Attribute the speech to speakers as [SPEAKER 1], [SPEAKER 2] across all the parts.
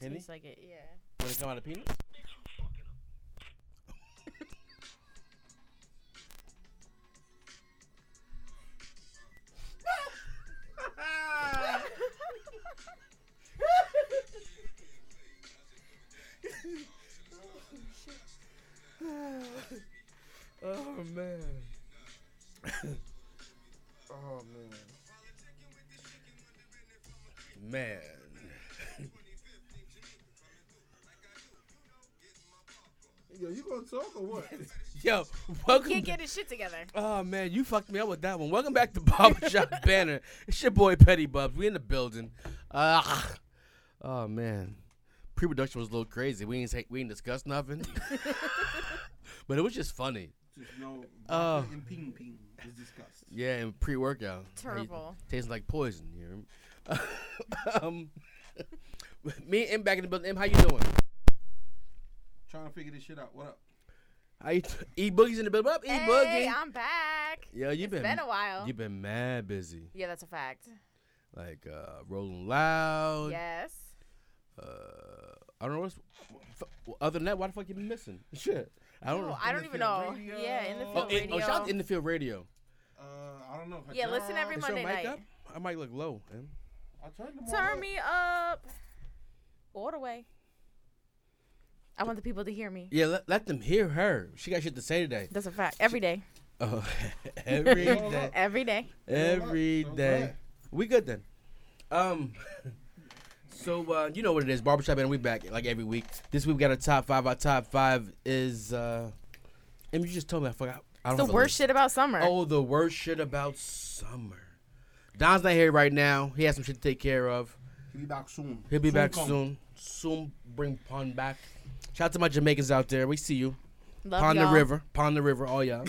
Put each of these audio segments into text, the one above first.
[SPEAKER 1] Penny?
[SPEAKER 2] tastes like it. Yeah.
[SPEAKER 1] When it come out of peanuts?
[SPEAKER 3] Oh man. oh man.
[SPEAKER 1] Man.
[SPEAKER 3] Yo, you gonna talk or what?
[SPEAKER 1] Yo,
[SPEAKER 2] He
[SPEAKER 1] welcome.
[SPEAKER 2] can't
[SPEAKER 1] to-
[SPEAKER 2] get his shit together.
[SPEAKER 1] oh man, you fucked me up with that one. Welcome back to Barbershop Banner. It's your boy Petty Bubs. We in the building. Ah, oh man, pre-production was a little crazy. We ain't say, we ain't discuss nothing, but it was just funny.
[SPEAKER 3] Just no.
[SPEAKER 1] Oh.
[SPEAKER 3] and ping ping is discussed.
[SPEAKER 1] Yeah, and pre-workout.
[SPEAKER 2] Terrible.
[SPEAKER 1] Tastes like poison. You know? um, me and M back in the building. M, how you doing?
[SPEAKER 3] Trying to figure this shit out. What up?
[SPEAKER 1] How you t- e boogies in the building? What up, e boogie?
[SPEAKER 2] Hey, I'm back.
[SPEAKER 1] Yo, you've
[SPEAKER 2] It's
[SPEAKER 1] been
[SPEAKER 2] been a while.
[SPEAKER 1] You've been mad busy.
[SPEAKER 2] Yeah, that's a fact.
[SPEAKER 1] Like uh Rolling Loud.
[SPEAKER 2] Yes.
[SPEAKER 1] Uh, I don't know what's f- well, other than that, why the fuck you been missing? Shit. I don't
[SPEAKER 2] Ooh,
[SPEAKER 1] know.
[SPEAKER 2] I
[SPEAKER 3] In
[SPEAKER 2] don't
[SPEAKER 3] the
[SPEAKER 2] even
[SPEAKER 3] field
[SPEAKER 2] know.
[SPEAKER 3] radio.
[SPEAKER 2] Yeah, in the field
[SPEAKER 1] Oh, it,
[SPEAKER 2] radio.
[SPEAKER 1] oh, shout out to In the Field Radio.
[SPEAKER 3] Uh, I don't know. If I
[SPEAKER 2] Yeah, listen
[SPEAKER 3] turned-
[SPEAKER 2] every
[SPEAKER 1] Is
[SPEAKER 2] Monday
[SPEAKER 1] your mic
[SPEAKER 2] night.
[SPEAKER 1] up? I might look low. Man.
[SPEAKER 3] I turned them all
[SPEAKER 2] Turn
[SPEAKER 3] up.
[SPEAKER 2] me up. All the way. I want the people to hear me.
[SPEAKER 1] Yeah, let, let them hear her. She got shit to say today.
[SPEAKER 2] That's a fact. Every day.
[SPEAKER 1] Oh, every
[SPEAKER 3] Roll
[SPEAKER 1] day,
[SPEAKER 3] up.
[SPEAKER 2] Every day.
[SPEAKER 1] every
[SPEAKER 3] Roll up.
[SPEAKER 1] day. We good then. Um. So uh, you know what it is, barbershop, and we back like every week. This week we got a top five. Our top five is. uh And you just told me I forgot. I don't
[SPEAKER 2] It's the
[SPEAKER 1] have a
[SPEAKER 2] worst
[SPEAKER 1] list.
[SPEAKER 2] shit about summer.
[SPEAKER 1] Oh, the worst shit about summer. Don's not here right now. He has some shit to take care of.
[SPEAKER 3] He'll be back soon.
[SPEAKER 1] He'll be
[SPEAKER 3] Soon
[SPEAKER 1] back
[SPEAKER 3] come.
[SPEAKER 1] soon. Soon bring Pond back. Shout out to my Jamaicans out there. We see you.
[SPEAKER 2] Love
[SPEAKER 1] Pond
[SPEAKER 2] y'all.
[SPEAKER 1] the River. Pond the River, all y'all.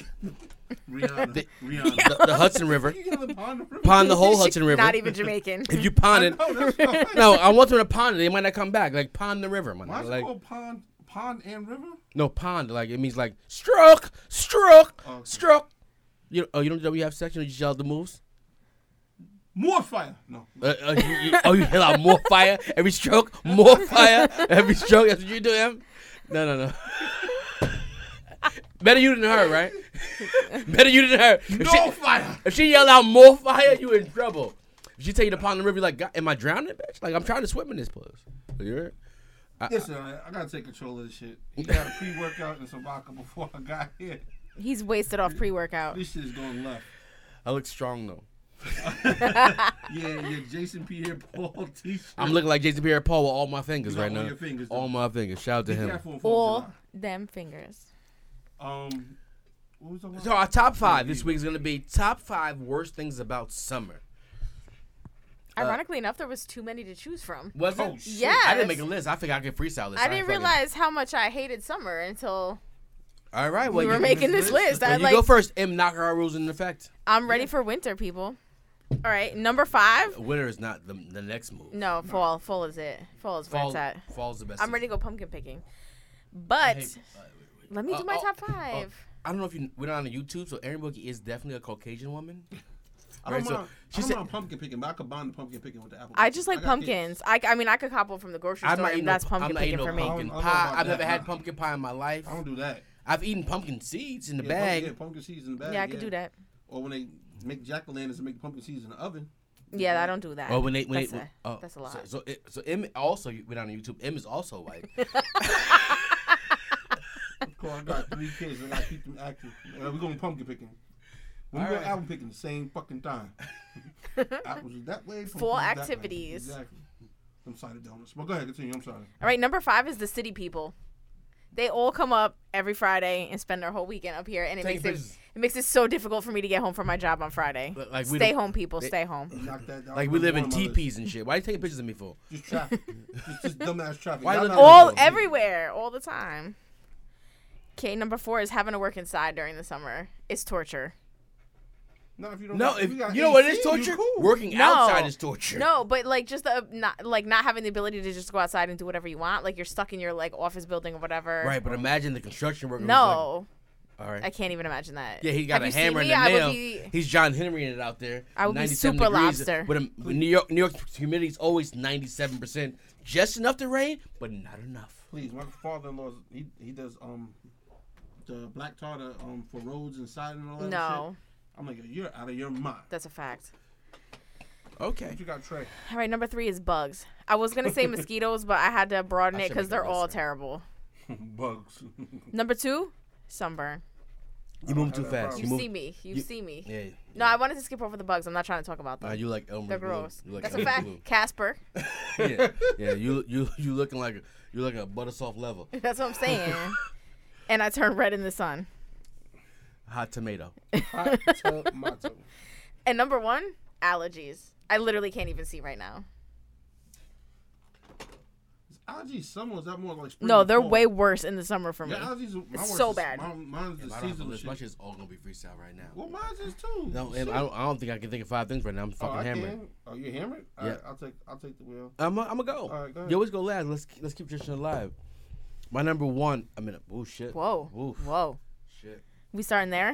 [SPEAKER 3] Rihanna. Rihanna.
[SPEAKER 1] the, the Hudson River.
[SPEAKER 3] You yelling pond the river?
[SPEAKER 1] Pond the whole
[SPEAKER 2] She-
[SPEAKER 1] Hudson River.
[SPEAKER 2] Not even Jamaican.
[SPEAKER 1] if you pond it.
[SPEAKER 3] No, that's not.
[SPEAKER 1] No, I want them to pond it. They might not come back. Like pond the river. My
[SPEAKER 3] Why
[SPEAKER 1] nigga.
[SPEAKER 3] is it
[SPEAKER 1] Like
[SPEAKER 3] called pond, pond and river?
[SPEAKER 1] no pond. Like it means like stroke, stroke,
[SPEAKER 3] Oh, Okay.
[SPEAKER 1] stroke. You oh you don't know we have section. You just yell the moves.
[SPEAKER 3] More fire. No.
[SPEAKER 1] Uh, uh, you, you, oh, you hit out more fire every stroke, more fire every stroke. That's what you do, Em. No, no, no. Better you than her, right? Better you than her. If,
[SPEAKER 3] No
[SPEAKER 1] she,
[SPEAKER 3] fire.
[SPEAKER 1] if she yell out more fire, you in trouble. If she take you to pond the river, you're like, "God, am I drowning, bitch? Like I'm trying to swim in this place. You heard?
[SPEAKER 3] Listen, I, I gotta take control of this shit. You got a pre-workout and some vodka before I got here.
[SPEAKER 2] He's wasted off pre-workout.
[SPEAKER 3] This shit is going left.
[SPEAKER 1] I look strong though.
[SPEAKER 3] Yeah, yeah. Jason Pierre Paul T-shirt.
[SPEAKER 1] I'm looking like Jason Pierre-Paul with all my fingers
[SPEAKER 3] You got
[SPEAKER 1] right
[SPEAKER 3] all
[SPEAKER 1] now.
[SPEAKER 3] your fingers,
[SPEAKER 1] all
[SPEAKER 3] though.
[SPEAKER 1] my fingers. Shout out to
[SPEAKER 3] Be
[SPEAKER 1] him.
[SPEAKER 3] careful for
[SPEAKER 2] All them fingers.
[SPEAKER 3] Um, what was I talking
[SPEAKER 1] So
[SPEAKER 3] about?
[SPEAKER 1] our top five this week is gonna be top five worst things about summer.
[SPEAKER 2] Ironically enough, there was too many to choose from.
[SPEAKER 1] Was
[SPEAKER 3] Oh,
[SPEAKER 1] it?
[SPEAKER 3] shit.
[SPEAKER 1] I didn't make a
[SPEAKER 2] Yes.
[SPEAKER 1] list. I think I could freestyle this.
[SPEAKER 2] I
[SPEAKER 1] ain't
[SPEAKER 2] didn't
[SPEAKER 1] fucking-
[SPEAKER 2] realize how much I hated summer until
[SPEAKER 1] All right, well,
[SPEAKER 2] we were
[SPEAKER 1] you,
[SPEAKER 2] making this list.
[SPEAKER 1] well,
[SPEAKER 2] I
[SPEAKER 1] you
[SPEAKER 2] like
[SPEAKER 1] go first. M Nakara rules in effect.
[SPEAKER 2] I'm ready for winter, people. All right, number five.
[SPEAKER 1] Winter is not the, the next move.
[SPEAKER 2] No, fall. Fall is it. Fall is where
[SPEAKER 1] fall,
[SPEAKER 2] it's at.
[SPEAKER 1] fall's the best.
[SPEAKER 2] I'm ready to go pumpkin picking, but
[SPEAKER 1] Hey, uh, wait, wait.
[SPEAKER 2] let me
[SPEAKER 1] Uh,
[SPEAKER 2] do my
[SPEAKER 1] oh,
[SPEAKER 2] top five.
[SPEAKER 1] I don't know if you went on YouTube, so Erin Boogie is definitely a Caucasian woman.
[SPEAKER 3] I don't
[SPEAKER 1] Right, so
[SPEAKER 3] mind,
[SPEAKER 1] she
[SPEAKER 3] I don't
[SPEAKER 1] said-
[SPEAKER 3] mind pumpkin picking, but I could bond the pumpkin picking with the apple.
[SPEAKER 2] I
[SPEAKER 3] picking.
[SPEAKER 2] just like
[SPEAKER 3] got kids.
[SPEAKER 2] pumpkins. I, I mean, I could cop one from the grocery
[SPEAKER 1] I'm
[SPEAKER 2] store.
[SPEAKER 1] not eating
[SPEAKER 2] And that's
[SPEAKER 1] no,
[SPEAKER 2] pumpkin
[SPEAKER 1] I'm not
[SPEAKER 2] picking
[SPEAKER 1] eating no
[SPEAKER 2] for me.
[SPEAKER 1] pumpkin
[SPEAKER 3] I don't- I don't know
[SPEAKER 1] pie.
[SPEAKER 3] about
[SPEAKER 1] I've
[SPEAKER 3] that.
[SPEAKER 1] never had pumpkin pie in my life.
[SPEAKER 3] I don't do that.
[SPEAKER 1] I've eaten pumpkin seeds in the
[SPEAKER 3] Yeah, pump-
[SPEAKER 1] bag.
[SPEAKER 3] yeah, pumpkin seeds in the bag.
[SPEAKER 2] Yeah, I could do that.
[SPEAKER 3] Or when they make jack o' lanterns and make pumpkin seeds in the oven.
[SPEAKER 2] Yeah, I don't do that.
[SPEAKER 1] Oh, when they when
[SPEAKER 2] that's,
[SPEAKER 1] they,
[SPEAKER 2] a,
[SPEAKER 1] oh,
[SPEAKER 2] that's a lot.
[SPEAKER 1] So, so, it, so M also you went on YouTube. M is also white.
[SPEAKER 3] Of course, I got three kids and I gotta keep them active. Uh, we're going pumpkin picking. When we go
[SPEAKER 1] Alright.
[SPEAKER 3] apple picking the same fucking time. Apples is that
[SPEAKER 2] Full
[SPEAKER 3] way. pumpkin is that way.
[SPEAKER 2] activities.
[SPEAKER 3] Exactly. Some cider donuts. But go ahead, continue. I'm sorry.
[SPEAKER 2] All right, number five is the city people. They all come up every Friday and spend their whole weekend up here, and it
[SPEAKER 1] Taking
[SPEAKER 2] makes it,
[SPEAKER 1] pictures.
[SPEAKER 2] it makes it so difficult for me to get home from my job on Friday.
[SPEAKER 1] But, like, we
[SPEAKER 2] stay
[SPEAKER 1] don't-
[SPEAKER 2] home, people.
[SPEAKER 1] they-
[SPEAKER 2] stay home.
[SPEAKER 3] Knock that down.
[SPEAKER 1] Like we live in
[SPEAKER 3] One of my list.
[SPEAKER 1] teepees and shit. Why are you taking pictures of me for?
[SPEAKER 3] Just traffic. just, just dumbass traffic.
[SPEAKER 1] Why
[SPEAKER 3] Y'all
[SPEAKER 1] look-
[SPEAKER 3] not
[SPEAKER 2] all
[SPEAKER 3] even-
[SPEAKER 2] everywhere, all the time. Okay, number four is having to work inside during the summer. It's torture.
[SPEAKER 3] No, if you don't.
[SPEAKER 1] No,
[SPEAKER 3] got-
[SPEAKER 1] if,
[SPEAKER 3] you got
[SPEAKER 1] you know what it
[SPEAKER 3] AC,
[SPEAKER 1] is
[SPEAKER 3] you
[SPEAKER 1] torture?
[SPEAKER 3] cool.
[SPEAKER 1] Working
[SPEAKER 2] No.
[SPEAKER 1] outside is torture.
[SPEAKER 2] No, but like just the uh, not like not having the ability to just go outside and do whatever you want. Like you're stuck in your like office building or whatever.
[SPEAKER 1] Right, but imagine the construction worker. who's
[SPEAKER 2] No.
[SPEAKER 1] All right.
[SPEAKER 2] I can't even imagine that.
[SPEAKER 1] yeah, he
[SPEAKER 2] Have
[SPEAKER 1] got
[SPEAKER 2] you
[SPEAKER 1] a
[SPEAKER 2] seen
[SPEAKER 1] hammer and
[SPEAKER 2] me?
[SPEAKER 1] a
[SPEAKER 2] I would
[SPEAKER 1] nail.
[SPEAKER 2] be-
[SPEAKER 1] He's John Henry in it out there.
[SPEAKER 2] I would be
[SPEAKER 1] 97
[SPEAKER 2] super
[SPEAKER 1] degrees,
[SPEAKER 2] lobster.
[SPEAKER 1] But um, New York, New York humidity is always ninety-seven percent, just enough to rain, but not enough.
[SPEAKER 3] Please, my father-in-law's he he does um the black tar the, um for roads and siding and all that.
[SPEAKER 2] no,
[SPEAKER 3] Shit. I'm like, you're out of your mind.
[SPEAKER 2] that's a fact.
[SPEAKER 1] Okay.
[SPEAKER 3] What you got, Trey?
[SPEAKER 2] All right, number three is bugs. I was gonna say mosquitoes, but I had to broaden
[SPEAKER 1] I
[SPEAKER 2] it
[SPEAKER 1] should've
[SPEAKER 2] because they're
[SPEAKER 1] done this,
[SPEAKER 2] all
[SPEAKER 1] yeah.
[SPEAKER 2] terrible.
[SPEAKER 3] Bugs.
[SPEAKER 2] Number two, sunburn.
[SPEAKER 1] You move
[SPEAKER 3] I
[SPEAKER 1] too
[SPEAKER 3] don't
[SPEAKER 1] fast.
[SPEAKER 3] know.
[SPEAKER 2] You
[SPEAKER 1] move.
[SPEAKER 2] see me. You,
[SPEAKER 1] you-
[SPEAKER 2] see me.
[SPEAKER 1] Yeah.
[SPEAKER 2] No, I wanted to skip over the bugs. I'm not trying to talk about them.
[SPEAKER 1] Nah, you like Elmer.
[SPEAKER 2] they're
[SPEAKER 1] Glue.
[SPEAKER 2] gross.
[SPEAKER 1] You like
[SPEAKER 2] that's a
[SPEAKER 1] Elmer
[SPEAKER 2] fact.
[SPEAKER 1] Glue.
[SPEAKER 2] Casper.
[SPEAKER 1] yeah, yeah. You you you looking like a, you looking a butter soft level.
[SPEAKER 2] That's what I'm saying. and I turn red in the sun.
[SPEAKER 1] Hot tomato.
[SPEAKER 3] Hot tomato.
[SPEAKER 2] And number one, allergies. I literally can't even see right now.
[SPEAKER 3] Is allergies summer? or Is that more like spring?
[SPEAKER 2] No,
[SPEAKER 3] and
[SPEAKER 2] they're
[SPEAKER 3] fall?
[SPEAKER 2] way worse in the summer for me.
[SPEAKER 3] Your allergies. are- my
[SPEAKER 2] It's
[SPEAKER 3] worst
[SPEAKER 2] so
[SPEAKER 3] is-
[SPEAKER 2] bad.
[SPEAKER 3] my- mine's
[SPEAKER 1] If
[SPEAKER 3] the
[SPEAKER 1] I don't have
[SPEAKER 3] seasonal
[SPEAKER 1] this
[SPEAKER 3] shit.
[SPEAKER 1] much, it's all gonna be freestyle right now.
[SPEAKER 3] Well, mine's is too.
[SPEAKER 1] No,
[SPEAKER 3] Shit.
[SPEAKER 1] and I don't, I don't think I can think of five things right now. I'm
[SPEAKER 3] oh,
[SPEAKER 1] fucking
[SPEAKER 3] I
[SPEAKER 1] hammered.
[SPEAKER 3] Can. Oh, you hammered? All
[SPEAKER 1] Yeah.
[SPEAKER 3] right, I'll take I'll take the wheel.
[SPEAKER 1] I'm gonna go.
[SPEAKER 3] All right, go ahead.
[SPEAKER 1] You always go last. Let's let's keep tradition alive. My number one. I mean, oh shit.
[SPEAKER 2] Whoa.
[SPEAKER 1] Oof.
[SPEAKER 2] Whoa.
[SPEAKER 1] Shit.
[SPEAKER 2] We starting there?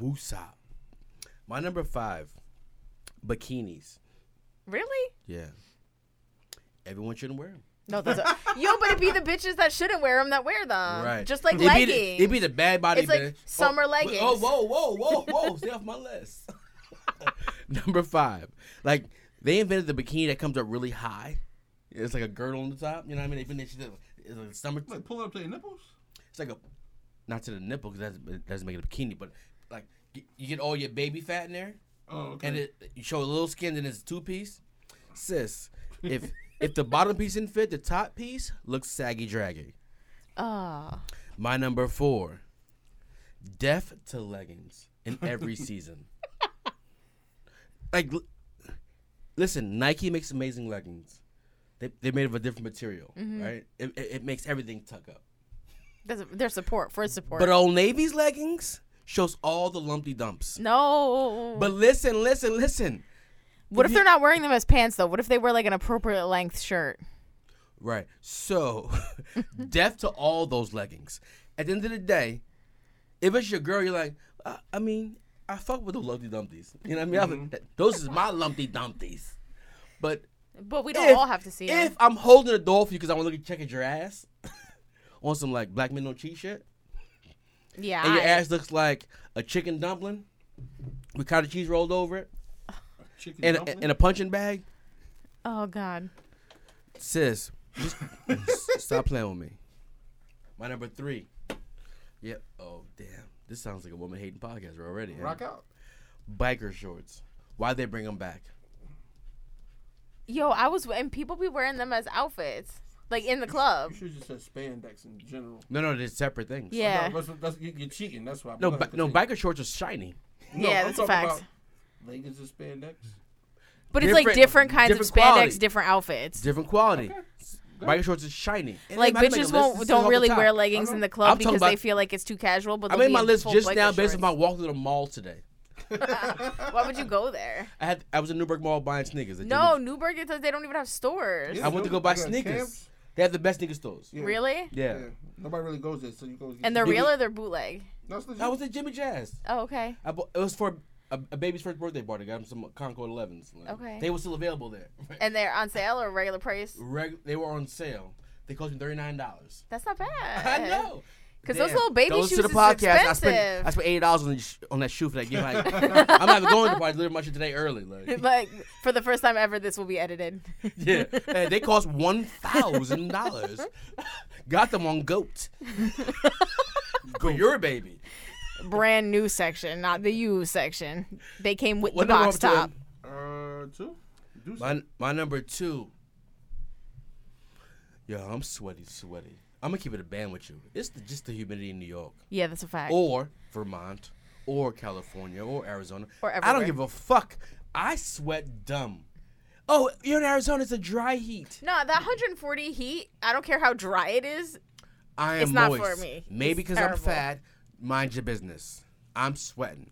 [SPEAKER 1] Woosah. My number five. Bikinis.
[SPEAKER 2] really?
[SPEAKER 1] Yeah. Everyone shouldn't wear them.
[SPEAKER 2] No, that's a, yo, but it be the bitches that shouldn't wear them that wear them.
[SPEAKER 1] right.
[SPEAKER 2] Um, Just like
[SPEAKER 1] it
[SPEAKER 2] leggings.
[SPEAKER 1] Be the, it be the bad body.
[SPEAKER 2] It's like
[SPEAKER 1] bitch.
[SPEAKER 2] summer
[SPEAKER 1] oh,
[SPEAKER 2] leggings.
[SPEAKER 1] Oh, whoa, whoa, whoa, whoa! Stay off my list. Number five, like they invented the bikini that comes up really high. It's like a girdle on the top. You know what I mean? They finished it. It's like summer.
[SPEAKER 3] Like pull it up to your nipples.
[SPEAKER 1] It's like a not to the nipple because that doesn't make it a bikini, but like you, you get all your baby fat in there,
[SPEAKER 3] Oh, okay.
[SPEAKER 1] and it, you show a little skin, then it's two piece. Sis, if if the bottom piece didn't fit, the top piece looks saggy draggy.
[SPEAKER 2] Oh.
[SPEAKER 1] My number four, deaf to leggings in every season. like, l- listen, Nike makes amazing leggings. They they made of a different material, right? It, it, it makes everything tuck up.
[SPEAKER 2] That's their support for support.
[SPEAKER 1] But uh, Old Navy's leggings shows all the lumpy
[SPEAKER 2] Mm.
[SPEAKER 1] dumps.
[SPEAKER 2] no.
[SPEAKER 1] But listen, listen, listen.
[SPEAKER 2] what if they're not wearing them as pants though? What if they wear like an appropriate length shirt?
[SPEAKER 1] Right. So, deaf to all those leggings. At the end of the day, if it's your girl, you're like, I, I mean, I fuck with the lumpy dumpties. You know what I mean? I was- that- those is my lumpy dumpties. But
[SPEAKER 2] But we don't
[SPEAKER 1] if,
[SPEAKER 2] all have to see
[SPEAKER 1] if
[SPEAKER 2] them.
[SPEAKER 1] I'm holding the door for you because I want to look at check at your ass on some like black men don't cheat shit,
[SPEAKER 2] Yeah.
[SPEAKER 1] and your
[SPEAKER 2] I-
[SPEAKER 1] ass looks like a chicken dumpling with cottage cheese rolled over it
[SPEAKER 3] Chicken
[SPEAKER 1] and a,
[SPEAKER 3] dumpling?
[SPEAKER 1] and a punching bag,
[SPEAKER 2] oh God.
[SPEAKER 1] Sis, just stop playing with me. My number three. Yep. Oh damn. This sounds like a woman hating podcast already. huh?
[SPEAKER 3] rock out.
[SPEAKER 1] Biker shorts. Why they bring them back?
[SPEAKER 2] Yo, I was and people be wearing them as outfits, like in the club.
[SPEAKER 3] You should just said spandex in general.
[SPEAKER 1] No, no, they're separate things.
[SPEAKER 2] Yeah.
[SPEAKER 3] No, that's, that's, you- you're cheating. That's why.
[SPEAKER 1] No,
[SPEAKER 3] Go
[SPEAKER 1] bi-
[SPEAKER 3] ahead,
[SPEAKER 1] no.
[SPEAKER 3] continue.
[SPEAKER 1] Biker shorts are shiny.
[SPEAKER 3] No,
[SPEAKER 2] Yeah,
[SPEAKER 3] I'm
[SPEAKER 2] that's a
[SPEAKER 3] talking
[SPEAKER 2] fact.
[SPEAKER 3] about Leggings and spandex.
[SPEAKER 2] But it's like different
[SPEAKER 1] Different-
[SPEAKER 2] kinds
[SPEAKER 1] different
[SPEAKER 2] of spandex,
[SPEAKER 1] quality.
[SPEAKER 2] different outfits.
[SPEAKER 1] Different quality.
[SPEAKER 3] Go
[SPEAKER 1] Biker shorts is shiny. And
[SPEAKER 2] like
[SPEAKER 1] I made my
[SPEAKER 2] bitches
[SPEAKER 1] list. This
[SPEAKER 2] won't
[SPEAKER 1] is
[SPEAKER 2] don't
[SPEAKER 1] off the
[SPEAKER 2] really
[SPEAKER 1] top.
[SPEAKER 2] wear leggings in the club
[SPEAKER 1] I'm talking
[SPEAKER 2] because they
[SPEAKER 1] about-
[SPEAKER 2] feel like it's too casual. But
[SPEAKER 1] I
[SPEAKER 2] they'll
[SPEAKER 1] made
[SPEAKER 2] be
[SPEAKER 1] my
[SPEAKER 2] in
[SPEAKER 1] list
[SPEAKER 2] full
[SPEAKER 1] just
[SPEAKER 2] biker
[SPEAKER 1] now based on
[SPEAKER 2] shorts.
[SPEAKER 1] my walk through the mall today.
[SPEAKER 2] Why would you go there?
[SPEAKER 1] I had I was in Newburgh Mall buying sneakers. They
[SPEAKER 2] No,
[SPEAKER 1] didn't-
[SPEAKER 2] Newburgh it says they don't even have stores.
[SPEAKER 1] I went to go buy
[SPEAKER 3] They got
[SPEAKER 1] sneakers.
[SPEAKER 3] camps?
[SPEAKER 1] They have the best sneaker stores. Yeah.
[SPEAKER 3] Yeah.
[SPEAKER 2] Really?
[SPEAKER 3] Yeah. Nobody really goes there, so you go.
[SPEAKER 2] And they're
[SPEAKER 1] Nigga-
[SPEAKER 2] real or they're bootleg?
[SPEAKER 3] That's legit.
[SPEAKER 1] I was at Jimmy Jazz.
[SPEAKER 2] Oh, okay.
[SPEAKER 1] I bought, it was for a, a baby's first birthday party. Got him some Concord 11s. Like,
[SPEAKER 2] Okay.
[SPEAKER 1] They were still available there.
[SPEAKER 2] And they're on sale or regular price?
[SPEAKER 1] Reg- they were on sale. They cost me $39.
[SPEAKER 2] That's not bad.
[SPEAKER 1] I know.
[SPEAKER 2] 'Cause those
[SPEAKER 1] Damn.
[SPEAKER 2] little baby
[SPEAKER 1] Those
[SPEAKER 2] shoes
[SPEAKER 1] to the
[SPEAKER 2] is
[SPEAKER 1] podcast. I spent,
[SPEAKER 2] expensive.
[SPEAKER 1] I spent eighty dollars on the sh- on that shoe for that gift. Like, I'm not even going to the party. Literally, my shit today early. Like,
[SPEAKER 2] like for the first time ever, this will be edited.
[SPEAKER 1] yeah, and they cost one thousand dollars. Got them on Goat. For your baby.
[SPEAKER 2] Brand new section, not the used section. They came with
[SPEAKER 1] What
[SPEAKER 2] the
[SPEAKER 1] number
[SPEAKER 2] box
[SPEAKER 1] am I
[SPEAKER 2] top.
[SPEAKER 1] up to?
[SPEAKER 3] Uh, two. Do
[SPEAKER 1] My my number two. Yo, I'm sweaty, sweaty. I'm gonna keep it a band with you. It's the, just the humidity in New York,
[SPEAKER 2] Yeah, that's a fact.
[SPEAKER 1] or Vermont, or California, or Arizona.
[SPEAKER 2] Or
[SPEAKER 1] I don't
[SPEAKER 2] everywhere.
[SPEAKER 1] give a fuck. I sweat dumb. Oh, you're in Arizona. It's a dry heat.
[SPEAKER 2] No, that 140 heat. I don't care how dry it is.
[SPEAKER 1] I am
[SPEAKER 2] It's not for
[SPEAKER 1] moist.
[SPEAKER 2] me.
[SPEAKER 1] Maybe
[SPEAKER 2] It's
[SPEAKER 1] because I'm
[SPEAKER 2] terrible.
[SPEAKER 1] fat. Mind your business. I'm sweating.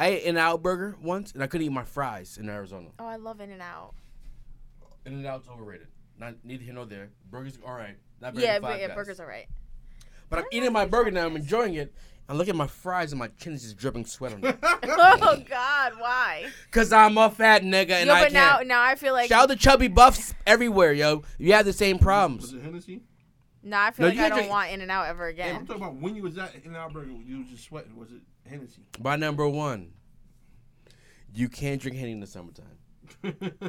[SPEAKER 1] I ate an out burger once, and I couldn't eat my fries in Arizona.
[SPEAKER 2] Oh, I love In and Out.
[SPEAKER 1] In and Out's overrated. Not neither here nor there. Burgers all right. Not Burger
[SPEAKER 2] Yeah,
[SPEAKER 1] Five
[SPEAKER 2] but yeah,
[SPEAKER 1] Guys.
[SPEAKER 2] burgers are right.
[SPEAKER 1] But I'm eating my burger now. I'm enjoying it. I'm looking at my fries and my chin is just dripping sweat on it.
[SPEAKER 2] oh God, why?
[SPEAKER 1] Cause I'm a fat nigga and
[SPEAKER 2] yo,
[SPEAKER 1] I
[SPEAKER 2] but
[SPEAKER 1] can't.
[SPEAKER 2] now now I feel like
[SPEAKER 1] Shout out to chubby buffs everywhere, yo. You have the same
[SPEAKER 3] Was
[SPEAKER 1] problems.
[SPEAKER 3] it Hennessy?
[SPEAKER 2] now I
[SPEAKER 1] No,
[SPEAKER 2] feel like
[SPEAKER 1] you
[SPEAKER 2] I
[SPEAKER 1] gotta
[SPEAKER 2] don't
[SPEAKER 1] drink-
[SPEAKER 2] want In and Out ever
[SPEAKER 3] Yeah, I'm
[SPEAKER 2] again.
[SPEAKER 3] talking about when you was at in our burger, you was just sweating. Was it Hennessy?
[SPEAKER 1] My number one. You can't drink Henny in the summertime.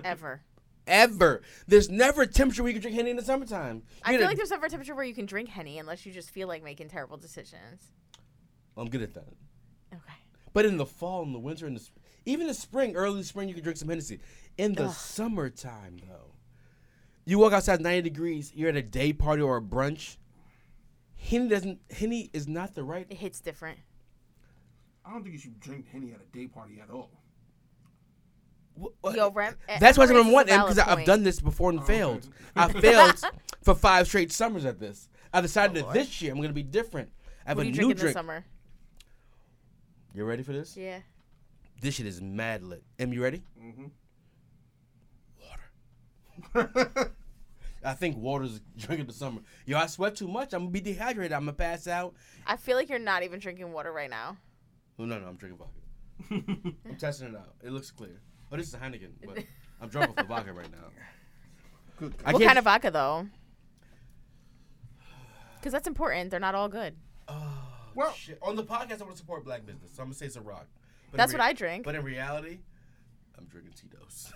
[SPEAKER 2] Ever.
[SPEAKER 1] Ever. There's never a temperature where you can drink Henny in the summertime. You
[SPEAKER 2] I
[SPEAKER 1] get
[SPEAKER 2] feel
[SPEAKER 1] a-
[SPEAKER 2] like there's never a temperature where you can drink henny unless you just feel like making terrible decisions.
[SPEAKER 1] I'm good at that.
[SPEAKER 2] Okay.
[SPEAKER 1] But in the fall, in the winter, in the sp- even the spring, early spring, you can drink some Hennessy. In the
[SPEAKER 2] Ugh.
[SPEAKER 1] summertime, though, you walk outside 90 degrees. You're at a day party or a brunch. Henny doesn't. Henny is not the right.
[SPEAKER 2] It hits different.
[SPEAKER 3] I don't think you should drink Henny at a day party at all.
[SPEAKER 1] wh- wh-
[SPEAKER 2] Yo, Rem,
[SPEAKER 1] That's why it's
[SPEAKER 2] Emerson
[SPEAKER 1] number one,
[SPEAKER 2] is a
[SPEAKER 1] because
[SPEAKER 2] valid
[SPEAKER 1] I've
[SPEAKER 2] point.
[SPEAKER 1] done this before and
[SPEAKER 3] Oh, okay.
[SPEAKER 1] failed. I failed for five straight summers at this. I decided that this year I'm gonna be different. I have
[SPEAKER 2] What
[SPEAKER 1] a
[SPEAKER 2] do you
[SPEAKER 1] new
[SPEAKER 2] drink in
[SPEAKER 1] drink.
[SPEAKER 2] the summer?
[SPEAKER 1] You ready for this?
[SPEAKER 2] Yeah.
[SPEAKER 1] This shit is mad lit. Em, you ready?
[SPEAKER 3] Mm-hmm.
[SPEAKER 1] Water. I think water's a drink of the summer. Yo, I sweat too much. I'm gonna be dehydrated. I'm gonna pass out.
[SPEAKER 2] I feel like you're not even drinking water right now.
[SPEAKER 1] No, no, no. I'm drinking vodka. I'm testing it out. It looks clear. Oh, this is Heineken, but I'm drunk off the vodka right now.
[SPEAKER 3] Good.
[SPEAKER 1] I
[SPEAKER 2] what
[SPEAKER 1] can't-
[SPEAKER 2] kind of vodka though? Because that's important. They're not all good.
[SPEAKER 1] Oh,
[SPEAKER 3] Well-
[SPEAKER 1] shit. On the podcast, I want to support black business, so I'm gonna say it's a rock. But in
[SPEAKER 2] That's what
[SPEAKER 1] rea-
[SPEAKER 2] I drink.
[SPEAKER 1] But in reality, I'm drinking Tito's.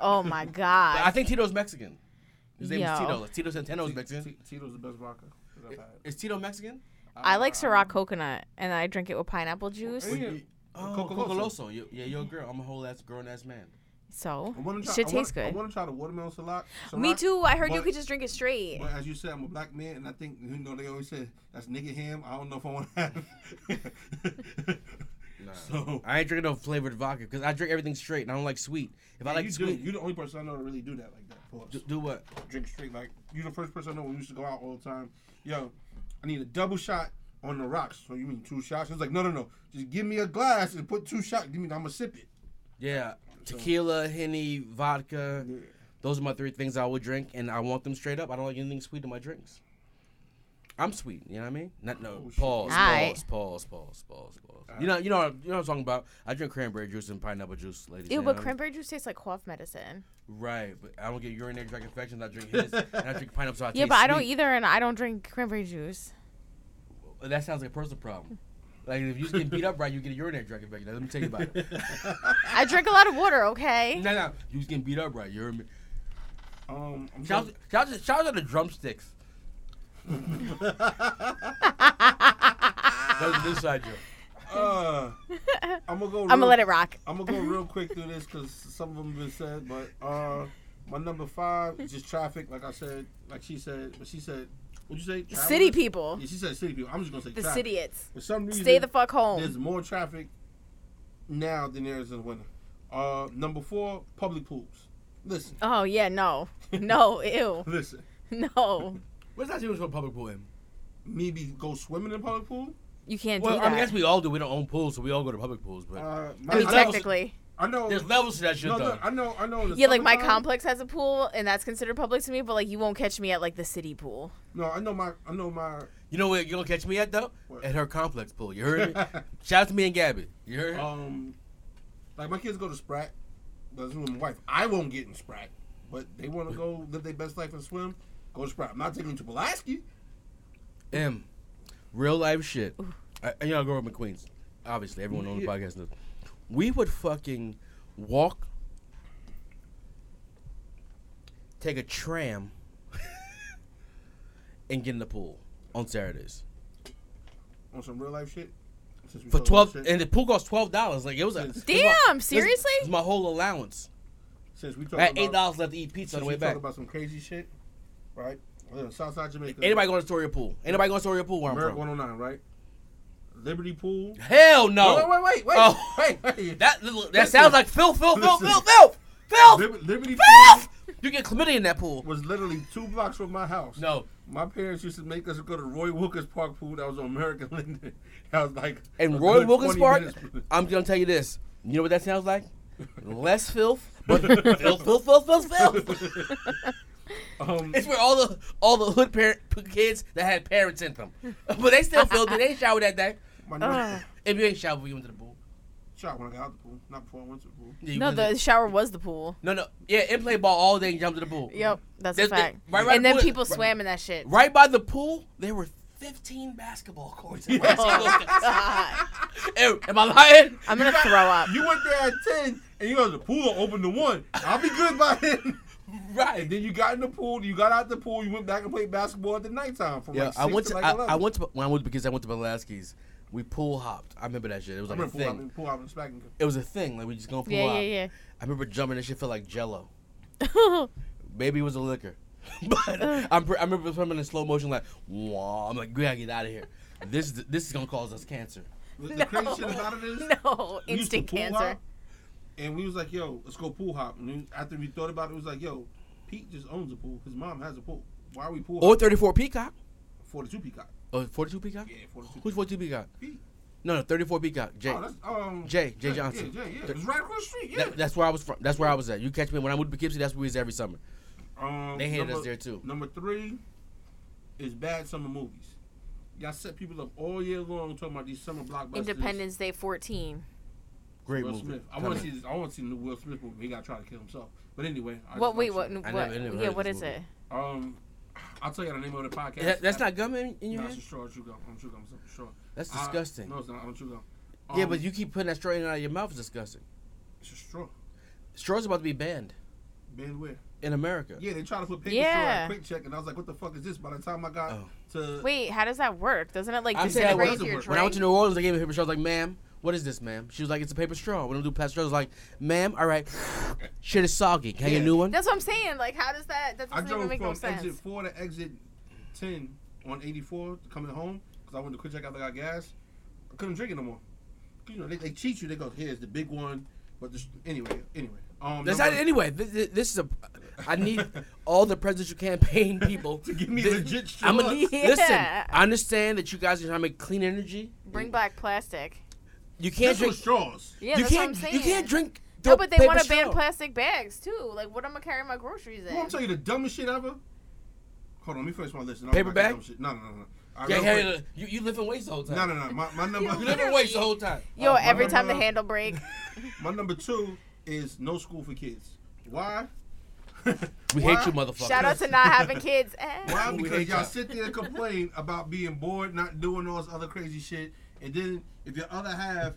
[SPEAKER 2] Oh my
[SPEAKER 1] But I
[SPEAKER 2] god.
[SPEAKER 1] think Tito's Mexican. His name is
[SPEAKER 2] Yo.
[SPEAKER 1] Tito. Like, Tito Santano's Mexican.
[SPEAKER 3] T- Tito's the best vodka. that I've had.
[SPEAKER 1] Is Tito Mexican?
[SPEAKER 2] I like
[SPEAKER 3] I-
[SPEAKER 2] Ciroc coconut, and I drink it with pineapple juice.
[SPEAKER 3] Yeah.
[SPEAKER 1] You- Oh,
[SPEAKER 3] Coco
[SPEAKER 1] Cocoloso. You- Yeah, you're a girl. I'm a whole ass grown ass man.
[SPEAKER 2] So
[SPEAKER 3] I wanna try-
[SPEAKER 2] shit
[SPEAKER 3] I wanna-
[SPEAKER 2] tastes
[SPEAKER 3] I
[SPEAKER 2] good.
[SPEAKER 3] want to try the watermelon Ciroc.
[SPEAKER 2] Me
[SPEAKER 3] Ciroc,
[SPEAKER 2] too. I heard you
[SPEAKER 3] but-
[SPEAKER 2] could just drink it straight.
[SPEAKER 3] But as you said, I'm a black man, and I think you know they always say that's nigga ham. I don't know if I want to have.
[SPEAKER 1] Nah.
[SPEAKER 3] So
[SPEAKER 1] I ain't drinking no flavored vodka because I drink everything straight and I don't like sweet. If I like
[SPEAKER 3] you do,
[SPEAKER 1] sweet,
[SPEAKER 3] you're the only person I know to really do that like that. For us.
[SPEAKER 1] do, do what?
[SPEAKER 3] drink straight. Like you're the first person I know when we used to go out all the time. Yo, I need a double shot on the rocks. So you mean two shots? It's like no, no, no. Just give me a glass and put two shots. Give me. I'm gonna sip it.
[SPEAKER 1] Yeah, tequila, henny, vodka.
[SPEAKER 3] Yeah.
[SPEAKER 1] Those are my three things I would drink, and I want them straight up. I don't like anything sweet in my drinks. I'm sweet, you know what I mean? Not no
[SPEAKER 3] Oh, shit.
[SPEAKER 1] pause,
[SPEAKER 2] Aight.
[SPEAKER 1] pause, pause, pause, pause, pause. You know, you know, you know what I'm talking about. I drink cranberry juice and pineapple juice, ladies.
[SPEAKER 2] Ew,
[SPEAKER 1] you know
[SPEAKER 2] but
[SPEAKER 1] what I mean?
[SPEAKER 2] cranberry juice tastes like cough medicine.
[SPEAKER 1] Right, but I don't get urinary tract infections. I drink Hennessy, and I drink pineapple. So I
[SPEAKER 2] Yeah,
[SPEAKER 1] taste
[SPEAKER 2] but I don't
[SPEAKER 1] sweet.
[SPEAKER 2] either, and I don't drink cranberry juice.
[SPEAKER 1] That sounds like a personal problem. Like if you get beat up right, you get a urinary tract infection. Now, Let me tell you about it.
[SPEAKER 2] I drink a lot of water. Okay.
[SPEAKER 1] no, no, you was getting beat up right. You heard me?
[SPEAKER 3] Um, I'm
[SPEAKER 1] Shout, shout, shout out to the drumsticks. That's this side joke.
[SPEAKER 3] uh, I'm gonna go.
[SPEAKER 2] I'm gonna let it rock.
[SPEAKER 3] I'm gonna go real quick through this because some of them been said, but uh, my number five is just traffic. Like I said, like she said, but she said, what'd you say?
[SPEAKER 2] City
[SPEAKER 3] Travelers?
[SPEAKER 2] people.
[SPEAKER 3] Yeah, she said city people. I'm just gonna say
[SPEAKER 2] The
[SPEAKER 3] traffic.
[SPEAKER 2] city it's.
[SPEAKER 3] For some reason,
[SPEAKER 2] Stay the fuck
[SPEAKER 3] There's
[SPEAKER 2] home.
[SPEAKER 3] more traffic now than there is in winter. Uh, number four, public pools. Listen,
[SPEAKER 2] Oh yeah, no, no, ew,
[SPEAKER 3] listen.
[SPEAKER 2] no.
[SPEAKER 1] What's that doing for a public pool? Em?
[SPEAKER 3] Maybe go swimming in a public pool.
[SPEAKER 2] You can't
[SPEAKER 1] Well,
[SPEAKER 2] do
[SPEAKER 1] I mean, I
[SPEAKER 2] that.
[SPEAKER 1] guess we all do. We don't own pools, so we all go to public pools. But
[SPEAKER 3] Uh, my-
[SPEAKER 2] I mean,
[SPEAKER 1] there's levels-
[SPEAKER 2] technically.
[SPEAKER 3] I know.
[SPEAKER 1] there's levels to that shit,
[SPEAKER 3] no,
[SPEAKER 1] though.
[SPEAKER 3] no, I know. I know. in the
[SPEAKER 2] Yeah, like my
[SPEAKER 3] summertime-
[SPEAKER 2] complex has a pool, and that's considered public to me. But like, you won't catch me at like the city pool.
[SPEAKER 3] No, I know my. I know my.
[SPEAKER 1] you know where you gonna catch me at though?
[SPEAKER 3] Where?
[SPEAKER 1] At her complex pool. You heard me? Shout out to me and Gabby. You heard?
[SPEAKER 3] Um, like my kids go to Sprat. That's with my wife. I won't get in Sprat, but they want to go live their best life and swim. Go to Sprat. I'm not taking them to Pulaski.
[SPEAKER 1] M, real life shit. I, you know, I grew up in Queens. Obviously, everyone on the
[SPEAKER 3] Yeah.
[SPEAKER 1] podcast knows. We would fucking walk, take a tram, and get in the pool on Saturdays
[SPEAKER 3] On some real life shit. Since we
[SPEAKER 1] for
[SPEAKER 3] talking about
[SPEAKER 1] twelve.
[SPEAKER 3] shit-
[SPEAKER 1] And the pool cost twelve dollars. Like it was a
[SPEAKER 3] Damn,
[SPEAKER 1] it was my- it was-
[SPEAKER 2] seriously?
[SPEAKER 1] it was my whole allowance.
[SPEAKER 3] since we
[SPEAKER 1] I had
[SPEAKER 3] talking
[SPEAKER 1] eight
[SPEAKER 3] about,
[SPEAKER 1] dollars left to eat pizza on
[SPEAKER 3] since
[SPEAKER 1] the
[SPEAKER 3] we
[SPEAKER 1] way back.
[SPEAKER 3] talking about some crazy shit, right? Uh, Southside Jamaica.
[SPEAKER 1] Anybody going to Story Pool? Anybody going to Story Pool where I'm
[SPEAKER 3] Merrick
[SPEAKER 1] from?
[SPEAKER 3] 109, right? Liberty Pool.
[SPEAKER 1] Hell no.
[SPEAKER 3] Wait, wait, wait, wait,
[SPEAKER 1] Oh.
[SPEAKER 3] wait, wait.
[SPEAKER 1] That that sounds like filth, filth, filth,
[SPEAKER 3] Listen.
[SPEAKER 1] filth, filth, filth.
[SPEAKER 3] Liber- Liberty Pool
[SPEAKER 1] Filth! You get chlamydia in that pool.
[SPEAKER 3] was literally two blocks from my house.
[SPEAKER 1] No.
[SPEAKER 3] My parents used to make us go to Roy Wilkins Park pool that was on American Linden. That was like a
[SPEAKER 1] And Roy
[SPEAKER 3] good
[SPEAKER 1] Wilkins
[SPEAKER 3] 20
[SPEAKER 1] Park,
[SPEAKER 3] minutes.
[SPEAKER 1] I'm gonna tell you this. You know what that sounds like? Less filth, but filth, filth, filth, filth, filth.
[SPEAKER 3] Um,
[SPEAKER 1] It's where all the all the hood parent kids that had parents in them, but they still filled it. They showered that day.
[SPEAKER 3] my
[SPEAKER 2] Ugh.
[SPEAKER 1] If you ain't showered, you went to the pool.
[SPEAKER 3] shot when I got out the pool, not before I went to the pool.
[SPEAKER 1] Yeah, you
[SPEAKER 2] No,
[SPEAKER 1] went to
[SPEAKER 2] the shower was the pool.
[SPEAKER 1] no, no. Yeah, and play ball all day and jump to the pool.
[SPEAKER 2] Yep, that's
[SPEAKER 1] There's
[SPEAKER 2] a
[SPEAKER 1] the-
[SPEAKER 2] fact.
[SPEAKER 1] right by the
[SPEAKER 2] and then
[SPEAKER 1] pool-
[SPEAKER 2] people
[SPEAKER 1] right-
[SPEAKER 2] swam in that shit.
[SPEAKER 1] Right by the pool, there were 15 basketball courts. at one
[SPEAKER 2] Oh,
[SPEAKER 1] single-
[SPEAKER 2] God.
[SPEAKER 1] Am am I lying?
[SPEAKER 2] I'm gonna throw up.
[SPEAKER 3] You went there at ten, and you know the pool opened to one. I'll be good by then.
[SPEAKER 1] Right.
[SPEAKER 3] And then you got in the pool. You got out the pool. You went back and played basketball at the nighttime from
[SPEAKER 1] Yeah,
[SPEAKER 3] like six
[SPEAKER 1] I went to,
[SPEAKER 3] like
[SPEAKER 1] I,
[SPEAKER 3] eleven.
[SPEAKER 1] I went to when I was because I went to Pulaski's. We pool hopped. I remember that shit. It was
[SPEAKER 3] I
[SPEAKER 1] like a
[SPEAKER 3] remember pool. I
[SPEAKER 1] thing.
[SPEAKER 3] mean, pool. I was smacking.
[SPEAKER 1] It was a thing. Like we just gonna pool
[SPEAKER 2] Yeah,
[SPEAKER 1] hop.
[SPEAKER 2] yeah,
[SPEAKER 1] I remember jumping. That shit felt like Jello.
[SPEAKER 2] yeah.
[SPEAKER 1] Maybe it was a liquor, but I'm pre- I remember swimming in slow motion. Like, Wah. I'm like, we gotta get out of here. This is this is gonna cause us cancer.
[SPEAKER 3] The, the crazy shit about it is
[SPEAKER 2] no,
[SPEAKER 3] we used to
[SPEAKER 2] instant
[SPEAKER 3] pool
[SPEAKER 2] cancer.
[SPEAKER 3] hop, and we was like, "Yo, let's go pool hop." And then after we thought about it, it was like, "Yo, Pete just owns a pool. His mom has a pool. Why are we pool
[SPEAKER 1] Or
[SPEAKER 3] hopping
[SPEAKER 1] 34 Peacock.
[SPEAKER 3] for the two peacock?"
[SPEAKER 1] Oh, 42 Peacock.
[SPEAKER 3] Yeah, 42.
[SPEAKER 1] Who's 42 Peacock?
[SPEAKER 3] Pete.
[SPEAKER 1] No, no, 34 Peacock. Jay.
[SPEAKER 3] Oh, that's, um,
[SPEAKER 1] Jay- Jay
[SPEAKER 3] yeah,
[SPEAKER 1] Johnson.
[SPEAKER 3] Yeah, yeah, yeah.
[SPEAKER 1] Th-
[SPEAKER 3] It's right across the street. Yeah.
[SPEAKER 1] That- that's where I was from. That's where I was at. You catch me when I moved to Poughkeepsie. That's where we was every summer.
[SPEAKER 3] um,
[SPEAKER 1] They hated
[SPEAKER 3] number-
[SPEAKER 1] us there too.
[SPEAKER 3] Number three is bad summer movies. Y'all set people up all year long talking about these summer blockbusters.
[SPEAKER 2] Independence Day 14.
[SPEAKER 1] Great
[SPEAKER 3] Will
[SPEAKER 1] movie.
[SPEAKER 3] Smith. I
[SPEAKER 1] Come
[SPEAKER 3] want to
[SPEAKER 1] in.
[SPEAKER 3] see this. I want to see the new Will Smith movie. He got to try to kill himself. But anyway. I
[SPEAKER 2] What?
[SPEAKER 3] just
[SPEAKER 2] Wait, what?
[SPEAKER 3] like
[SPEAKER 1] I
[SPEAKER 2] what?
[SPEAKER 1] never- I never
[SPEAKER 2] yeah,
[SPEAKER 1] heard
[SPEAKER 2] what
[SPEAKER 1] this
[SPEAKER 2] is
[SPEAKER 1] movie.
[SPEAKER 2] it?
[SPEAKER 3] to- Um, I'll tell you the name of the podcast.
[SPEAKER 1] That- that's not gum in, in your
[SPEAKER 3] No, it's
[SPEAKER 1] hand.
[SPEAKER 3] a straw chew gum. I'm chew gum. It's a straw.
[SPEAKER 1] That's
[SPEAKER 3] I-
[SPEAKER 1] disgusting.
[SPEAKER 3] no, it's not. I'm chew gum.
[SPEAKER 1] yeah,
[SPEAKER 3] Um,
[SPEAKER 1] but you keep putting that straw in and out of your mouth is disgusting.
[SPEAKER 3] It's a straw.
[SPEAKER 1] Straw's about to be banned
[SPEAKER 3] Ben where?
[SPEAKER 1] in America.
[SPEAKER 3] Yeah, they tried to put paper straw
[SPEAKER 2] Yeah.
[SPEAKER 3] in quick check, and I was like, what the fuck is this? By the time I got
[SPEAKER 1] Oh.
[SPEAKER 3] to.
[SPEAKER 2] Wait, how does that work? Doesn't it like
[SPEAKER 1] I'm saying that
[SPEAKER 2] disintegrate
[SPEAKER 3] doesn't
[SPEAKER 2] your
[SPEAKER 3] work.
[SPEAKER 2] drink?
[SPEAKER 1] When I went to New Orleans, they gave me a paper straw. I was like, ma'am, what is this, ma'am? She was like, it's a paper straw. We don't do plastic straws. I was like, ma'am, all right, shit is soggy. Can I get a
[SPEAKER 3] Yeah.
[SPEAKER 1] new one?
[SPEAKER 2] That's what I'm saying. Like, how does that? That
[SPEAKER 3] I
[SPEAKER 2] doesn't even
[SPEAKER 3] drove
[SPEAKER 2] make no
[SPEAKER 3] from exit
[SPEAKER 2] sense.
[SPEAKER 3] four to exit ten on eighty four coming home because I went to quick check after I got gas. I couldn't drink it no more. 'Cause, You know they, they cheat you. They go here's the big one, but this, anyway, anyway. Um,
[SPEAKER 1] That's not,
[SPEAKER 3] number-
[SPEAKER 1] anyway, th- th- this is a. I need all the presidential campaign people
[SPEAKER 3] To give me
[SPEAKER 1] Th-
[SPEAKER 3] legit
[SPEAKER 1] I'm gonna need.
[SPEAKER 3] straws.
[SPEAKER 2] Yeah.
[SPEAKER 1] Listen, I understand that you guys are trying to make clean energy.
[SPEAKER 2] Bring black plastic.
[SPEAKER 1] You can't
[SPEAKER 3] This was
[SPEAKER 1] drink.
[SPEAKER 3] straws.
[SPEAKER 2] Yeah,
[SPEAKER 1] you
[SPEAKER 2] that's
[SPEAKER 1] can't.
[SPEAKER 2] what I'm saying.
[SPEAKER 1] You can't drink.
[SPEAKER 2] No, but they
[SPEAKER 1] paper
[SPEAKER 2] want to ban
[SPEAKER 1] straw.
[SPEAKER 2] plastic bags too. Like, what am I carrying my groceries in?
[SPEAKER 3] Well, I'm telling you the dumbest shit ever. Hold on, let me finish my list. and I'll
[SPEAKER 1] Paper
[SPEAKER 3] go back
[SPEAKER 1] bag?
[SPEAKER 3] to dumb Shit. No, no, no, no. All right,
[SPEAKER 1] Yeah,
[SPEAKER 3] real
[SPEAKER 1] Harry,
[SPEAKER 3] quick.
[SPEAKER 1] look, you, you live in waste the whole time.
[SPEAKER 3] no, no, no. My, my
[SPEAKER 1] You
[SPEAKER 3] number,
[SPEAKER 1] live in waste the whole time.
[SPEAKER 2] Yo,
[SPEAKER 3] Oh,
[SPEAKER 2] every
[SPEAKER 3] my
[SPEAKER 2] time the
[SPEAKER 3] God.
[SPEAKER 2] handle break.
[SPEAKER 3] my number two is no school for kids. Why?
[SPEAKER 1] We
[SPEAKER 3] Why?
[SPEAKER 1] hate you, motherfucker.
[SPEAKER 2] Shout out to not having kids. Eh.
[SPEAKER 3] Why?
[SPEAKER 1] We
[SPEAKER 3] Because
[SPEAKER 1] hate
[SPEAKER 3] y'all
[SPEAKER 1] y'all.
[SPEAKER 3] sit there and complain about being bored, not doing all this other crazy shit, and then if your other half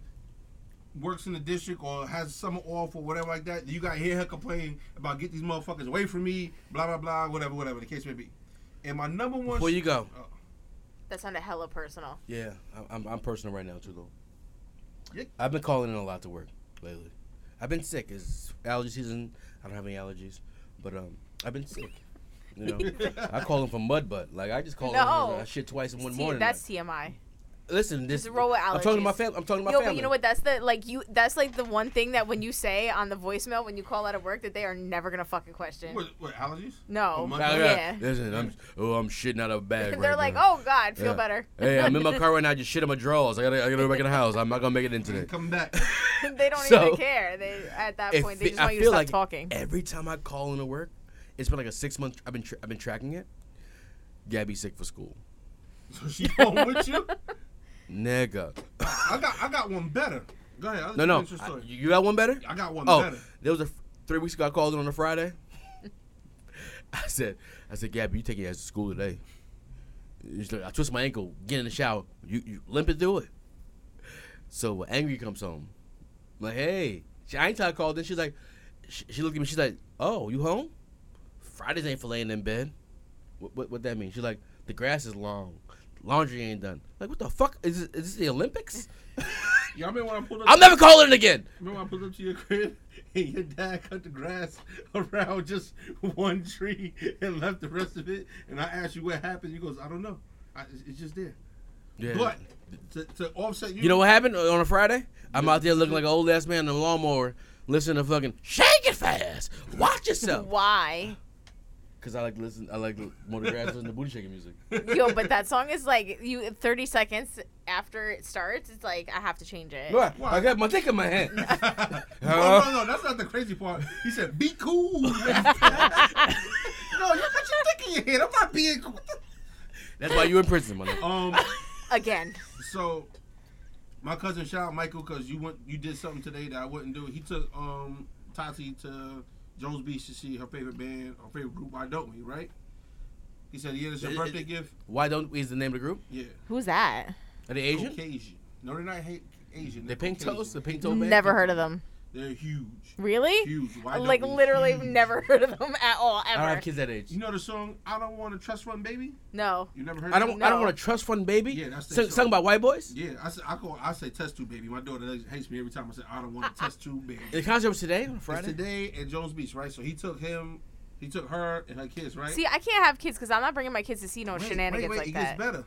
[SPEAKER 3] works in the district or has summer off or whatever like that, you gotta hear her complain about get these motherfuckers away from me, blah blah blah, whatever, whatever the case may be. And my number one,
[SPEAKER 1] Before you go.
[SPEAKER 2] That sounded hella personal.
[SPEAKER 1] Yeah, I'm- I'm, I'm personal right now too, though.
[SPEAKER 3] Yeah.
[SPEAKER 1] I've been calling in a lot to work lately. I've been sick. It's allergy season. I don't have any allergies, but um, I've been sick. You know, I call him for mud butt. Like I just call
[SPEAKER 2] No.
[SPEAKER 1] him. I shit twice in one
[SPEAKER 2] T-
[SPEAKER 1] morning.
[SPEAKER 2] that's TMI.
[SPEAKER 1] Listen, this.
[SPEAKER 2] Just roll with
[SPEAKER 1] I'm talking to my
[SPEAKER 2] allergies.
[SPEAKER 1] family. I'm talking to my
[SPEAKER 2] Yo,
[SPEAKER 1] family.
[SPEAKER 2] but you know what? That's the like you. That's like the one thing that when you say on the voicemail when you call out of work that they are never gonna fucking question.
[SPEAKER 3] what, what allergies?
[SPEAKER 2] No.
[SPEAKER 3] Oh, my
[SPEAKER 1] Like,
[SPEAKER 3] God.
[SPEAKER 2] yeah.
[SPEAKER 1] Listen, I'm oh I'm shitting out of a bag.
[SPEAKER 2] They're
[SPEAKER 1] right
[SPEAKER 2] like,
[SPEAKER 1] now.
[SPEAKER 2] oh God, feel
[SPEAKER 1] Yeah.
[SPEAKER 2] better.
[SPEAKER 1] Hey, I'm in my car right now. I just shit in my drawers. I gotta I gotta go back in the house. I'm not gonna make it in today.
[SPEAKER 3] Come back.
[SPEAKER 2] they don't
[SPEAKER 1] So-
[SPEAKER 2] even care. They at that
[SPEAKER 1] It
[SPEAKER 2] point they
[SPEAKER 1] fe-
[SPEAKER 2] just
[SPEAKER 1] I
[SPEAKER 2] want you to
[SPEAKER 1] feel
[SPEAKER 2] stop
[SPEAKER 1] like
[SPEAKER 2] talking.
[SPEAKER 1] Every time I call into work, it's been like a six month. I've been tra- I've been tracking it. Gabby's sick for school,
[SPEAKER 3] So she home with you.
[SPEAKER 1] nigga.
[SPEAKER 3] I got, I got one better. Go ahead. I'll
[SPEAKER 1] No,
[SPEAKER 3] let
[SPEAKER 1] no.
[SPEAKER 3] you finish your
[SPEAKER 1] I-
[SPEAKER 3] story.
[SPEAKER 1] you got one better.
[SPEAKER 3] I got one
[SPEAKER 1] oh,
[SPEAKER 3] better.
[SPEAKER 1] there was a f- three weeks ago. I called in on a Friday. I said, I said, Gabby, you taking your ass to school today? She's like, I twist my ankle, get in the shower, you, you limp it through it. So angry comes home. I'm like, hey, she, I ain't trying to call. Then she's like, she, she looked at me. She's like, oh, you home? Fridays ain't for laying in bed. What what, what that mean? She's like, the grass is long, laundry ain't done. Like, what the fuck is this, is this the Olympics?
[SPEAKER 3] Y'all remember when I pulled up?
[SPEAKER 1] I'm never calling it again.
[SPEAKER 3] Remember when I pulled up to your crib and your dad cut the grass around just one tree and left the rest of it? And I asked you what happened. You goes, I don't know. I, it's- it's just there.
[SPEAKER 1] Yeah.
[SPEAKER 3] But to, to offset you,
[SPEAKER 1] You know what happened uh, on a Friday? I'm out there looking like an old ass man in a lawnmower, listening to fucking "Shake It Fast." Watch yourself,
[SPEAKER 2] Why?
[SPEAKER 1] because I like to listen. I like to motor grass listen to booty shaking music.
[SPEAKER 2] Yo, but that song is like you 30 seconds after it starts, it's like I have to change it.
[SPEAKER 1] Look,
[SPEAKER 3] Why?
[SPEAKER 1] I got my dick in my hand.
[SPEAKER 3] no, no, no, that's not the crazy part. He said, "Be cool." No, you got your dick in your head. I'm not being. what the-
[SPEAKER 1] That's why you in prison, my nigga.
[SPEAKER 3] Um,
[SPEAKER 2] Again.
[SPEAKER 3] so my cousin shout out Michael because you went you did something today that I wouldn't do. He took um Tati to Jones Beach to see her favorite band, her favorite group. Why don't we? Right? He said, "Yeah, it's your
[SPEAKER 1] It-
[SPEAKER 3] birthday
[SPEAKER 1] it-
[SPEAKER 3] gift."
[SPEAKER 1] Why don't is the name of the group?
[SPEAKER 3] Yeah,
[SPEAKER 2] Who's that?
[SPEAKER 1] Are they Asian?
[SPEAKER 3] Caucasian. No, they're not hate Asian.
[SPEAKER 1] The
[SPEAKER 3] They're
[SPEAKER 1] pink
[SPEAKER 3] Caucasian.
[SPEAKER 1] toes, the pink toe band.
[SPEAKER 2] Never heard of them.
[SPEAKER 3] They're huge,
[SPEAKER 2] Really?
[SPEAKER 3] huge. Why don't
[SPEAKER 2] Like
[SPEAKER 3] we?
[SPEAKER 2] literally
[SPEAKER 3] Huge.
[SPEAKER 2] never heard of them at all
[SPEAKER 1] I don't
[SPEAKER 2] ever.
[SPEAKER 1] have kids that age.
[SPEAKER 3] You know the song "I Don't Want to Trust One Baby"?
[SPEAKER 2] No.
[SPEAKER 3] You never heard?
[SPEAKER 1] I
[SPEAKER 3] that?
[SPEAKER 1] don't. I don't
[SPEAKER 2] No.
[SPEAKER 1] want to trust fund baby.
[SPEAKER 3] Yeah, that's the
[SPEAKER 1] Sung-
[SPEAKER 3] show.
[SPEAKER 1] sung by white boys.
[SPEAKER 3] Yeah, I say I call I say test tube baby. My daughter hates me every time I say I don't want to test tube baby.
[SPEAKER 1] The concert was today on
[SPEAKER 3] It's
[SPEAKER 1] Friday.
[SPEAKER 3] today at Jones Beach, right? So he took him, he took her and her kids, right?
[SPEAKER 2] See, I can't have kids because I'm not bringing my kids to see no
[SPEAKER 3] wait,
[SPEAKER 2] shenanigans
[SPEAKER 3] wait, wait,
[SPEAKER 2] like
[SPEAKER 3] it
[SPEAKER 2] that.
[SPEAKER 3] gets better.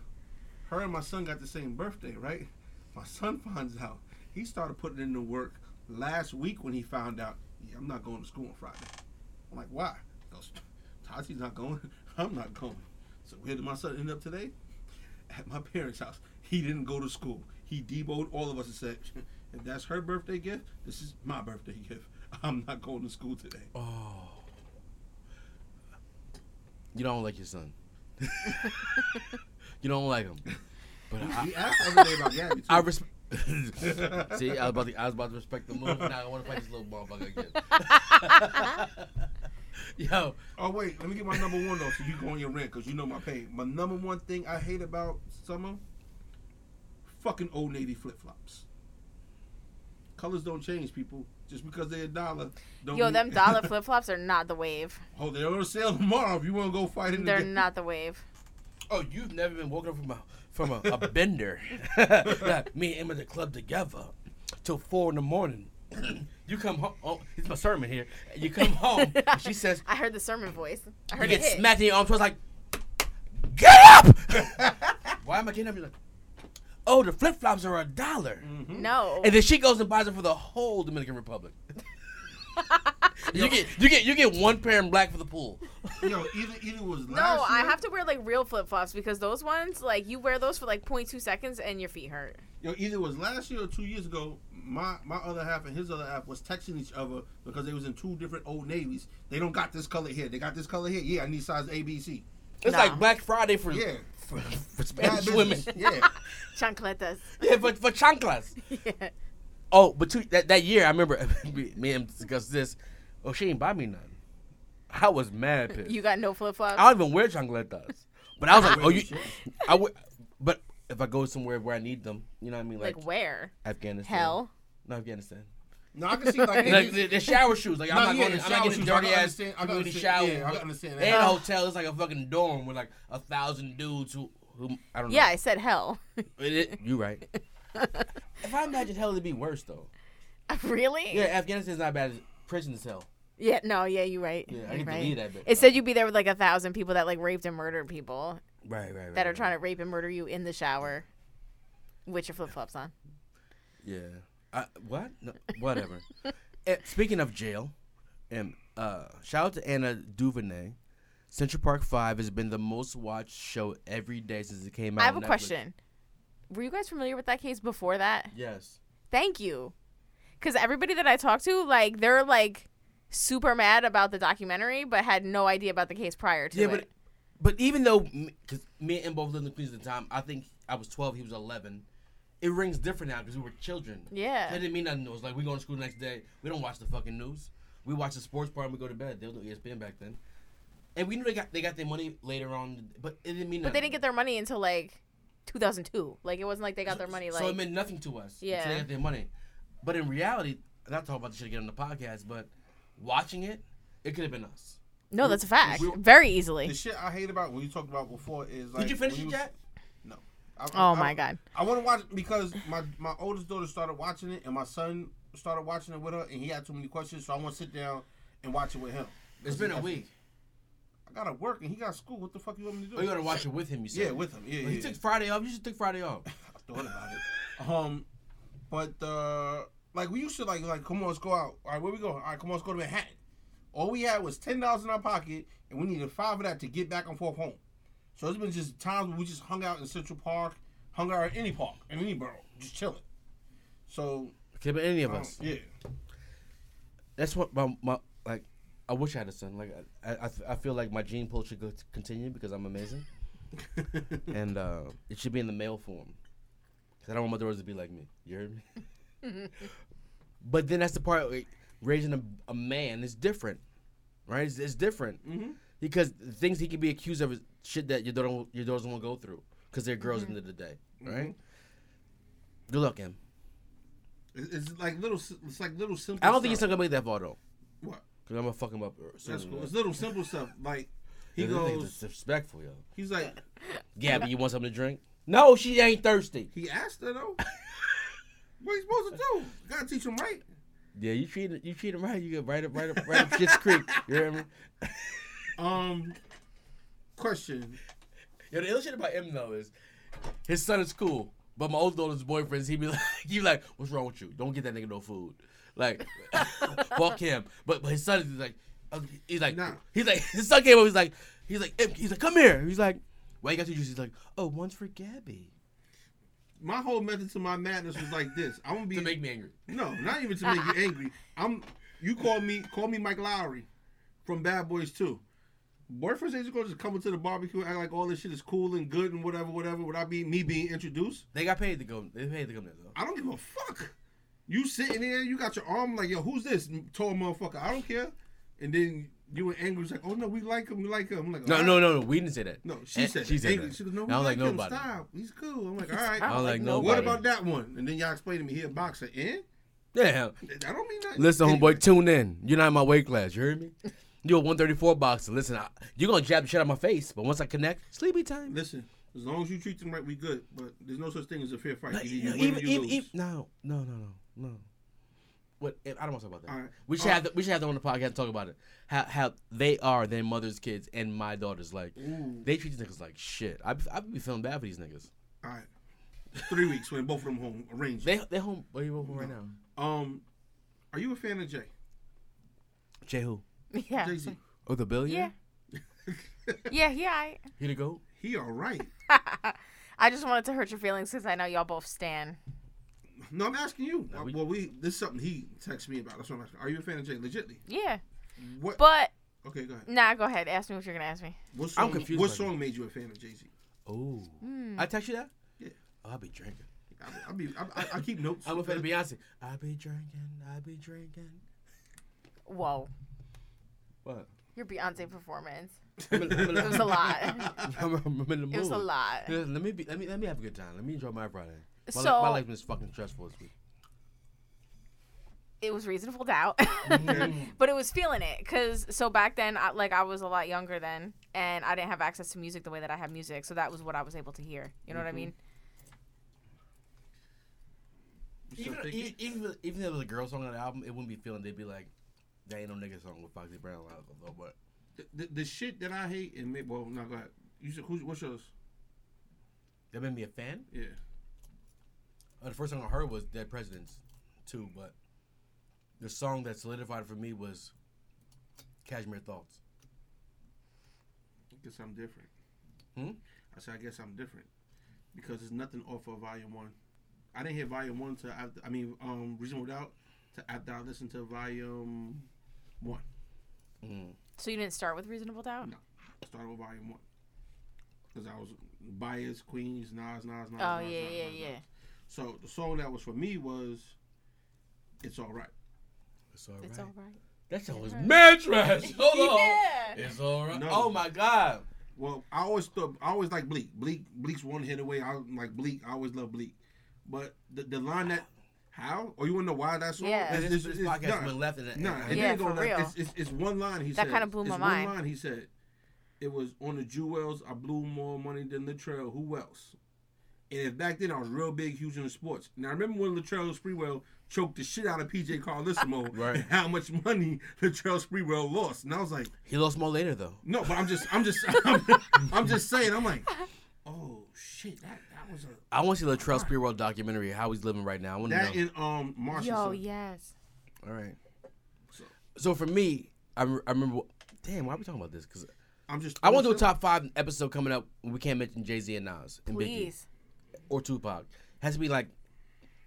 [SPEAKER 3] Her and my son got the same birthday, right? My son finds out. He started putting in the work last week when he found out. Yeah, I'm not going to school on Friday. I'm like, why? He goes, Tati's not going. I'm not going. So where did my son end up today? At my parents' house. He didn't go to school. He deboed all of us and said, if that's her birthday gift, this is my birthday gift. I'm not going to school today.
[SPEAKER 1] Oh. You don't like your son. you don't like him. But I,
[SPEAKER 3] He asked every day about Gabby. Too.
[SPEAKER 1] I respect. See, I was about to, I was about to respect the move. Now I want to fight this little motherfucker again. Yo,
[SPEAKER 3] Oh wait, let me get my number one though, so you go on your rant because you know my pain. My number one thing I hate about summer, fucking old navy flip flops. Colors don't change, people. Just because they're a dollar, don't
[SPEAKER 2] Yo,
[SPEAKER 3] mean-
[SPEAKER 2] them dollar flip flops are not the wave.
[SPEAKER 3] oh, they're on sale tomorrow. If you want to go fight in, the
[SPEAKER 2] They're
[SPEAKER 3] ga-
[SPEAKER 2] not the wave.
[SPEAKER 1] oh, you've never been woken up from a from a, a bender. Like, me and him at the club together till four in the morning. you come home. Oh, it's my sermon here. You come home. and she says,
[SPEAKER 2] I heard the sermon voice. I
[SPEAKER 1] You
[SPEAKER 2] heard it.
[SPEAKER 1] get
[SPEAKER 2] hit.
[SPEAKER 1] smacked in your arm twice, like, get up! Why am I getting up? You're like, oh, the flip flops are a dollar.
[SPEAKER 2] Mm. No.
[SPEAKER 1] And then she goes and buys them for the whole Dominican Republic. you get you get you get one pair in black for the pool.
[SPEAKER 3] Yo, either either was
[SPEAKER 2] no,
[SPEAKER 3] last
[SPEAKER 2] I
[SPEAKER 3] year-
[SPEAKER 2] have to wear like real flip flops because those ones, like you wear those for like 0.2 seconds and your feet hurt.
[SPEAKER 3] Yo, either it was last year or two years ago. My my other half and his other half was texting each other because they was in two different old navies. They don't got this color here. They got this color here. Yeah, I need size A, B, C.
[SPEAKER 1] It's
[SPEAKER 2] Nah.
[SPEAKER 1] like Black Friday for
[SPEAKER 3] Yeah.
[SPEAKER 1] for, for
[SPEAKER 3] Bad
[SPEAKER 1] Spanish women.
[SPEAKER 3] business. Yeah.
[SPEAKER 2] Chancletas.
[SPEAKER 1] Yeah, but for chanclas.
[SPEAKER 2] Yeah.
[SPEAKER 1] Oh, but two, that that year I remember me me and him discussed this. Oh, she ain't buy me none. I was mad pissed.
[SPEAKER 2] You got no flip flops?
[SPEAKER 1] I don't even wear chancletas. But I was like,
[SPEAKER 3] wear
[SPEAKER 1] oh,
[SPEAKER 3] them
[SPEAKER 1] you.
[SPEAKER 3] shit.
[SPEAKER 1] I would, but if I go somewhere where I need them, you know what I mean, like,
[SPEAKER 2] Like where?
[SPEAKER 1] Afghanistan.
[SPEAKER 2] Hell.
[SPEAKER 1] No, Afghanistan.
[SPEAKER 3] No, I can see like,
[SPEAKER 1] Like the, the shower shoes. Like
[SPEAKER 3] No,
[SPEAKER 1] I'm not
[SPEAKER 3] yeah,
[SPEAKER 1] going.
[SPEAKER 3] the
[SPEAKER 1] I'm not
[SPEAKER 3] shower
[SPEAKER 1] getting
[SPEAKER 3] shoes, I
[SPEAKER 1] dirty
[SPEAKER 3] can
[SPEAKER 1] ass
[SPEAKER 3] understand- I can
[SPEAKER 1] people in the shower.
[SPEAKER 3] understand- yeah, I can understand
[SPEAKER 1] They
[SPEAKER 3] that.
[SPEAKER 1] in a hotel. It's like a fucking dorm with like a thousand dudes who, who I don't know.
[SPEAKER 2] Yeah, I said hell.
[SPEAKER 1] It- it- you right. if I imagine hell, it'd be worse though.
[SPEAKER 2] really?
[SPEAKER 1] Yeah, Afghanistan's not bad. as Prison as hell.
[SPEAKER 2] Yeah, no, yeah, you're right.
[SPEAKER 1] Yeah, I
[SPEAKER 2] You're
[SPEAKER 1] can
[SPEAKER 2] right.
[SPEAKER 1] believe that bit.
[SPEAKER 2] It said you'd be there with like a thousand people that like raped and murdered people
[SPEAKER 1] Right, right, right.
[SPEAKER 2] that are trying to rape and murder you in the shower with your flip flops on.
[SPEAKER 1] Yeah. I, what? No, whatever. Eh, speaking of jail, and uh, shout out to Anna Duvernay. Central Park Five has been the most watched show every day since it came out.
[SPEAKER 2] I have a
[SPEAKER 1] on Netflix.
[SPEAKER 2] question. Were you guys familiar with that case before that?
[SPEAKER 1] Yes.
[SPEAKER 2] Thank you. Because everybody that I talked to, like, they're like super mad about the documentary, but had no idea about the case prior to
[SPEAKER 1] Yeah,
[SPEAKER 2] it.
[SPEAKER 1] but but even though because me and him both lived in Queens at the time, I think I was twelve, he was eleven. It rings different now because we were children.
[SPEAKER 2] Yeah.
[SPEAKER 1] that didn't mean nothing to us. Like we go to school the next day, we don't watch the fucking news. We watch the sports part and we go to bed. There was no ESPN back then, and we knew they got they got their money later on, but it didn't mean.
[SPEAKER 2] But they didn't get their money until like 2002. Like, it wasn't like they got their money. Like,
[SPEAKER 1] so it meant nothing to us. until
[SPEAKER 2] Yeah.
[SPEAKER 1] they got their money. But in reality, and I talk about this shit again on the podcast. But watching it, it could have been us.
[SPEAKER 2] no, that's a fact.
[SPEAKER 3] we-
[SPEAKER 2] Very easily.
[SPEAKER 3] The shit I hate about what you talked about before is like.
[SPEAKER 1] Did you finish
[SPEAKER 3] when
[SPEAKER 1] it
[SPEAKER 3] was-
[SPEAKER 1] yet?
[SPEAKER 3] No. I-
[SPEAKER 2] Oh
[SPEAKER 3] I-
[SPEAKER 2] my God.
[SPEAKER 3] I want to watch it because my my oldest daughter started watching it and my son started watching it with her and he had too many questions, so I want to sit down and watch it with him.
[SPEAKER 1] It's been a week.
[SPEAKER 3] I gotta work and he got school. What the fuck you want me to do?
[SPEAKER 1] Oh, you gotta watch it with him. You said.
[SPEAKER 3] Yeah, with him. Yeah,
[SPEAKER 1] He
[SPEAKER 3] yeah,
[SPEAKER 1] took
[SPEAKER 3] yeah.
[SPEAKER 1] Friday off. You should take Friday off.
[SPEAKER 3] I thought about it. Um, but uh, like we used to like like come on, let's go out. All right, where we going? All right, come on, let's go to Manhattan. All we had was ten dollars in our pocket, and we needed five of that to get back and forth home. So it's been just times where we just hung out in Central Park, hung out in any park, in any borough, just chilling. So
[SPEAKER 1] Could have been any of
[SPEAKER 3] um,
[SPEAKER 1] us.
[SPEAKER 3] yeah,
[SPEAKER 1] That's what my, my like. I wish I had a son. Like I, I, I feel like my gene pool should go continue because I'm amazing, and uh, it should be in the male form. 'Cause I don't want my daughters to be like me. You heard me? but then that's the part like, raising a, a man is different, right? It's, it's different because the things he can be accused of is shit that your daughter won't- your daughters won't go through because they're girls at the end of the day, right? Good luck, him.
[SPEAKER 3] It's, it's like little. s- It's like little simple.
[SPEAKER 1] I don't think he's
[SPEAKER 3] stuff.
[SPEAKER 1] not gonna make that far though.
[SPEAKER 3] What?
[SPEAKER 1] Cause I'm gonna fuck him up. or
[SPEAKER 3] That's
[SPEAKER 1] something
[SPEAKER 3] cool.
[SPEAKER 1] like
[SPEAKER 3] It's
[SPEAKER 1] that.
[SPEAKER 3] little simple stuff. Like he
[SPEAKER 1] Yeah, this nigga's
[SPEAKER 3] goes.
[SPEAKER 1] disrespectful, yo.
[SPEAKER 3] He's like.
[SPEAKER 1] Gabby, you want something to drink? No, she ain't thirsty.
[SPEAKER 3] He asked her though. what you supposed to do? gotta teach him right.
[SPEAKER 1] Yeah, you treat it- you treat him right. You get right up, right up, right up Shit's Creek. You hear me?
[SPEAKER 3] Um, question.
[SPEAKER 1] Yo, the ill shit about him though is his son is cool, but my old daughter's boyfriends, he be like, he be like, what's wrong with you? Don't get that nigga no food. Like, fuck him. But, but his son is like, uh, he's like,
[SPEAKER 3] Nah.
[SPEAKER 1] he's like, his son came up. He's like, he's like, "Em- he's like, come here. He's like, why you got two juices? He's like, oh, one's for Gabby
[SPEAKER 3] My whole method to my madness was like this. I'm gonna be
[SPEAKER 1] to make me angry.
[SPEAKER 3] no, not even to make you angry. I'm. You call me, call me Mike Lowry, from Bad Boys Two. Boyfriends ain't just gonna just come into the barbecue, act like all this shit is cool and good and whatever, whatever, without be me being introduced.
[SPEAKER 1] They got paid to go. They paid to come there though.
[SPEAKER 3] I don't give a fuck. You sitting there, you got your arm like, yo, who's this tall motherfucker? I don't care. And then you were angry, it's like, oh no, we like him, we like him. I'm like,
[SPEAKER 1] No,
[SPEAKER 3] "All
[SPEAKER 1] no,
[SPEAKER 3] right."
[SPEAKER 1] no, no. We didn't say that.
[SPEAKER 3] No, she
[SPEAKER 1] Eh,
[SPEAKER 3] said
[SPEAKER 1] she
[SPEAKER 3] she
[SPEAKER 1] said
[SPEAKER 3] angry.
[SPEAKER 1] that.
[SPEAKER 3] She goes, no,
[SPEAKER 1] I
[SPEAKER 3] we
[SPEAKER 1] don't like
[SPEAKER 3] like, him.
[SPEAKER 1] nobody.
[SPEAKER 3] Stop. He's cool. I'm like, all right.
[SPEAKER 1] I don't like nobody.
[SPEAKER 3] What about that one? And then y'all explain to me, he a boxer. Eh?
[SPEAKER 1] Yeah.
[SPEAKER 3] I don't mean that.
[SPEAKER 1] Listen, homeboy, tune in. You're not in my weight class. You heard me? You're a 134 boxer. Listen, I, you're gonna jab the shit out of my face, but once I connect, sleepy time.
[SPEAKER 3] Listen, as long as you treat them right, we good. But there's no such thing as a fair fight.
[SPEAKER 1] Like,
[SPEAKER 3] Either you
[SPEAKER 1] you know,
[SPEAKER 3] win or
[SPEAKER 1] even,
[SPEAKER 3] you
[SPEAKER 1] even,
[SPEAKER 3] lose.
[SPEAKER 1] even, no, no, no, no, no. What? I don't want to talk about that.
[SPEAKER 3] All right.
[SPEAKER 1] We should
[SPEAKER 3] All
[SPEAKER 1] have the, we should have them on the podcast and talk about it. How how they are their mother's kids and my daughter's like
[SPEAKER 3] Ooh.
[SPEAKER 1] they treat these niggas like shit. I I be feeling bad for these niggas.
[SPEAKER 3] all right. Three weeks when both of them home arranged.
[SPEAKER 1] They they home where you home right now?
[SPEAKER 3] Um, are you a fan of Jay?
[SPEAKER 1] Jay who?
[SPEAKER 2] Yeah.
[SPEAKER 3] Jay Z.
[SPEAKER 1] Oh, the
[SPEAKER 2] Yeah.
[SPEAKER 1] billionaire.
[SPEAKER 2] Yeah, yeah. I,
[SPEAKER 1] Here to go.
[SPEAKER 3] He all right.
[SPEAKER 2] I just wanted to hurt your feelings because I know y'all both stan.
[SPEAKER 3] No, I'm asking you.
[SPEAKER 1] No,
[SPEAKER 3] Uh,
[SPEAKER 1] we-
[SPEAKER 3] well, we this is something he texted me about. That's what I'm asking. Are you a fan of Jay? Legitly.
[SPEAKER 2] Yeah.
[SPEAKER 3] What?
[SPEAKER 2] But,
[SPEAKER 3] okay, go ahead.
[SPEAKER 2] nah, go ahead. Ask me what you're going to ask me.
[SPEAKER 3] What song,
[SPEAKER 1] confused
[SPEAKER 3] What
[SPEAKER 1] by that.
[SPEAKER 3] song made you a fan of Jay Z?
[SPEAKER 1] Oh, I text you that.
[SPEAKER 3] Yeah.
[SPEAKER 1] Oh, I be drinking.
[SPEAKER 3] I'll be. I, I, I keep notes.
[SPEAKER 1] I'm a fan of Beyonce. I be drinking, I be drinking.
[SPEAKER 2] Whoa.
[SPEAKER 1] What?
[SPEAKER 2] Your Beyonce performance.
[SPEAKER 1] I'm in, I'm in-
[SPEAKER 2] It was a lot.
[SPEAKER 1] I'm, I'm in the mood.
[SPEAKER 2] It was a lot.
[SPEAKER 1] Yeah, Let me be, let me let me have a good time. Let me enjoy my Friday. My, li-
[SPEAKER 2] So-
[SPEAKER 1] my life been fucking stressful this week.
[SPEAKER 2] it was reasonable doubt but it was feeling it because so back then I, like i was a lot younger then and i didn't have access to music the way that i have music so that was what i was able to hear you know what i mean
[SPEAKER 1] Even
[SPEAKER 3] Even-
[SPEAKER 1] even, even if there was a girl song on the album, it wouldn't be feeling. They'd be like, "That ain't no nigga song with Foxy Brown." Like, oh, but
[SPEAKER 3] The, the, the shit that I hate and make. Well, no, go ahead. You said who's what's yours?
[SPEAKER 1] that made me a fan.
[SPEAKER 3] Yeah.
[SPEAKER 1] Uh, the first song I heard was Dead Presidents, too. But the song that solidified it for me was Cashmere Thoughts.
[SPEAKER 3] I guess I'm different.
[SPEAKER 1] Hmm?
[SPEAKER 3] I said I guess I'm different because there's nothing off of Volume One. I didn't hear Volume One to. After, I mean, um, Reasonable Doubt to after I listened to Volume One.
[SPEAKER 2] so you didn't start with reasonable doubt
[SPEAKER 3] No, I started with Volume One because I was biased Queens, Nas, Nas, Nas.
[SPEAKER 2] oh
[SPEAKER 3] Nas,
[SPEAKER 2] yeah
[SPEAKER 3] Nas,
[SPEAKER 2] yeah
[SPEAKER 3] Nas,
[SPEAKER 2] yeah
[SPEAKER 3] Nas. So the song that was for me was "It's All Right."
[SPEAKER 1] It's all
[SPEAKER 2] it's
[SPEAKER 1] right.
[SPEAKER 2] all right
[SPEAKER 1] That song was mad trash. Hold on.
[SPEAKER 2] Yeah.
[SPEAKER 1] It's all right.
[SPEAKER 3] No.
[SPEAKER 1] Oh my god.
[SPEAKER 3] Well, I always thought I always like Bleak. Bleak, Bleak's one hit away. I like Bleak. I always love Bleak, but the, the line that how or you want to know why that song?
[SPEAKER 2] Yeah.
[SPEAKER 1] This,
[SPEAKER 2] It's-
[SPEAKER 1] this, podcast
[SPEAKER 3] nah,
[SPEAKER 1] went left and and-
[SPEAKER 3] nah, it
[SPEAKER 1] and-
[SPEAKER 2] Yeah,
[SPEAKER 3] didn't go
[SPEAKER 2] for real.
[SPEAKER 3] like- It's, it's, it's one line he
[SPEAKER 2] That
[SPEAKER 3] said.
[SPEAKER 2] kinda blew my
[SPEAKER 3] it's
[SPEAKER 2] mind.
[SPEAKER 3] One line he said. It was on the jewels. I blew more money than Latrell. Who else? And if back then I was real big, huge into sports. Now I remember when Latrell Sprewell choked the shit out of PJ Carlissimo.
[SPEAKER 1] Right.
[SPEAKER 3] And how much money Latrell Sprewell lost? And I was like.
[SPEAKER 1] he lost more later though.
[SPEAKER 3] No, but I'm just, I'm just, I'm, I'm just saying. I'm like, oh shit, that that was a
[SPEAKER 1] I want to see Latrell Sprewell documentary how he's living right now. I want to know.
[SPEAKER 3] that in um Marshall.
[SPEAKER 2] yo
[SPEAKER 3] son.
[SPEAKER 2] yes
[SPEAKER 1] All right. So for me, I, re- I remember. Damn, why are we talking about this? Because
[SPEAKER 3] I'm just.
[SPEAKER 1] I want to do a top five episode coming up. when We can't mention Jay Z and Nas and Biggie
[SPEAKER 2] please
[SPEAKER 1] or Tupac. Has to be like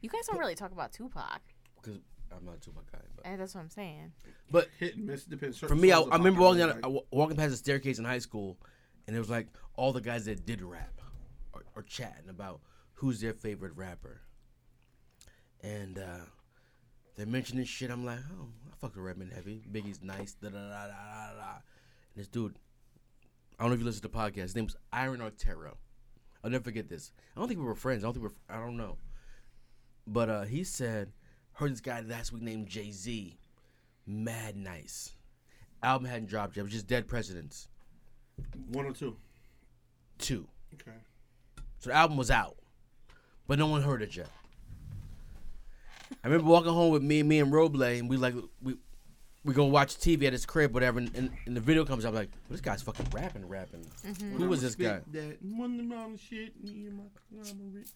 [SPEAKER 2] you guys don't really talk about tupac
[SPEAKER 1] because I'm not too my guy. But
[SPEAKER 2] Eh, that's what I'm saying.
[SPEAKER 1] But
[SPEAKER 3] Hit and miss depends.
[SPEAKER 1] for me, I, I remember walking down, I wa- walking past the staircase in high school, and it was like all the guys that did rap are, are chatting about who's their favorite rapper, and uh, they're mentioning shit. I'm like, oh, I fuck with Redman Heavy. Biggie's nice. Da da da da da da. And this dude, I don't know if you listen to the podcast. His name was Iron Artero. I'll never forget this. I don't think we were friends. I don't think we we're. I don't know. But uh, he said, heard this guy last week named Jay Z, mad nice. Album hadn't dropped yet. It was just Dead Presidents
[SPEAKER 3] One or two.
[SPEAKER 1] two.
[SPEAKER 3] Okay.
[SPEAKER 1] So the album was out, but no one heard it yet. I remember walking home with me, me and Roble, and we like we we gonna watch TV at his crib, whatever. And, and, and the video comes up, like well, this guy's fucking rapping, rapping.
[SPEAKER 3] Mm-hmm.
[SPEAKER 1] Who was this guy?
[SPEAKER 3] That one of them shit. Me and my conglomerate.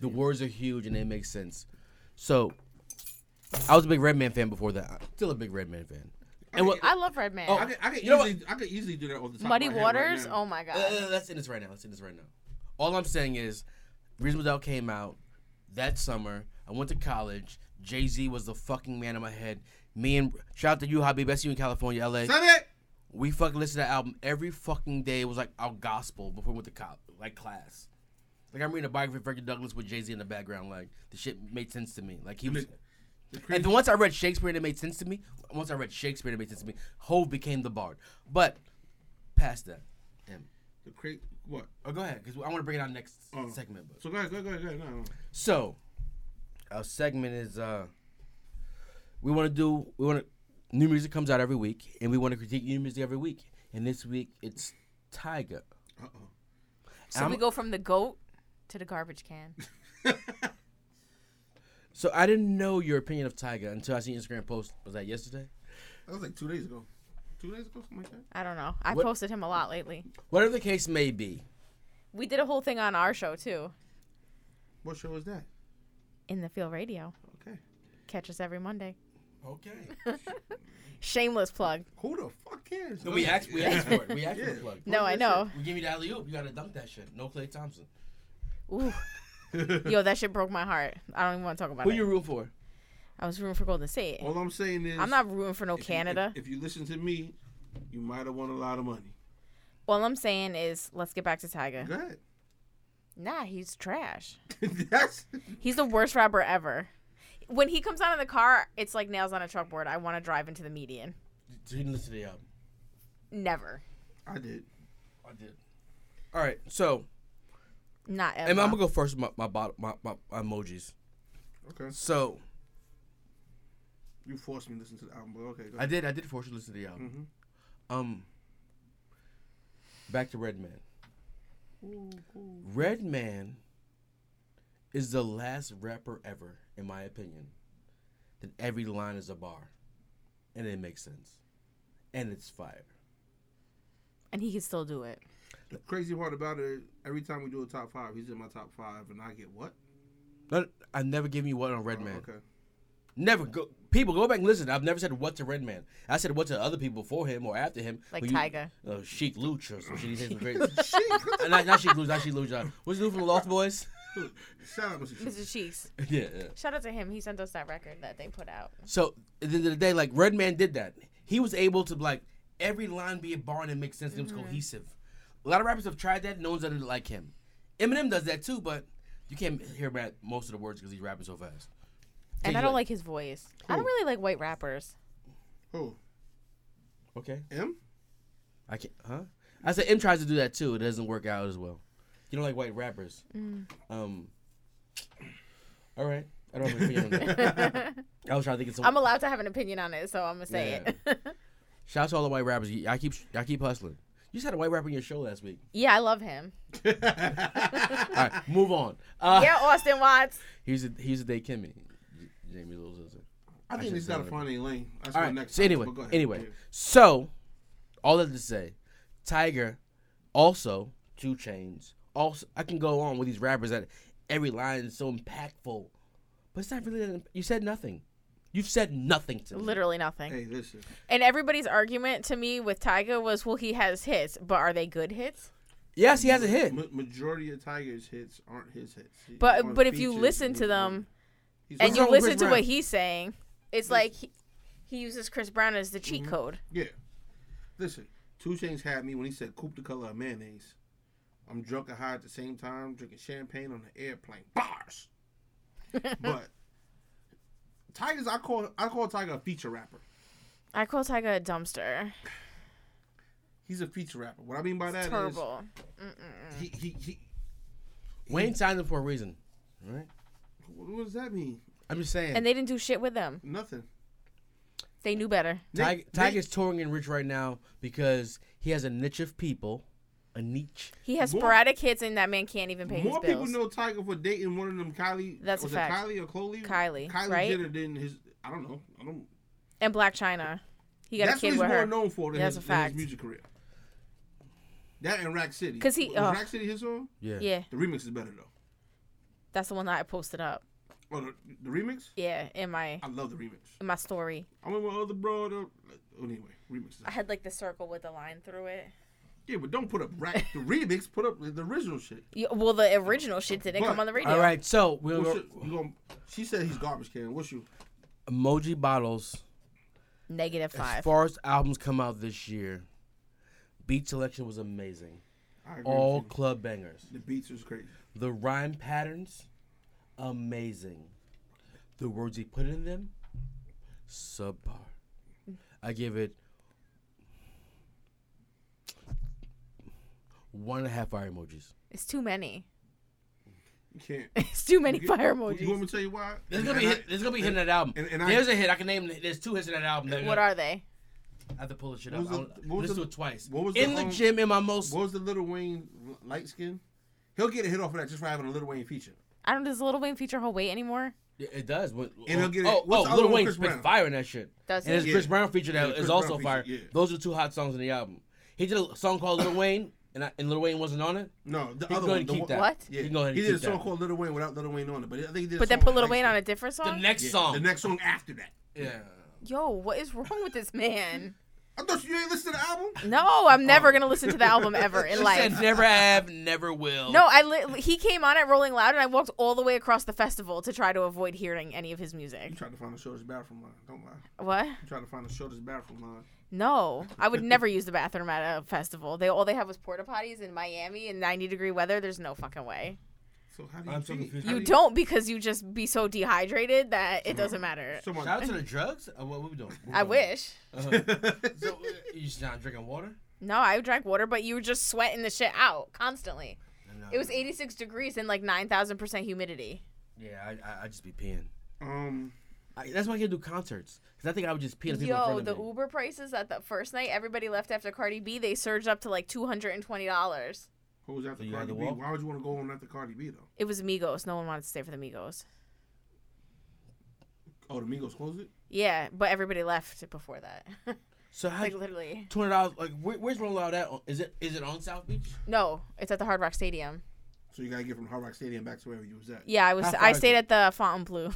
[SPEAKER 1] The words are huge and they make sense. So I was a big Redman fan before that. I'm still a big Redman fan. And what?
[SPEAKER 2] I love Redman.
[SPEAKER 1] Oh,
[SPEAKER 3] I could, I could
[SPEAKER 1] You know
[SPEAKER 3] easily, I could easily do that all the time.
[SPEAKER 2] Muddy Waters. oh my god.
[SPEAKER 1] Uh, let's end this right now. Let's end this right now. All I'm saying is, Reasonable Doubt came out that summer. I went to college. Jay Z was the fucking man in my head. Me and shout out to you, Hobby, best you in California, LA.
[SPEAKER 3] Son it.
[SPEAKER 1] We fucking listened to that album every fucking day. It was like our gospel before we went to college, like class. Like I'm reading a biography of Frederick Douglass with Jay Z in the background. Like the shit made sense to me. Like he was.
[SPEAKER 3] The crazy
[SPEAKER 1] And then once I read Shakespeare, and it made sense to me. Once I read Shakespeare, and it made sense to me. Hove became the bard. But past that, him.
[SPEAKER 3] The cra- what?
[SPEAKER 1] Oh, go ahead, because I want to bring it out next
[SPEAKER 3] Oh.
[SPEAKER 1] segment. But.
[SPEAKER 3] So go ahead, go ahead, go ahead. Go ahead. No, no.
[SPEAKER 1] So, our segment is uh, we want to do we want to new music comes out every week, and we want to critique new music every week. And this week it's Tyga.
[SPEAKER 3] Uh
[SPEAKER 2] so
[SPEAKER 1] I'm-
[SPEAKER 2] we go from the goat to the garbage can.
[SPEAKER 3] oh.
[SPEAKER 1] So I didn't know your opinion of Tyga until I seen your Instagram post. Was that yesterday?
[SPEAKER 3] that was like two days ago. Two days ago, something like that.
[SPEAKER 2] I don't know. I
[SPEAKER 1] What-
[SPEAKER 2] posted him a lot lately.
[SPEAKER 1] Whatever the case may be,
[SPEAKER 2] We did a whole thing on our show too,
[SPEAKER 3] What show was that?
[SPEAKER 2] in the field radio.
[SPEAKER 3] Okay.
[SPEAKER 2] Catch us every Monday.
[SPEAKER 3] Okay.
[SPEAKER 2] Shameless plug.
[SPEAKER 3] Who the fuck cares?
[SPEAKER 1] no, we asked we asked for it. We asked for the
[SPEAKER 3] Yeah.
[SPEAKER 1] plug.
[SPEAKER 2] No, I know.
[SPEAKER 1] We give you the alley oop. You gotta dunk that shit. No Clay Thompson.
[SPEAKER 2] Ooh, yo, that shit broke my heart. I don't even want to talk about
[SPEAKER 1] Who
[SPEAKER 2] it.
[SPEAKER 1] you rooting for?
[SPEAKER 2] I was rooting for Golden State.
[SPEAKER 3] All I'm saying is,
[SPEAKER 2] I'm not rooting for no
[SPEAKER 3] if you-
[SPEAKER 2] Canada.
[SPEAKER 3] if, if you listen to me, you might have won a lot of money.
[SPEAKER 2] All I'm saying is, let's get back to Tyga.
[SPEAKER 3] Go ahead.
[SPEAKER 2] Nah, he's trash.
[SPEAKER 3] That's
[SPEAKER 2] He's the worst rapper ever. When he comes out of the car, it's like nails on a chalkboard. I want to drive into the median.
[SPEAKER 1] Didn't listen to the album.
[SPEAKER 2] Never.
[SPEAKER 3] I did.
[SPEAKER 1] I did. All right, so
[SPEAKER 2] Not ever.
[SPEAKER 1] and I'm gonna go first. With my my, bottom, my my my emojis.
[SPEAKER 3] Okay.
[SPEAKER 1] So
[SPEAKER 3] You forced me to listen to the album, but okay. Go
[SPEAKER 1] I
[SPEAKER 3] ahead.
[SPEAKER 1] did. I did force you to listen to the album.
[SPEAKER 3] Mhm.
[SPEAKER 1] Um, back to Redman. Redman is the last rapper ever, in my opinion, that every line is a bar, and it makes sense, and it's fire.
[SPEAKER 2] and he can still do it.
[SPEAKER 3] The crazy part about it, is every time we do a top five, he's in my top five, and I get what?
[SPEAKER 1] No, I've never given you what on Redman.
[SPEAKER 3] Oh, okay.
[SPEAKER 1] Never go. People go back and listen. I've never said what to Redman. I said what to other people before him or after him.
[SPEAKER 2] Like
[SPEAKER 1] When you-
[SPEAKER 2] Tyga.
[SPEAKER 1] Uh, Sheik Luch or some shit. He says some crazy. Uh, not, not Sheik Luch. Not Sheik Luch. uh, What's the dude from the Lost Boys?
[SPEAKER 3] Shout out, Mr. Shit.
[SPEAKER 2] Mr. Cheeks.
[SPEAKER 1] yeah, yeah.
[SPEAKER 2] Shout out to him. He sent us that record that they put out.
[SPEAKER 1] So at the end of the day, like Redman did that. He was able to like every line be a bar and it makes sense. and It was
[SPEAKER 2] Mm-hmm.
[SPEAKER 1] cohesive. A lot of rappers have tried that. No one's done it like him. Eminem does that too, but you can't hear about most of the words because he's rapping so fast.
[SPEAKER 2] And
[SPEAKER 1] Yeah,
[SPEAKER 2] I
[SPEAKER 1] you
[SPEAKER 2] don't like his voice. I don't
[SPEAKER 1] Who?
[SPEAKER 2] really like white rappers.
[SPEAKER 3] Who?
[SPEAKER 1] Okay.
[SPEAKER 3] M?
[SPEAKER 1] I can't. Huh? I said M tries to do that too. It doesn't work out as well. You don't like white rappers.
[SPEAKER 2] Mm.
[SPEAKER 1] Um. All right. I don't have an opinion on that. I was trying to think of some.
[SPEAKER 2] I'm allowed to have an opinion on it, so I'm gonna say it.
[SPEAKER 1] Shout out to all the white rappers. Y- I keep. I keep hustling. You just had a white rapper in your show last week.
[SPEAKER 2] yeah, I love him.
[SPEAKER 1] All right, move on. Uh,
[SPEAKER 2] Yeah, Austin Watts.
[SPEAKER 1] Here's a here's a day Kimmy. J- Jamie Little's sister.
[SPEAKER 3] I think
[SPEAKER 1] should
[SPEAKER 3] he's
[SPEAKER 1] say
[SPEAKER 3] got to
[SPEAKER 1] that.
[SPEAKER 3] find a lane. That's
[SPEAKER 1] All
[SPEAKER 3] my
[SPEAKER 1] right.
[SPEAKER 3] next.
[SPEAKER 1] so
[SPEAKER 3] one,
[SPEAKER 1] anyway,
[SPEAKER 3] but go ahead.
[SPEAKER 1] anyway,
[SPEAKER 3] Yeah.
[SPEAKER 1] so all that to say, Tiger, also Two Chains. Also, I can go on with these rappers that every line is so impactful, but it's not really. That, imp- you said nothing. You've said nothing to me.
[SPEAKER 2] Literally nothing.
[SPEAKER 3] Hey, listen.
[SPEAKER 2] And everybody's argument to me with Tyga was, well, he has hits, but are they good hits?
[SPEAKER 1] Yes, he has a hit.
[SPEAKER 3] Ma- majority of Tiger's hits aren't his hits. He-
[SPEAKER 2] But
[SPEAKER 3] on
[SPEAKER 2] but if you
[SPEAKER 3] features
[SPEAKER 2] listen
[SPEAKER 3] with,
[SPEAKER 2] to
[SPEAKER 3] um,
[SPEAKER 2] them
[SPEAKER 3] he's
[SPEAKER 2] and
[SPEAKER 1] what's
[SPEAKER 2] you
[SPEAKER 1] wrong with
[SPEAKER 2] listen
[SPEAKER 1] Chris
[SPEAKER 2] to
[SPEAKER 1] Brown?
[SPEAKER 2] what he's saying, It's like he, he uses Chris Brown as the
[SPEAKER 3] Mm-hmm.
[SPEAKER 2] cheat code.
[SPEAKER 3] Yeah. Listen, Two Chainz had me when he said "Coop the color of mayonnaise." I'm drunk and high at the same time, drinking champagne on the airplane. Bars. but Tiger's, I call I call Tiger a feature rapper.
[SPEAKER 2] I call Tyga a dumpster.
[SPEAKER 3] He's a feature rapper. What I mean by that is
[SPEAKER 2] Terrible.
[SPEAKER 3] he he he.
[SPEAKER 1] Wayne signed him for a reason. Right?
[SPEAKER 3] What what does that mean?
[SPEAKER 1] I'm just saying.
[SPEAKER 2] And they didn't do shit with him.
[SPEAKER 3] Nothing.
[SPEAKER 2] They knew better.
[SPEAKER 1] Tiger,
[SPEAKER 3] Nick-
[SPEAKER 1] Tiger's touring in rich right now because he has a niche of people, a niche.
[SPEAKER 2] He has
[SPEAKER 3] More-
[SPEAKER 2] sporadic kids, and that man can't even pay
[SPEAKER 3] Nick- More
[SPEAKER 2] his
[SPEAKER 3] people
[SPEAKER 2] bills.
[SPEAKER 3] know Tiger for dating one of them Kylie.
[SPEAKER 2] That's a
[SPEAKER 3] was
[SPEAKER 2] fact.
[SPEAKER 3] It Kylie or Chloe?
[SPEAKER 2] Kylie,
[SPEAKER 3] Kylie
[SPEAKER 2] right?
[SPEAKER 3] Jenner than his. I don't know. I don't.
[SPEAKER 2] and Black China, he got a
[SPEAKER 3] That's what
[SPEAKER 2] kid
[SPEAKER 3] he's
[SPEAKER 2] with
[SPEAKER 3] more
[SPEAKER 2] her.
[SPEAKER 3] known for than,
[SPEAKER 2] That's
[SPEAKER 3] his,
[SPEAKER 2] a
[SPEAKER 3] than his
[SPEAKER 2] fact.
[SPEAKER 3] music career. That and Rack City.
[SPEAKER 2] 'Cause he-
[SPEAKER 3] was
[SPEAKER 2] oh.
[SPEAKER 3] Rack City his song.
[SPEAKER 2] yeah,
[SPEAKER 3] The remix is better though.
[SPEAKER 2] that's the one that I posted up.
[SPEAKER 3] Oh, the, the remix.
[SPEAKER 2] Yeah, in my
[SPEAKER 3] I love the remix.
[SPEAKER 2] in my story,
[SPEAKER 3] I went with other broad. Uh, oh, anyway, remix. Is
[SPEAKER 2] I had like the circle with the line through it.
[SPEAKER 3] yeah, but don't put up Rack. the remix. Put up the, the original shit.
[SPEAKER 2] Yeah, well, the original shit didn't come
[SPEAKER 3] But-
[SPEAKER 2] on the radio.
[SPEAKER 1] All right, so we'll
[SPEAKER 3] What's
[SPEAKER 1] go,
[SPEAKER 3] your, you gonna, she said he's garbage can. What's you?
[SPEAKER 1] emoji bottles.
[SPEAKER 2] Negative
[SPEAKER 1] As
[SPEAKER 2] five.
[SPEAKER 1] far as albums come out this year, beat selection was amazing.
[SPEAKER 3] I agree
[SPEAKER 1] All
[SPEAKER 3] with you.
[SPEAKER 1] club bangers.
[SPEAKER 3] the beats was crazy.
[SPEAKER 1] The rhyme patterns, amazing. The words he put in them, subpar. I give it one and a half fire emojis.
[SPEAKER 2] It's too many.
[SPEAKER 3] You can't.
[SPEAKER 2] It's too many
[SPEAKER 3] You-
[SPEAKER 2] fire
[SPEAKER 3] You want
[SPEAKER 2] emojis.
[SPEAKER 3] me to tell you why?
[SPEAKER 1] There's gonna be
[SPEAKER 3] And I-
[SPEAKER 1] hit, there's gonna be hitting that album.
[SPEAKER 3] and- and I-
[SPEAKER 1] there's a hit I can name. There's two hits in that album. That
[SPEAKER 2] What are they?
[SPEAKER 1] I have to pull the shit
[SPEAKER 3] What
[SPEAKER 1] up.
[SPEAKER 3] was
[SPEAKER 1] I'll-
[SPEAKER 3] the- what was
[SPEAKER 1] Listen to
[SPEAKER 3] the-
[SPEAKER 1] it twice.
[SPEAKER 3] what was the
[SPEAKER 1] in the,
[SPEAKER 3] home-
[SPEAKER 1] gym in my most.
[SPEAKER 3] What was the Little Wayne light skin? He'll get a hit off of that just for having a Little Wayne feature.
[SPEAKER 2] I don't. Does Little Wayne feature whole weight anymore?
[SPEAKER 1] It it does. What,
[SPEAKER 3] And he'll get it-
[SPEAKER 1] oh,
[SPEAKER 3] what's the
[SPEAKER 1] oh,
[SPEAKER 3] other
[SPEAKER 1] Lil
[SPEAKER 3] one with
[SPEAKER 1] Wayne
[SPEAKER 3] Chris
[SPEAKER 1] spit
[SPEAKER 3] Brown?
[SPEAKER 1] fire in that shit.
[SPEAKER 2] Does
[SPEAKER 1] And his
[SPEAKER 2] he?
[SPEAKER 1] Chris Brown feature that
[SPEAKER 3] Yeah,
[SPEAKER 1] is
[SPEAKER 3] Chris
[SPEAKER 1] also
[SPEAKER 3] Brown feature,
[SPEAKER 1] fire.
[SPEAKER 3] yeah.
[SPEAKER 1] Those are two hot songs in the album. He did a song called Little Wayne, and I, and Little Wayne wasn't on it.
[SPEAKER 3] No, the
[SPEAKER 1] You go
[SPEAKER 3] other one.
[SPEAKER 1] ahead and
[SPEAKER 3] the
[SPEAKER 1] keep
[SPEAKER 3] one-
[SPEAKER 1] that.
[SPEAKER 2] What?
[SPEAKER 3] Yeah,
[SPEAKER 1] You can go ahead
[SPEAKER 3] he
[SPEAKER 1] and
[SPEAKER 3] did a
[SPEAKER 1] keep
[SPEAKER 3] song
[SPEAKER 1] that.
[SPEAKER 3] called Little Wayne without Little Wayne on it, but I think he did. a
[SPEAKER 2] But then
[SPEAKER 3] song
[SPEAKER 2] put
[SPEAKER 3] with
[SPEAKER 2] Little
[SPEAKER 3] Light
[SPEAKER 2] Wayne on a
[SPEAKER 3] Skin.
[SPEAKER 2] different
[SPEAKER 1] The
[SPEAKER 2] song.
[SPEAKER 1] next
[SPEAKER 3] Yeah,
[SPEAKER 1] song.
[SPEAKER 3] The next song after that.
[SPEAKER 1] yeah.
[SPEAKER 2] Yo, what is wrong with this man? Oh.
[SPEAKER 3] I thought you ain't listen to the album.
[SPEAKER 2] No, I'm never gonna listen to the album ever in
[SPEAKER 1] She
[SPEAKER 2] life.
[SPEAKER 1] said, "Never have, never will."
[SPEAKER 2] No, I li- he came on at Rolling Loud, and I walked all the way across the festival to try to avoid hearing any of his
[SPEAKER 3] You
[SPEAKER 2] music.
[SPEAKER 3] tried to find the shortest bathroom line. Don't lie.
[SPEAKER 2] What?
[SPEAKER 3] You tried to find the shortest bathroom line.
[SPEAKER 2] No, I would never use the bathroom at a festival. They all they have was porta potties in Miami in 90 degree weather. There's no fucking way.
[SPEAKER 3] So how do you
[SPEAKER 1] I'm
[SPEAKER 3] I'm
[SPEAKER 1] so
[SPEAKER 3] so
[SPEAKER 1] confused.
[SPEAKER 2] You don't because you just be so dehydrated that it doesn't matter.
[SPEAKER 1] Shout out to the drugs. Uh, what, what we doing? What we
[SPEAKER 2] I
[SPEAKER 1] doing?
[SPEAKER 2] wish.
[SPEAKER 1] Uh-huh. so uh, you just not drinking water?
[SPEAKER 2] No, I drank water, but you were just sweating the shit out constantly.
[SPEAKER 1] No.
[SPEAKER 2] It was e- 86 degrees and like 9,000 percent humidity.
[SPEAKER 1] Yeah, I, I, I just be peeing.
[SPEAKER 3] um,
[SPEAKER 1] I, that's why I can't do concerts. Cause I think I would just pee on the people in
[SPEAKER 2] Yo,
[SPEAKER 1] front
[SPEAKER 2] the
[SPEAKER 1] of me.
[SPEAKER 2] Uber prices at the first night, everybody left after Cardi B. They surged up to like two hundred and twenty dollars.
[SPEAKER 3] who was after
[SPEAKER 1] So you had
[SPEAKER 3] Cardi
[SPEAKER 1] to
[SPEAKER 3] B?
[SPEAKER 1] walk?
[SPEAKER 3] Why would you want to go on after Cardi B though?
[SPEAKER 2] It was Migos. No one wanted to stay for the Migos.
[SPEAKER 3] Oh, the Migos closed it.
[SPEAKER 2] Yeah, but everybody left before that.
[SPEAKER 1] So how?
[SPEAKER 2] like literally,
[SPEAKER 1] Two hundred dollars. Like, where, where's Rolling Loud at? Is it is it on South Beach?
[SPEAKER 2] no. It's at the Hard Rock Stadium.
[SPEAKER 3] So you gotta get from Hard Rock Stadium back to wherever you was at.
[SPEAKER 2] Yeah, I was.
[SPEAKER 1] How far
[SPEAKER 2] I
[SPEAKER 1] is
[SPEAKER 2] stayed
[SPEAKER 1] it?
[SPEAKER 2] at the Fontainebleau.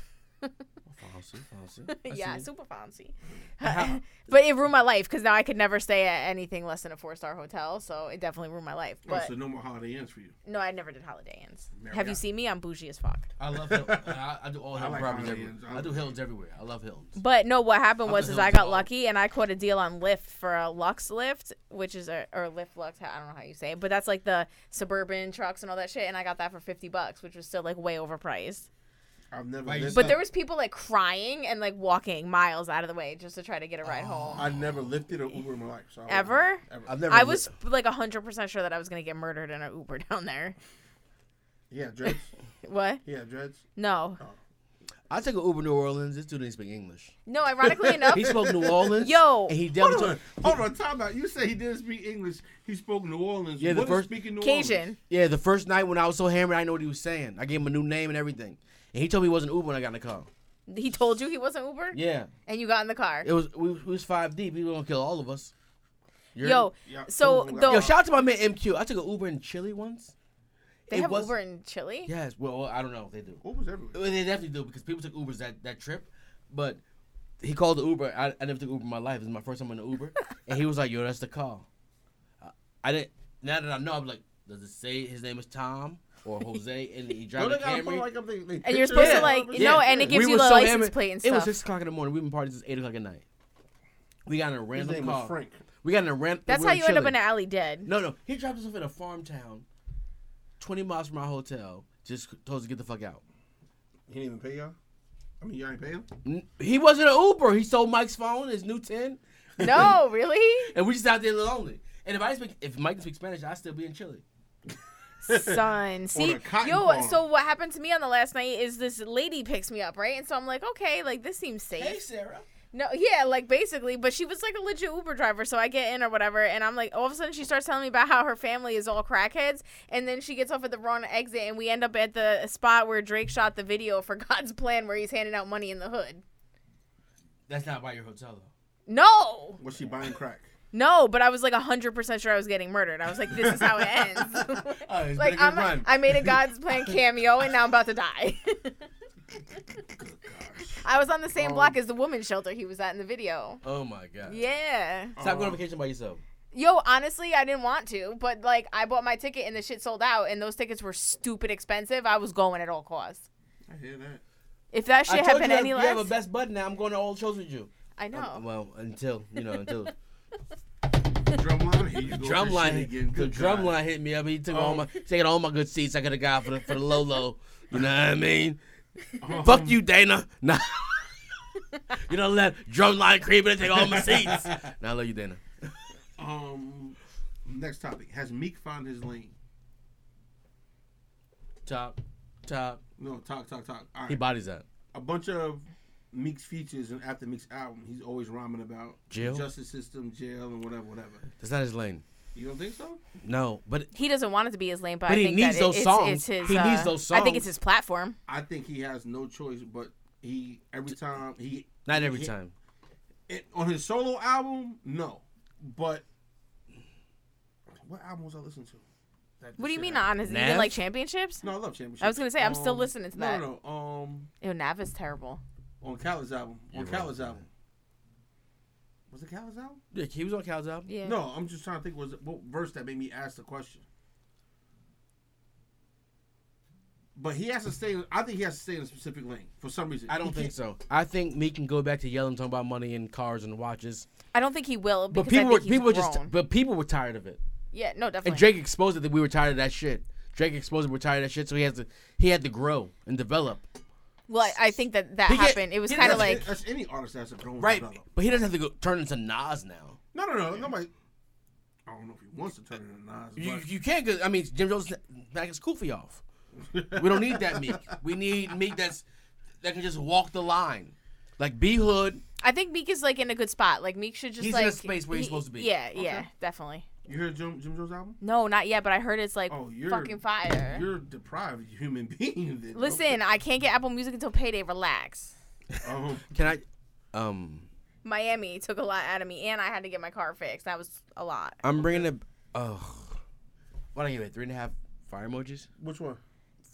[SPEAKER 1] Fancy, fancy.
[SPEAKER 2] yeah, super fancy.
[SPEAKER 1] How-
[SPEAKER 2] But it ruined my life because now I could never stay at anything less than a four star hotel. So it definitely ruined my life.
[SPEAKER 3] Oh,
[SPEAKER 2] But
[SPEAKER 3] so no more Holiday Inns for you.
[SPEAKER 2] no, I never did Holiday Inns. Have you
[SPEAKER 3] Marriott.
[SPEAKER 2] seen me? I'm bougie as fuck.
[SPEAKER 1] I love hill. I, I do all hill
[SPEAKER 3] like
[SPEAKER 1] properties.
[SPEAKER 3] Holiday
[SPEAKER 1] everywhere.
[SPEAKER 3] Inns.
[SPEAKER 1] I do hills everywhere. I love hills.
[SPEAKER 2] But no, what happened
[SPEAKER 1] Up
[SPEAKER 2] was
[SPEAKER 1] the
[SPEAKER 2] is
[SPEAKER 1] hill
[SPEAKER 2] I
[SPEAKER 1] to
[SPEAKER 2] got
[SPEAKER 1] all.
[SPEAKER 2] lucky and I caught a deal on Lyft for a Lux Lyft, which is a or Lyft Lux. I don't know how you say it, but that's like the suburban trucks and all that shit. And I got that for fifty bucks, which was still like way overpriced.
[SPEAKER 3] I've never.
[SPEAKER 1] Why you
[SPEAKER 3] lived
[SPEAKER 2] But
[SPEAKER 1] Yeah.
[SPEAKER 2] there was people like crying and like walking miles out of the way just to try to get a
[SPEAKER 1] Oh,
[SPEAKER 2] ride home.
[SPEAKER 3] I never lifted an Uber in my life. So I don't
[SPEAKER 2] Ever?
[SPEAKER 3] know. Ever.
[SPEAKER 1] I've never.
[SPEAKER 2] I was like hundred percent sure that I was gonna get murdered in an Uber down there.
[SPEAKER 3] Yeah, dreads.
[SPEAKER 2] What?
[SPEAKER 3] Yeah, dreads.
[SPEAKER 2] No,
[SPEAKER 1] I took an Uber to New Orleans. This dude didn't speak English.
[SPEAKER 2] no. Ironically enough,
[SPEAKER 1] He spoke New Orleans.
[SPEAKER 2] Yo.
[SPEAKER 1] and he
[SPEAKER 3] Hold
[SPEAKER 1] definitely.
[SPEAKER 3] on, hold on, time out. You say he didn't speak English. He spoke New Orleans.
[SPEAKER 1] Yeah, the
[SPEAKER 3] What is
[SPEAKER 1] first-
[SPEAKER 3] speaking New
[SPEAKER 2] Cajun.
[SPEAKER 1] yeah, the first night when I was so hammered, I didn't know what he was saying. I gave him a new name and everything, and he told me it wasn't Uber when I got in the car.
[SPEAKER 2] He told you he wasn't Uber,
[SPEAKER 1] Yeah,
[SPEAKER 2] and you got in the car.
[SPEAKER 1] it was we, we was five deep. He was gonna kill all of us. You're-
[SPEAKER 2] Yo,
[SPEAKER 3] Yeah,
[SPEAKER 2] so
[SPEAKER 3] Uber.
[SPEAKER 2] the,
[SPEAKER 1] yo, shout out to my man MQ. I took an Uber in Chile once.
[SPEAKER 2] they
[SPEAKER 1] it
[SPEAKER 2] have
[SPEAKER 1] was-
[SPEAKER 2] Uber in Chile.
[SPEAKER 1] Yes, well, well, I don't know if they do.
[SPEAKER 3] Uber's everywhere.
[SPEAKER 1] Well, they definitely do because people took Ubers that, that trip, but he called the Uber. I, I never took Uber in my life. This is my first time in an Uber, and he was like, "Yo, that's the call." I, I didn't. Now that I know, I'm like, does it say his name is Tom? or Jose and he drive a
[SPEAKER 3] Don't they gotta put
[SPEAKER 1] Camry.
[SPEAKER 3] like I'm thinking, like,
[SPEAKER 2] And you're supposed
[SPEAKER 1] Yeah.
[SPEAKER 2] to like
[SPEAKER 1] Yeah.
[SPEAKER 2] no, and it gives
[SPEAKER 1] We
[SPEAKER 2] you
[SPEAKER 1] were
[SPEAKER 2] the
[SPEAKER 1] so
[SPEAKER 2] license
[SPEAKER 1] hammered.
[SPEAKER 2] plate and
[SPEAKER 1] It was
[SPEAKER 2] stuff.
[SPEAKER 1] six o'clock in the morning. We've been partying since eight o'clock at night. We got in a
[SPEAKER 3] His
[SPEAKER 1] random
[SPEAKER 3] name was
[SPEAKER 1] car.
[SPEAKER 3] Frank.
[SPEAKER 1] We got in a random.
[SPEAKER 2] That's
[SPEAKER 1] we
[SPEAKER 2] how
[SPEAKER 1] were
[SPEAKER 2] you end up in
[SPEAKER 1] chilling.
[SPEAKER 2] an alley dead.
[SPEAKER 1] No, no. He dropped us off in a farm town, twenty miles from our hotel. Just told us to get the fuck out.
[SPEAKER 3] He didn't even pay y'all. I mean, y'all ain't pay him.
[SPEAKER 1] N- He wasn't an Uber. He stole Mike's phone, his new ten,
[SPEAKER 2] No, really,
[SPEAKER 1] and we just out there lonely. And if I speak, if Mike didn't speak Spanish, I'd still be in Chile.
[SPEAKER 2] son. See,
[SPEAKER 3] cotton
[SPEAKER 2] yo.
[SPEAKER 3] farm.
[SPEAKER 2] So what happened to me on the last night is this lady picks me up, right? And so I'm like, okay, like this seems safe.
[SPEAKER 1] Hey, Sarah.
[SPEAKER 2] No, yeah, like basically, but she was like a legit Uber driver, so I get in or whatever, and I'm like, all of a sudden she starts telling me about how her family is all crackheads, and then she gets off at the wrong exit, and we end up at the spot where Drake shot the video for God's Plan, where he's handing out money in the hood.
[SPEAKER 1] That's not by your hotel though.
[SPEAKER 2] No,
[SPEAKER 3] Was she buying crack?
[SPEAKER 2] no, but I was like hundred percent sure I was getting murdered. I was like, this is how it ends.
[SPEAKER 1] Oh, it's
[SPEAKER 2] like I'm, I made a God's Plan cameo, and now I'm about to die. I was on the same
[SPEAKER 3] Um,
[SPEAKER 2] block as the woman's shelter he was at in the video.
[SPEAKER 1] oh my god.
[SPEAKER 2] Yeah.
[SPEAKER 1] Stop going
[SPEAKER 3] Um,
[SPEAKER 1] on vacation by yourself.
[SPEAKER 2] Yo, honestly, I didn't want to, but like I bought my ticket and the shit sold out, and those tickets were stupid expensive. I was going at all costs.
[SPEAKER 3] Oh, I hear that.
[SPEAKER 2] If that
[SPEAKER 1] I
[SPEAKER 2] shit
[SPEAKER 1] told you
[SPEAKER 2] happened
[SPEAKER 1] you have-
[SPEAKER 2] any
[SPEAKER 1] you
[SPEAKER 2] less, Oh.
[SPEAKER 1] have a best bud now. I'm going to all the shows with you.
[SPEAKER 2] I know.
[SPEAKER 1] Um, well, until you know, until
[SPEAKER 3] Drumline. Here you go with this shit
[SPEAKER 1] drumline,
[SPEAKER 3] again.
[SPEAKER 1] the
[SPEAKER 3] Good God.
[SPEAKER 1] drumline hit me up. He took all
[SPEAKER 3] Um,
[SPEAKER 1] my, taking all my good seats. I could have got for the for the low low. You know what I mean?
[SPEAKER 3] Um,
[SPEAKER 1] Fuck you, Dana. Nah. you don't let drumline creep in and take all my seats. Now I love you, Dana.
[SPEAKER 3] Um, next topic. Has Meek found his lane?
[SPEAKER 1] Top, top.
[SPEAKER 3] No, talk, talk, talk. All
[SPEAKER 1] He
[SPEAKER 3] right.
[SPEAKER 1] bodies that.
[SPEAKER 3] A bunch of Meek's features and after Meek's album, he's always rhyming about
[SPEAKER 1] Jail?
[SPEAKER 3] justice system, jail, and whatever, whatever.
[SPEAKER 1] That's not his lane.
[SPEAKER 3] You don't think so?
[SPEAKER 1] No, but
[SPEAKER 2] he doesn't want it to be his lane, but,
[SPEAKER 1] But
[SPEAKER 2] I
[SPEAKER 1] he
[SPEAKER 2] think
[SPEAKER 1] needs
[SPEAKER 2] that
[SPEAKER 1] those
[SPEAKER 2] it, it's-
[SPEAKER 1] songs.
[SPEAKER 2] It's, his,
[SPEAKER 1] He needs
[SPEAKER 2] uh,
[SPEAKER 1] those
[SPEAKER 2] I think it's
[SPEAKER 1] songs.
[SPEAKER 2] his platform.
[SPEAKER 3] I think he has no choice, but he every time he
[SPEAKER 1] not every
[SPEAKER 3] he-
[SPEAKER 1] time.
[SPEAKER 3] it, on his solo album, no. But what album was I listening to? That
[SPEAKER 2] What do
[SPEAKER 3] this
[SPEAKER 2] you
[SPEAKER 3] shit
[SPEAKER 2] mean
[SPEAKER 3] happened?
[SPEAKER 2] not honest? You
[SPEAKER 1] Nav?
[SPEAKER 2] mean like championships?
[SPEAKER 3] No, I love Championship.
[SPEAKER 2] I was gonna say, I'm still listening to that.
[SPEAKER 3] No, no, um,
[SPEAKER 2] Yo, Nav is terrible.
[SPEAKER 3] on Khaled's album, on
[SPEAKER 1] You're right.
[SPEAKER 3] Khaled's album. Was it Khaled's album?
[SPEAKER 1] Yeah, he was on Cal's album.
[SPEAKER 2] Yeah.
[SPEAKER 3] No, I'm just trying to think. Was it, what verse that made me ask the question? But he has to stay. I think he has to stay in a specific lane for some reason.
[SPEAKER 1] I don't think so. I think Meek can go back to yelling, talking about money and cars and watches.
[SPEAKER 2] I don't think he will.
[SPEAKER 1] But
[SPEAKER 2] Because
[SPEAKER 1] people
[SPEAKER 2] I
[SPEAKER 1] were
[SPEAKER 2] think he's
[SPEAKER 1] people were just
[SPEAKER 2] grown.
[SPEAKER 1] but people were tired of it.
[SPEAKER 2] yeah, no, definitely.
[SPEAKER 1] And Drake exposed it that we were tired of that shit. Drake exposed it we're tired of that shit, so he has to he had to grow and develop.
[SPEAKER 2] well, I I think that that
[SPEAKER 1] He get-
[SPEAKER 2] happened. it was
[SPEAKER 1] he
[SPEAKER 2] kind of
[SPEAKER 1] doesn't-
[SPEAKER 2] like
[SPEAKER 3] that's any artist that's a grown
[SPEAKER 1] Right.
[SPEAKER 3] develop.
[SPEAKER 1] But he doesn't have to go turn into Nas now.
[SPEAKER 3] No, no, no. Nobody. I don't know if he wants to turn it into Nas.
[SPEAKER 1] You,
[SPEAKER 3] but-
[SPEAKER 1] you can't cause I mean Jim Jones back his koofy off. We don't need that Meek. We need Meek that's that can just walk the line. Like B Hood,
[SPEAKER 2] I think Meek is like in a good spot. Like Meek should just
[SPEAKER 1] He's in
[SPEAKER 2] like
[SPEAKER 1] a space where he's supposed to be.
[SPEAKER 2] Yeah, yeah, definitely.
[SPEAKER 3] You heard Jim, Jim Jones' album?
[SPEAKER 2] No, not yet, but I heard it's like
[SPEAKER 3] Oh, you're
[SPEAKER 2] fucking fire.
[SPEAKER 3] You're a deprived human being. then.
[SPEAKER 2] Listen, I can't get Apple Music until payday. Relax.
[SPEAKER 3] Um,
[SPEAKER 1] can I um
[SPEAKER 2] Miami took a lot out of me, and I had to get my car fixed. That was a lot.
[SPEAKER 1] I'm bringing it oh what I give it? Three and a half fire emojis?
[SPEAKER 3] which one?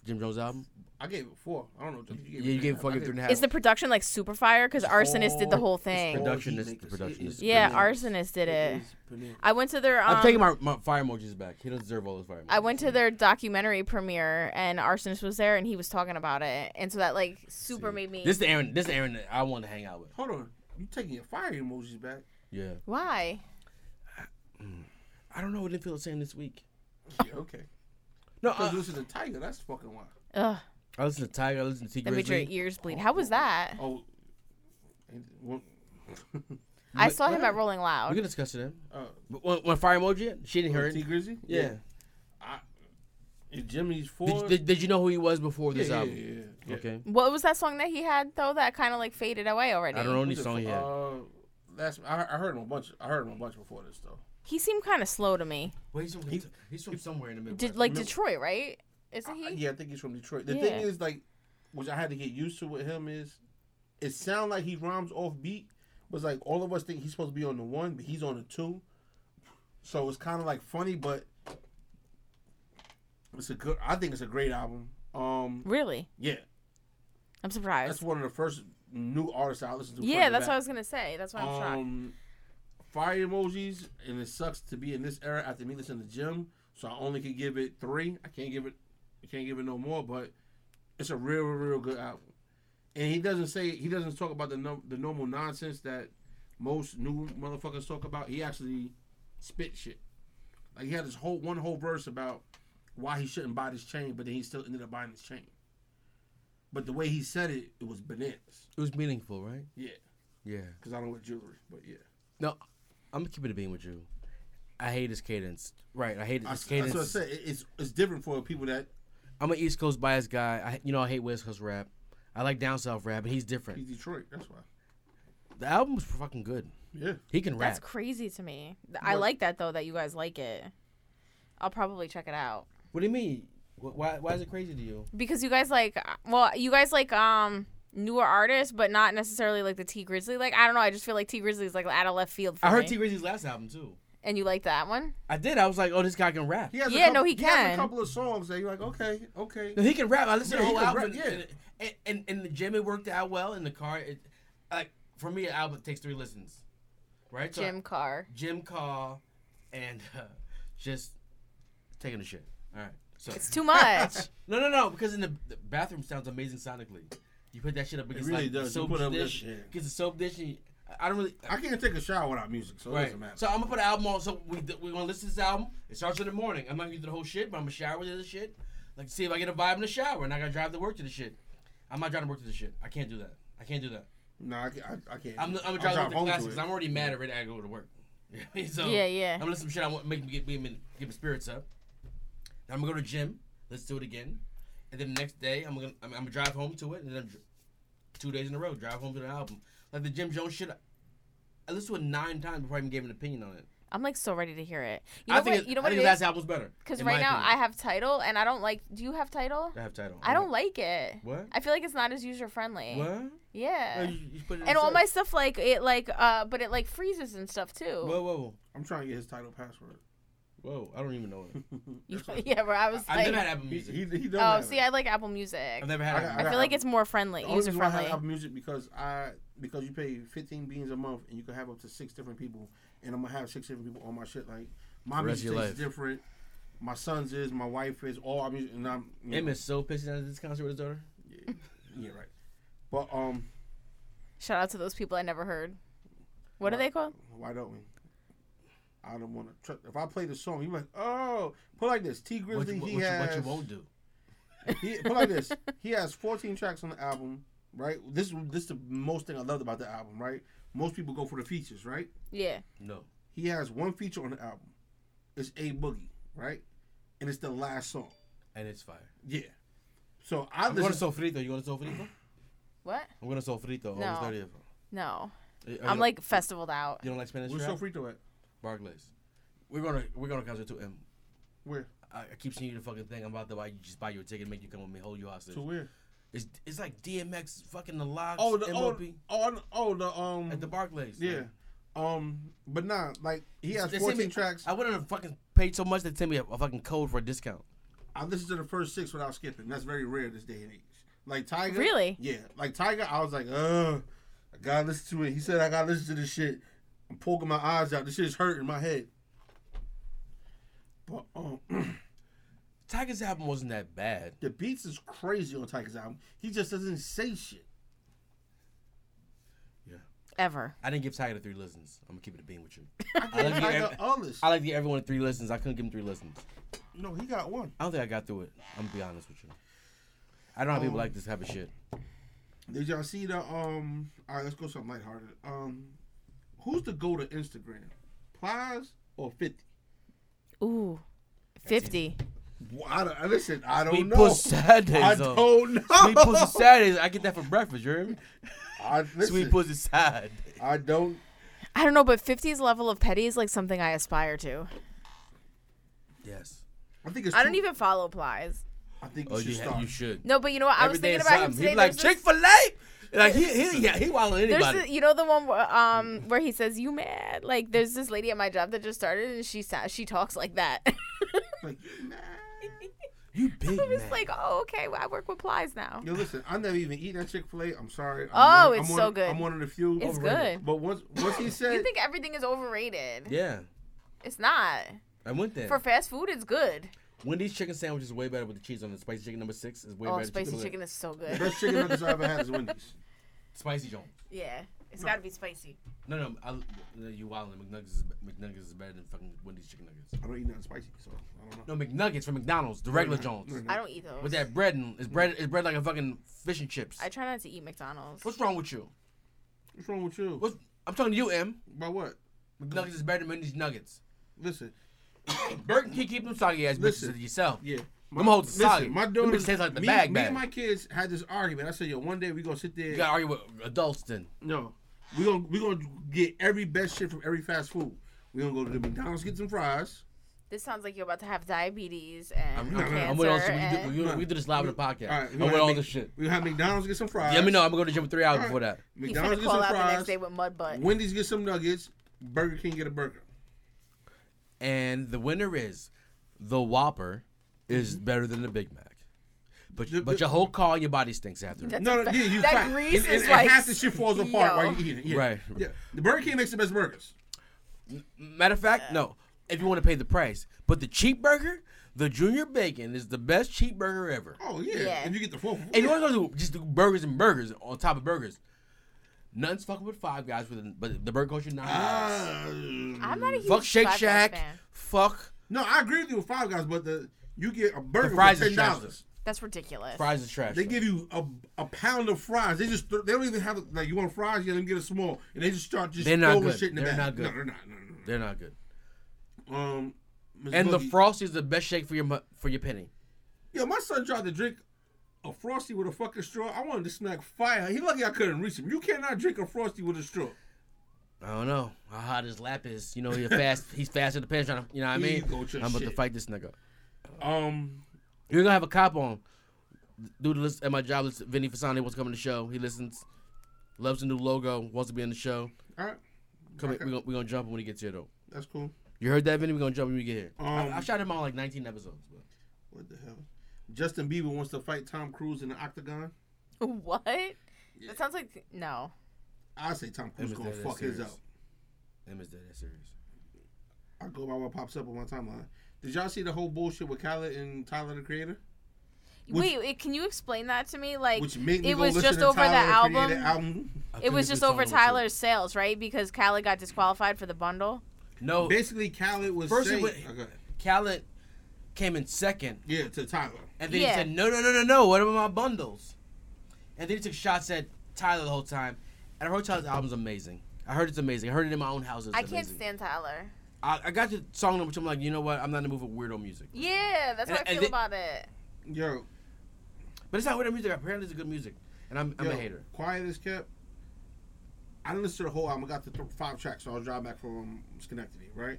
[SPEAKER 1] Jim Jones album?
[SPEAKER 3] I gave it four. I don't know. Jim, You
[SPEAKER 1] Yeah,
[SPEAKER 3] gave
[SPEAKER 1] Oh, you
[SPEAKER 3] three
[SPEAKER 1] gave
[SPEAKER 3] and a half. I
[SPEAKER 1] fucking three and a half.
[SPEAKER 2] Is the production like super fire? Because Arsonist did the whole
[SPEAKER 3] It's
[SPEAKER 2] thing.
[SPEAKER 3] all
[SPEAKER 1] Productionist,
[SPEAKER 3] heat
[SPEAKER 1] the
[SPEAKER 3] makers. It
[SPEAKER 1] productionist.
[SPEAKER 3] is
[SPEAKER 2] Yeah,
[SPEAKER 3] bananas.
[SPEAKER 2] Arsonist did it.
[SPEAKER 3] is bananas.
[SPEAKER 2] I went to their. Um,
[SPEAKER 1] I'm taking my, my fire emojis back. He doesn't deserve all those fire emojis.
[SPEAKER 2] I went to their documentary premiere, and Arsonist was there, and he was talking about it, and so that like super made me.
[SPEAKER 1] This the Aaron this the Aaron that I want to hang out with.
[SPEAKER 3] Hold on. You taking your fire emojis back?
[SPEAKER 1] Yeah.
[SPEAKER 2] Why?
[SPEAKER 1] I don't know. It didn't feel the same this week.
[SPEAKER 3] Yeah, okay.
[SPEAKER 1] No,
[SPEAKER 3] Because
[SPEAKER 1] I,
[SPEAKER 3] this is a tiger. That's fucking wild.
[SPEAKER 2] Ugh,
[SPEAKER 1] I listened to Tiger. I listened to T
[SPEAKER 2] that made your
[SPEAKER 1] Grizzly.
[SPEAKER 2] ears bleed. How was that?
[SPEAKER 3] Oh. and one-
[SPEAKER 2] I saw him at
[SPEAKER 1] whatever.
[SPEAKER 2] Rolling
[SPEAKER 1] We
[SPEAKER 2] Loud.
[SPEAKER 1] can discuss it then.
[SPEAKER 3] uh,
[SPEAKER 1] But when, when Fire Emoji, she didn't hear
[SPEAKER 3] T
[SPEAKER 1] it.
[SPEAKER 3] Grizzly?
[SPEAKER 1] Yeah.
[SPEAKER 3] If Jimmy's four.
[SPEAKER 1] Did, did, did you know who he was before
[SPEAKER 3] yeah,
[SPEAKER 1] this
[SPEAKER 3] yeah,
[SPEAKER 1] album?
[SPEAKER 3] yeah, yeah, yeah.
[SPEAKER 1] Okay.
[SPEAKER 2] What was that song that he had though? That kind of like faded away already.
[SPEAKER 1] I don't know any
[SPEAKER 3] Who's it
[SPEAKER 1] song
[SPEAKER 3] from?
[SPEAKER 1] he had.
[SPEAKER 3] Uh, that's I, I heard him a bunch. I heard him a bunch before this though.
[SPEAKER 2] He seemed kind of slow to me.
[SPEAKER 1] Wait, he's from, he's from somewhere in the middle.
[SPEAKER 2] Did like
[SPEAKER 3] remember-
[SPEAKER 2] Detroit, right? Isn't
[SPEAKER 1] Uh,
[SPEAKER 2] he?
[SPEAKER 3] I- yeah, I think he's from Detroit. The thing
[SPEAKER 2] Yeah.
[SPEAKER 3] is, like, which I had to get used to with him is, it sound like he rhymes off beat, but like all of us think he's supposed to be on the one, but he's on the two. So it's kind of like funny, but it's a good. I think it's a great album. Um,
[SPEAKER 2] Really?
[SPEAKER 3] yeah,
[SPEAKER 2] I'm surprised.
[SPEAKER 3] that's one of the first new artists I listened to. front
[SPEAKER 2] yeah,
[SPEAKER 3] to
[SPEAKER 2] that's what I
[SPEAKER 3] back.
[SPEAKER 2] was gonna say. That's why I'm shocked.
[SPEAKER 3] Um, fire emojis, and it sucks to be in this era after me listening to Jim. So I only could give it three. I can't give it. I can't give it no more, but it's a real, real good album. And he doesn't say he doesn't talk about the num- the normal nonsense that most new motherfuckers talk about. He actually spit shit. Like he had this whole one whole verse about why he shouldn't buy this chain, but then he still ended up buying this chain. But the way he said it, it was bananas.
[SPEAKER 1] It was meaningful, right?
[SPEAKER 3] Yeah,
[SPEAKER 1] Yeah.
[SPEAKER 3] because I don't wear jewelry, but yeah.
[SPEAKER 1] No, I'm keeping it being with you. I hate his cadence. Right, I hate
[SPEAKER 3] I,
[SPEAKER 1] his
[SPEAKER 3] that's what I
[SPEAKER 1] cadence.
[SPEAKER 3] said. It- It's it's different for people that
[SPEAKER 1] I'm an East Coast biased guy. I, you know, I hate West Coast rap. I like down south rap, and he's different.
[SPEAKER 3] he's Detroit. That's why.
[SPEAKER 1] The album was fucking good.
[SPEAKER 3] Yeah.
[SPEAKER 1] He can
[SPEAKER 2] That's
[SPEAKER 1] rap.
[SPEAKER 2] crazy to me. Th- I
[SPEAKER 3] What?
[SPEAKER 2] like that though that you guys like it. I'll probably check it out
[SPEAKER 1] what do you mean? Wh- Why, why is it crazy to you?
[SPEAKER 2] because you guys like uh, well, you guys like um newer artists, but not necessarily like the T Grizzly. Like I don't know, I just feel like T Grizzly is like out of left field. For
[SPEAKER 1] I heard
[SPEAKER 2] me.
[SPEAKER 1] T Grizzly's last album too.
[SPEAKER 2] and you like that one.
[SPEAKER 1] I did. I was like, oh, this guy can rap.
[SPEAKER 3] He has a
[SPEAKER 2] Yeah, no,
[SPEAKER 3] couple-
[SPEAKER 2] he
[SPEAKER 3] has
[SPEAKER 2] can.
[SPEAKER 3] a couple of songs that you're like, okay, okay.
[SPEAKER 1] No, he can rap. I listened to
[SPEAKER 3] Yeah,
[SPEAKER 1] the
[SPEAKER 3] he
[SPEAKER 1] whole
[SPEAKER 3] can
[SPEAKER 1] album.
[SPEAKER 3] rap,
[SPEAKER 1] and, and, and and the gym it worked out well in the car. It, like for me, an album takes three listens, right? So,
[SPEAKER 2] Jim Carr.
[SPEAKER 1] Jim Call, and uh, just taking a shit. All right. So
[SPEAKER 2] It's too much.
[SPEAKER 1] no, no, no, because in the, the bathroom sounds amazing sonically. You put that shit up against
[SPEAKER 3] really
[SPEAKER 1] like, the
[SPEAKER 3] does. You
[SPEAKER 1] soap
[SPEAKER 3] put up that
[SPEAKER 1] dish,
[SPEAKER 3] shit.
[SPEAKER 1] against the soap dish. And you, I I don't really.
[SPEAKER 3] I can't take a shower without music, so it
[SPEAKER 1] Right.
[SPEAKER 3] doesn't matter.
[SPEAKER 1] So I'm gonna put an album on. So we we gonna listen to this album. It starts in the morning. I'm not gonna do the whole shit, but I'm gonna shower with this shit. Like see if I get a vibe in the shower, and I gotta drive to work to the shit. I'm not driving to work to the shit. I can't do that. I can't do that.
[SPEAKER 3] no, I, can't- I, I can't.
[SPEAKER 1] I'm, I'm gonna
[SPEAKER 3] I'll
[SPEAKER 1] drive,
[SPEAKER 3] drive
[SPEAKER 1] to work
[SPEAKER 3] home
[SPEAKER 1] to
[SPEAKER 3] to
[SPEAKER 1] classics.
[SPEAKER 3] it.
[SPEAKER 1] I'm already mad already. I gotta go to work. so
[SPEAKER 2] Yeah, yeah.
[SPEAKER 1] I'm gonna listen to some shit. I want make me get, get, me, get my spirits up. Then I'm gonna go to the gym. Let's do it again. And then the next day, I'm gonna I'm, I'm gonna drive home to it. And then dr- two days in a row, drive home to the album. Like the Jim Jones shit. I listened to it nine times before I even gave an opinion on it.
[SPEAKER 2] I'm like so ready to hear it. You know
[SPEAKER 1] I think
[SPEAKER 2] what?
[SPEAKER 1] it-
[SPEAKER 2] You know
[SPEAKER 1] I
[SPEAKER 2] what it
[SPEAKER 1] think his
[SPEAKER 2] is?
[SPEAKER 1] last album's better.
[SPEAKER 2] Because
[SPEAKER 1] in
[SPEAKER 2] right
[SPEAKER 1] my
[SPEAKER 2] now I
[SPEAKER 1] opinion.
[SPEAKER 2] have title and I don't like. Do you have title?
[SPEAKER 1] I have title.
[SPEAKER 2] I don't like it.
[SPEAKER 1] What?
[SPEAKER 2] I feel like it's not as user friendly.
[SPEAKER 1] What?
[SPEAKER 2] Yeah.
[SPEAKER 1] No, you, you put it in
[SPEAKER 2] and all
[SPEAKER 1] search.
[SPEAKER 2] my stuff like it like uh but it like freezes and stuff too.
[SPEAKER 1] Whoa, whoa,
[SPEAKER 3] I'm trying to get his title password.
[SPEAKER 1] whoa, whoa! I don't even know it.
[SPEAKER 2] You- yeah, bro. I was
[SPEAKER 1] I've
[SPEAKER 2] like,
[SPEAKER 1] never had Apple
[SPEAKER 3] He,
[SPEAKER 1] Music.
[SPEAKER 3] he, he don't
[SPEAKER 2] oh,
[SPEAKER 3] have
[SPEAKER 2] see,
[SPEAKER 3] it.
[SPEAKER 2] I like Apple Music.
[SPEAKER 1] I've never had.
[SPEAKER 3] I got-
[SPEAKER 1] Apple
[SPEAKER 3] I
[SPEAKER 1] Music.
[SPEAKER 2] I feel like it's more friendly,
[SPEAKER 3] The only
[SPEAKER 2] user
[SPEAKER 3] reason why I have
[SPEAKER 2] friendly.
[SPEAKER 3] Apple Music because I because you pay 15 beans a month and you can have up to six different people, and I'm gonna have six different people on my shit. Like my
[SPEAKER 1] For the rest of
[SPEAKER 3] music
[SPEAKER 1] your
[SPEAKER 3] tastes
[SPEAKER 1] life.
[SPEAKER 3] different. My son's is, my wife is, all our music, and I'm. you know,
[SPEAKER 1] Em is so pissed at this concert with his daughter.
[SPEAKER 3] yeah, yeah, right. But um,
[SPEAKER 2] Shout out to those people I never heard. What are
[SPEAKER 3] Right.
[SPEAKER 2] they called?
[SPEAKER 3] Why don't we? I don't want to. Tr- if I play the song, you like, oh, put like this. T
[SPEAKER 1] What
[SPEAKER 3] Grizzly,
[SPEAKER 1] you, what,
[SPEAKER 3] he
[SPEAKER 1] you,
[SPEAKER 3] has.
[SPEAKER 1] what you won't do.
[SPEAKER 3] he, put like this. He has 14 tracks on the album, right? This is this the most thing I loved about the album, right? Most people go for the features, right?
[SPEAKER 2] Yeah.
[SPEAKER 1] No.
[SPEAKER 3] He has one feature on the album. It's a boogie, right? And it's the last song.
[SPEAKER 1] And it's fire.
[SPEAKER 3] Yeah. So I
[SPEAKER 1] I'm going to
[SPEAKER 3] listen.
[SPEAKER 1] Sofrito. You going to Sofrito?
[SPEAKER 2] What?
[SPEAKER 1] I'm going to Sofrito.
[SPEAKER 2] No.
[SPEAKER 1] August 30th.
[SPEAKER 2] No.
[SPEAKER 1] Are you-
[SPEAKER 2] I'm
[SPEAKER 1] you-
[SPEAKER 2] like festivaled out.
[SPEAKER 1] You don't like Spanish
[SPEAKER 3] Where's
[SPEAKER 1] rap?
[SPEAKER 3] Sofrito at?
[SPEAKER 1] Barclays. We're gonna we're gonna concert to him.
[SPEAKER 3] Where?
[SPEAKER 1] I, I keep seeing you the fucking thing. I'm about to buy you just buy you a ticket, and make you come with me, hold you hostage.
[SPEAKER 3] To where?
[SPEAKER 1] It's it's like DMX fucking the locks.
[SPEAKER 3] Oh, the oh,
[SPEAKER 1] MOP
[SPEAKER 3] oh, oh, the um,
[SPEAKER 1] at the Barclays.
[SPEAKER 3] yeah, um, but nah, like he has
[SPEAKER 1] They sent
[SPEAKER 3] 14
[SPEAKER 1] me-
[SPEAKER 3] tracks.
[SPEAKER 1] I wouldn't have fucking paid so much. They sent me a, a fucking code for a discount.
[SPEAKER 3] I listened to the first six without skipping. That's very rare this day and age. Like Tiger,
[SPEAKER 2] Really?
[SPEAKER 3] Yeah, like Tiger. I was like, ugh, I gotta listen to it. He said I gotta listen to this shit. I'm poking my eyes out. This shit's hurting my head. But um,
[SPEAKER 1] Tiger's album wasn't that bad.
[SPEAKER 3] the beats is crazy on Tiger's album. He just doesn't say shit.
[SPEAKER 2] Ever.
[SPEAKER 1] I didn't give Tiger the three listens. I'm gonna keep it a beam with you.
[SPEAKER 3] I
[SPEAKER 1] like to
[SPEAKER 3] like
[SPEAKER 1] hear
[SPEAKER 3] Tiger
[SPEAKER 1] every-
[SPEAKER 3] all this.
[SPEAKER 1] I like to give everyone three listens. I couldn't give him three listens.
[SPEAKER 3] No, he got one.
[SPEAKER 1] I don't think I got through it. I'm gonna be honest with you. I don't have
[SPEAKER 3] Oh.
[SPEAKER 1] people like this type of shit.
[SPEAKER 3] Did y'all see the um? All right, let's go something lighthearted. Um, who's the go to Instagram, Plies or Fifty?
[SPEAKER 2] Ooh. 50.
[SPEAKER 3] Well, I don't, listen, I don't
[SPEAKER 1] We
[SPEAKER 3] know.
[SPEAKER 1] put Saturdays
[SPEAKER 3] Oh, I
[SPEAKER 1] on.
[SPEAKER 3] don't know.
[SPEAKER 1] Sweet pussy Saturdays. I get that for breakfast. You hear me?
[SPEAKER 3] I,
[SPEAKER 1] Sweet
[SPEAKER 3] listen,
[SPEAKER 1] pussy Saturday.
[SPEAKER 3] I don't.
[SPEAKER 2] I don't know, but 50's level of petty is like something I aspire to.
[SPEAKER 1] Yes.
[SPEAKER 3] I think it's.
[SPEAKER 2] I don't
[SPEAKER 3] too-
[SPEAKER 2] even follow plies.
[SPEAKER 3] I think you
[SPEAKER 1] Oh,
[SPEAKER 3] should
[SPEAKER 1] you, ha-
[SPEAKER 3] start.
[SPEAKER 1] you should.
[SPEAKER 2] No, but you know what? I was
[SPEAKER 1] Every day
[SPEAKER 2] thinking
[SPEAKER 1] is
[SPEAKER 2] about him
[SPEAKER 1] something. He
[SPEAKER 2] today.
[SPEAKER 1] be like
[SPEAKER 2] There's this-
[SPEAKER 1] Chick Fil A. Like he he yeah he wild on
[SPEAKER 2] There's
[SPEAKER 1] anybody.
[SPEAKER 2] this, you know the one where, um where he says you mad like there's this lady at my job that just started and she sa- she talks like that.
[SPEAKER 3] Like, nah.
[SPEAKER 1] you big
[SPEAKER 2] I'm
[SPEAKER 1] man.
[SPEAKER 2] just like oh okay well, I work with plies now.
[SPEAKER 3] Yo, listen, I never even eaten at Chick Fil A. I'm sorry. I'm
[SPEAKER 2] Oh,
[SPEAKER 3] one-
[SPEAKER 2] it's
[SPEAKER 3] I'm
[SPEAKER 2] so
[SPEAKER 3] one,
[SPEAKER 2] good.
[SPEAKER 3] I'm one of the few.
[SPEAKER 2] It's
[SPEAKER 3] overrated.
[SPEAKER 2] good.
[SPEAKER 3] But once once he
[SPEAKER 2] You
[SPEAKER 3] said,
[SPEAKER 2] think everything is overrated?
[SPEAKER 1] yeah,
[SPEAKER 2] It's not
[SPEAKER 1] I went there.
[SPEAKER 2] for fast food. It's good.
[SPEAKER 1] Wendy's chicken sandwich is way better with the cheese on it. Spicy chicken number six is way
[SPEAKER 2] oh,
[SPEAKER 1] better.
[SPEAKER 2] spicy
[SPEAKER 1] than-
[SPEAKER 2] chicken is so
[SPEAKER 3] The
[SPEAKER 2] good.
[SPEAKER 3] best chicken nuggets I ever had is Wendy's.
[SPEAKER 1] Spicy joint.
[SPEAKER 2] yeah, it's got to be spicy.
[SPEAKER 1] No, no, I, no, you wildin'. McNuggets is, McNuggets is better than fucking Wendy's chicken nuggets.
[SPEAKER 3] I don't eat nothing spicy, so I don't know.
[SPEAKER 1] No, McNuggets from McDonald's, the regular
[SPEAKER 3] no,
[SPEAKER 1] Jones.
[SPEAKER 3] no, no.
[SPEAKER 2] I don't eat those.
[SPEAKER 1] With that bread and it's bread it's bread like a fucking fish and chips.
[SPEAKER 2] I try not to eat McDonald's.
[SPEAKER 1] What's wrong with you?
[SPEAKER 3] What's wrong with you?
[SPEAKER 1] What's I'm telling you, M.
[SPEAKER 3] About what?
[SPEAKER 1] McNuggets is better than Wendy's nuggets.
[SPEAKER 3] Listen,
[SPEAKER 1] Burger King keep them soggy ass bitches
[SPEAKER 3] Listen.
[SPEAKER 1] to yourself.
[SPEAKER 3] yeah.
[SPEAKER 1] Them hoes is solid.
[SPEAKER 3] my
[SPEAKER 1] Them
[SPEAKER 3] daughter,
[SPEAKER 1] bitches taste like the
[SPEAKER 3] me,
[SPEAKER 1] bag
[SPEAKER 3] me
[SPEAKER 1] bag.
[SPEAKER 3] and my kids had this argument. I said, yo, one day we gonna sit there.
[SPEAKER 1] You gotta argue with adults then.
[SPEAKER 3] No, we gonna we gonna get every best shit from every fast food. We gonna go to the McDonald's get some fries.
[SPEAKER 2] This sounds like you're about to have diabetes and
[SPEAKER 1] I'm,
[SPEAKER 3] No,
[SPEAKER 1] I'm,
[SPEAKER 3] no,
[SPEAKER 2] cancer.
[SPEAKER 1] I'm with all this.
[SPEAKER 2] and-
[SPEAKER 1] We do, we, do, we do this live in the podcast.
[SPEAKER 3] All right,
[SPEAKER 1] I'm
[SPEAKER 3] we gonna
[SPEAKER 1] with all
[SPEAKER 3] have
[SPEAKER 1] this
[SPEAKER 3] Mc-
[SPEAKER 1] shit.
[SPEAKER 3] We gonna have McDonald's get some fries.
[SPEAKER 1] Let me know. I'm gonna go to the gym for three hours before that.
[SPEAKER 2] He's gonna
[SPEAKER 3] McDonald's get
[SPEAKER 2] call
[SPEAKER 3] some
[SPEAKER 2] out the next
[SPEAKER 3] fries.
[SPEAKER 2] day with mud butt.
[SPEAKER 3] Wendy's get some nuggets. Burger King get a burger.
[SPEAKER 1] And the winner is the Whopper is better than the Big Mac. But
[SPEAKER 3] Mm-hmm. The-
[SPEAKER 1] but
[SPEAKER 3] the-
[SPEAKER 1] your whole car and your body stinks after. it.
[SPEAKER 2] That's
[SPEAKER 3] No,
[SPEAKER 2] a
[SPEAKER 3] no,
[SPEAKER 2] fa-
[SPEAKER 3] yeah, you
[SPEAKER 2] that
[SPEAKER 3] right.
[SPEAKER 2] grease
[SPEAKER 3] and, and,
[SPEAKER 2] is
[SPEAKER 3] and
[SPEAKER 2] like
[SPEAKER 3] half the shit falls apart while
[SPEAKER 2] yo.
[SPEAKER 3] you eat it. Yeah.
[SPEAKER 1] Right.
[SPEAKER 3] Yeah. The Burger King makes the best burgers.
[SPEAKER 1] Matter of fact, no. If you want to pay the price, but the cheap burger, the junior bacon is the best cheap burger ever.
[SPEAKER 3] Oh yeah.
[SPEAKER 2] Yeah.
[SPEAKER 3] And you get the four.
[SPEAKER 1] And you want to go to just do burgers and burgers on top of burgers. Nothing's fucking with Five Guys, with but the burger costs you nine.
[SPEAKER 3] Ah.
[SPEAKER 1] dollars.
[SPEAKER 2] I'm not a huge
[SPEAKER 1] fuck Shake
[SPEAKER 2] Five Guys
[SPEAKER 1] Shack.
[SPEAKER 2] fan.
[SPEAKER 1] Fuck
[SPEAKER 3] no, I agree with you with Five Guys, but the you get a burger
[SPEAKER 1] fries
[SPEAKER 3] for
[SPEAKER 1] is
[SPEAKER 3] ten
[SPEAKER 1] trash.
[SPEAKER 3] dollars.
[SPEAKER 2] That's ridiculous.
[SPEAKER 1] fries is trash.
[SPEAKER 3] They
[SPEAKER 1] though.
[SPEAKER 3] give you a, a pound of fries. They just th- they don't even have like you want fries. You let them get a small, and they just start just
[SPEAKER 1] They're not
[SPEAKER 3] throwing
[SPEAKER 1] good.
[SPEAKER 3] shit in the
[SPEAKER 1] They're not
[SPEAKER 3] bag.
[SPEAKER 1] good.
[SPEAKER 3] No, they're not. No, no,
[SPEAKER 1] They're not good.
[SPEAKER 3] no. Um, Ms.
[SPEAKER 1] And the
[SPEAKER 3] Boogie-
[SPEAKER 1] frosty is the best shake for your mu- for your penny.
[SPEAKER 3] Yo, my son tried to drink a frosty with a fucking straw. I wanted to smack fire. He lucky I couldn't reach him. You cannot drink a frosty with a straw.
[SPEAKER 1] I don't know how hot his lap is. You know he's fast. he's faster than the pen. Trying to, you know what I
[SPEAKER 3] Here
[SPEAKER 1] mean?
[SPEAKER 3] you go with your
[SPEAKER 1] I'm about to
[SPEAKER 3] shit.
[SPEAKER 1] fight this nigga.
[SPEAKER 3] Um,
[SPEAKER 1] You're gonna have a cop on. Dude listen, at my job, listen, Vinny Fasani wants to come on the show. He listens, loves the new logo, wants to be on the show.
[SPEAKER 3] all right,
[SPEAKER 1] Come, here, we gonna we gonna jump him when he gets here though.
[SPEAKER 3] that's cool.
[SPEAKER 1] You heard that, Vinny? We gonna jump him when we get here.
[SPEAKER 3] Um,
[SPEAKER 1] I, I shot him on like 19 episodes. But.
[SPEAKER 3] What the hell? Justin Bieber wants to fight Tom Cruise in the octagon.
[SPEAKER 2] What? That sounds like no.
[SPEAKER 3] I say Tom Cruise
[SPEAKER 1] Emma's
[SPEAKER 3] gonna
[SPEAKER 1] dead
[SPEAKER 3] fuck
[SPEAKER 1] serious.
[SPEAKER 3] his up.
[SPEAKER 1] Emma's dead. That's serious.
[SPEAKER 3] I go by what pops up on my timeline. Did y'all see the whole bullshit with Khaled and Tyler the Creator? Which-
[SPEAKER 2] Wait, wait, can you explain that to me? Like
[SPEAKER 3] Which made me
[SPEAKER 2] it
[SPEAKER 3] go
[SPEAKER 2] was
[SPEAKER 3] listen
[SPEAKER 2] just
[SPEAKER 3] to
[SPEAKER 2] over the
[SPEAKER 3] Tyler, the
[SPEAKER 2] album.
[SPEAKER 3] Creator album.
[SPEAKER 1] I
[SPEAKER 2] It
[SPEAKER 1] think
[SPEAKER 2] was
[SPEAKER 1] this
[SPEAKER 2] just
[SPEAKER 1] is
[SPEAKER 2] over
[SPEAKER 1] Tom Wilson.
[SPEAKER 2] Tyler's sales, right? Because Khaled got disqualified for the bundle.
[SPEAKER 1] No,
[SPEAKER 3] Basically, Khaled was
[SPEAKER 1] First
[SPEAKER 3] saying,
[SPEAKER 1] it went-
[SPEAKER 3] Okay.
[SPEAKER 1] Khaled came in second,
[SPEAKER 3] yeah, to Tyler.
[SPEAKER 1] and then
[SPEAKER 2] Yeah.
[SPEAKER 1] he said, "No, no, no, no, no. What about my bundles?" And then he took shots at Tyler the whole time. And I heard Tyler's album's amazing. I heard it's amazing. I heard it in my own house. It's
[SPEAKER 2] I can't
[SPEAKER 1] amazing.
[SPEAKER 2] stand Tyler.
[SPEAKER 1] I, I got to song number two. I'm like, you know what? I'm not in the mood for weirdo music.
[SPEAKER 2] Yeah, that's how
[SPEAKER 1] And-
[SPEAKER 2] I
[SPEAKER 1] and
[SPEAKER 2] feel
[SPEAKER 1] they-
[SPEAKER 2] about it.
[SPEAKER 3] Yo,
[SPEAKER 1] But it's not weirdo music. Apparently, it's good music, and I'm, I'm
[SPEAKER 3] yo,
[SPEAKER 1] a hater.
[SPEAKER 3] Quiet as kept. I didn't listen to the whole album. I got the th- five tracks, so I was driving back from um, Schenectady, right?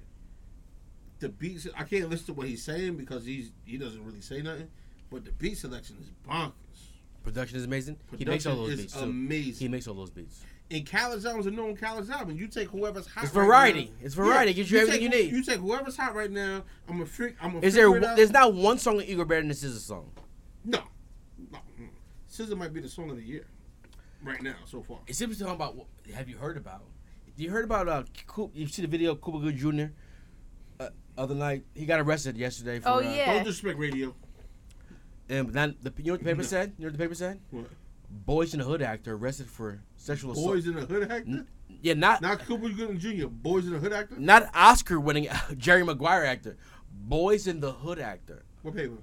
[SPEAKER 3] The beats, I can't listen to what he's saying because he's he doesn't really say nothing, but the beat selection is bonkers.
[SPEAKER 1] Production is amazing. he makes
[SPEAKER 3] Production
[SPEAKER 1] all those
[SPEAKER 3] is
[SPEAKER 1] beats. too.
[SPEAKER 3] amazing.
[SPEAKER 1] He makes all those beats.
[SPEAKER 3] And Khaled's albums are known Khaled's album. You take whoever's hot.
[SPEAKER 1] It's
[SPEAKER 3] right
[SPEAKER 1] variety.
[SPEAKER 3] now-
[SPEAKER 1] It's variety. It gives you everything
[SPEAKER 3] take,
[SPEAKER 1] you need.
[SPEAKER 3] You take whoever's hot right now. I'm a freak. I'm a.
[SPEAKER 1] Is there?
[SPEAKER 3] It
[SPEAKER 1] one-
[SPEAKER 3] out.
[SPEAKER 1] There's not one song that Igor better than this is a song.
[SPEAKER 3] No. no. Scissor might be the song of the year, right now so far.
[SPEAKER 1] It's simply talking about. What, have you heard about? You heard about? Uh, Coop, you see the video of Cooper Good Jr. Uh, other night, he got arrested yesterday for.
[SPEAKER 2] Oh,
[SPEAKER 1] uh,
[SPEAKER 2] yeah.
[SPEAKER 3] Don't disrespect radio.
[SPEAKER 1] And then the you know what the paper said? You know what the paper said?
[SPEAKER 3] What?
[SPEAKER 1] Boys in the Hood actor arrested for sexual assault.
[SPEAKER 3] Boys in the Hood actor.
[SPEAKER 1] yeah, not
[SPEAKER 3] Not Cooper Gooding Jr. Boys in the Hood actor.
[SPEAKER 1] not Oscar-winning Jerry Maguire actor. Boys in the Hood actor.
[SPEAKER 3] What paper?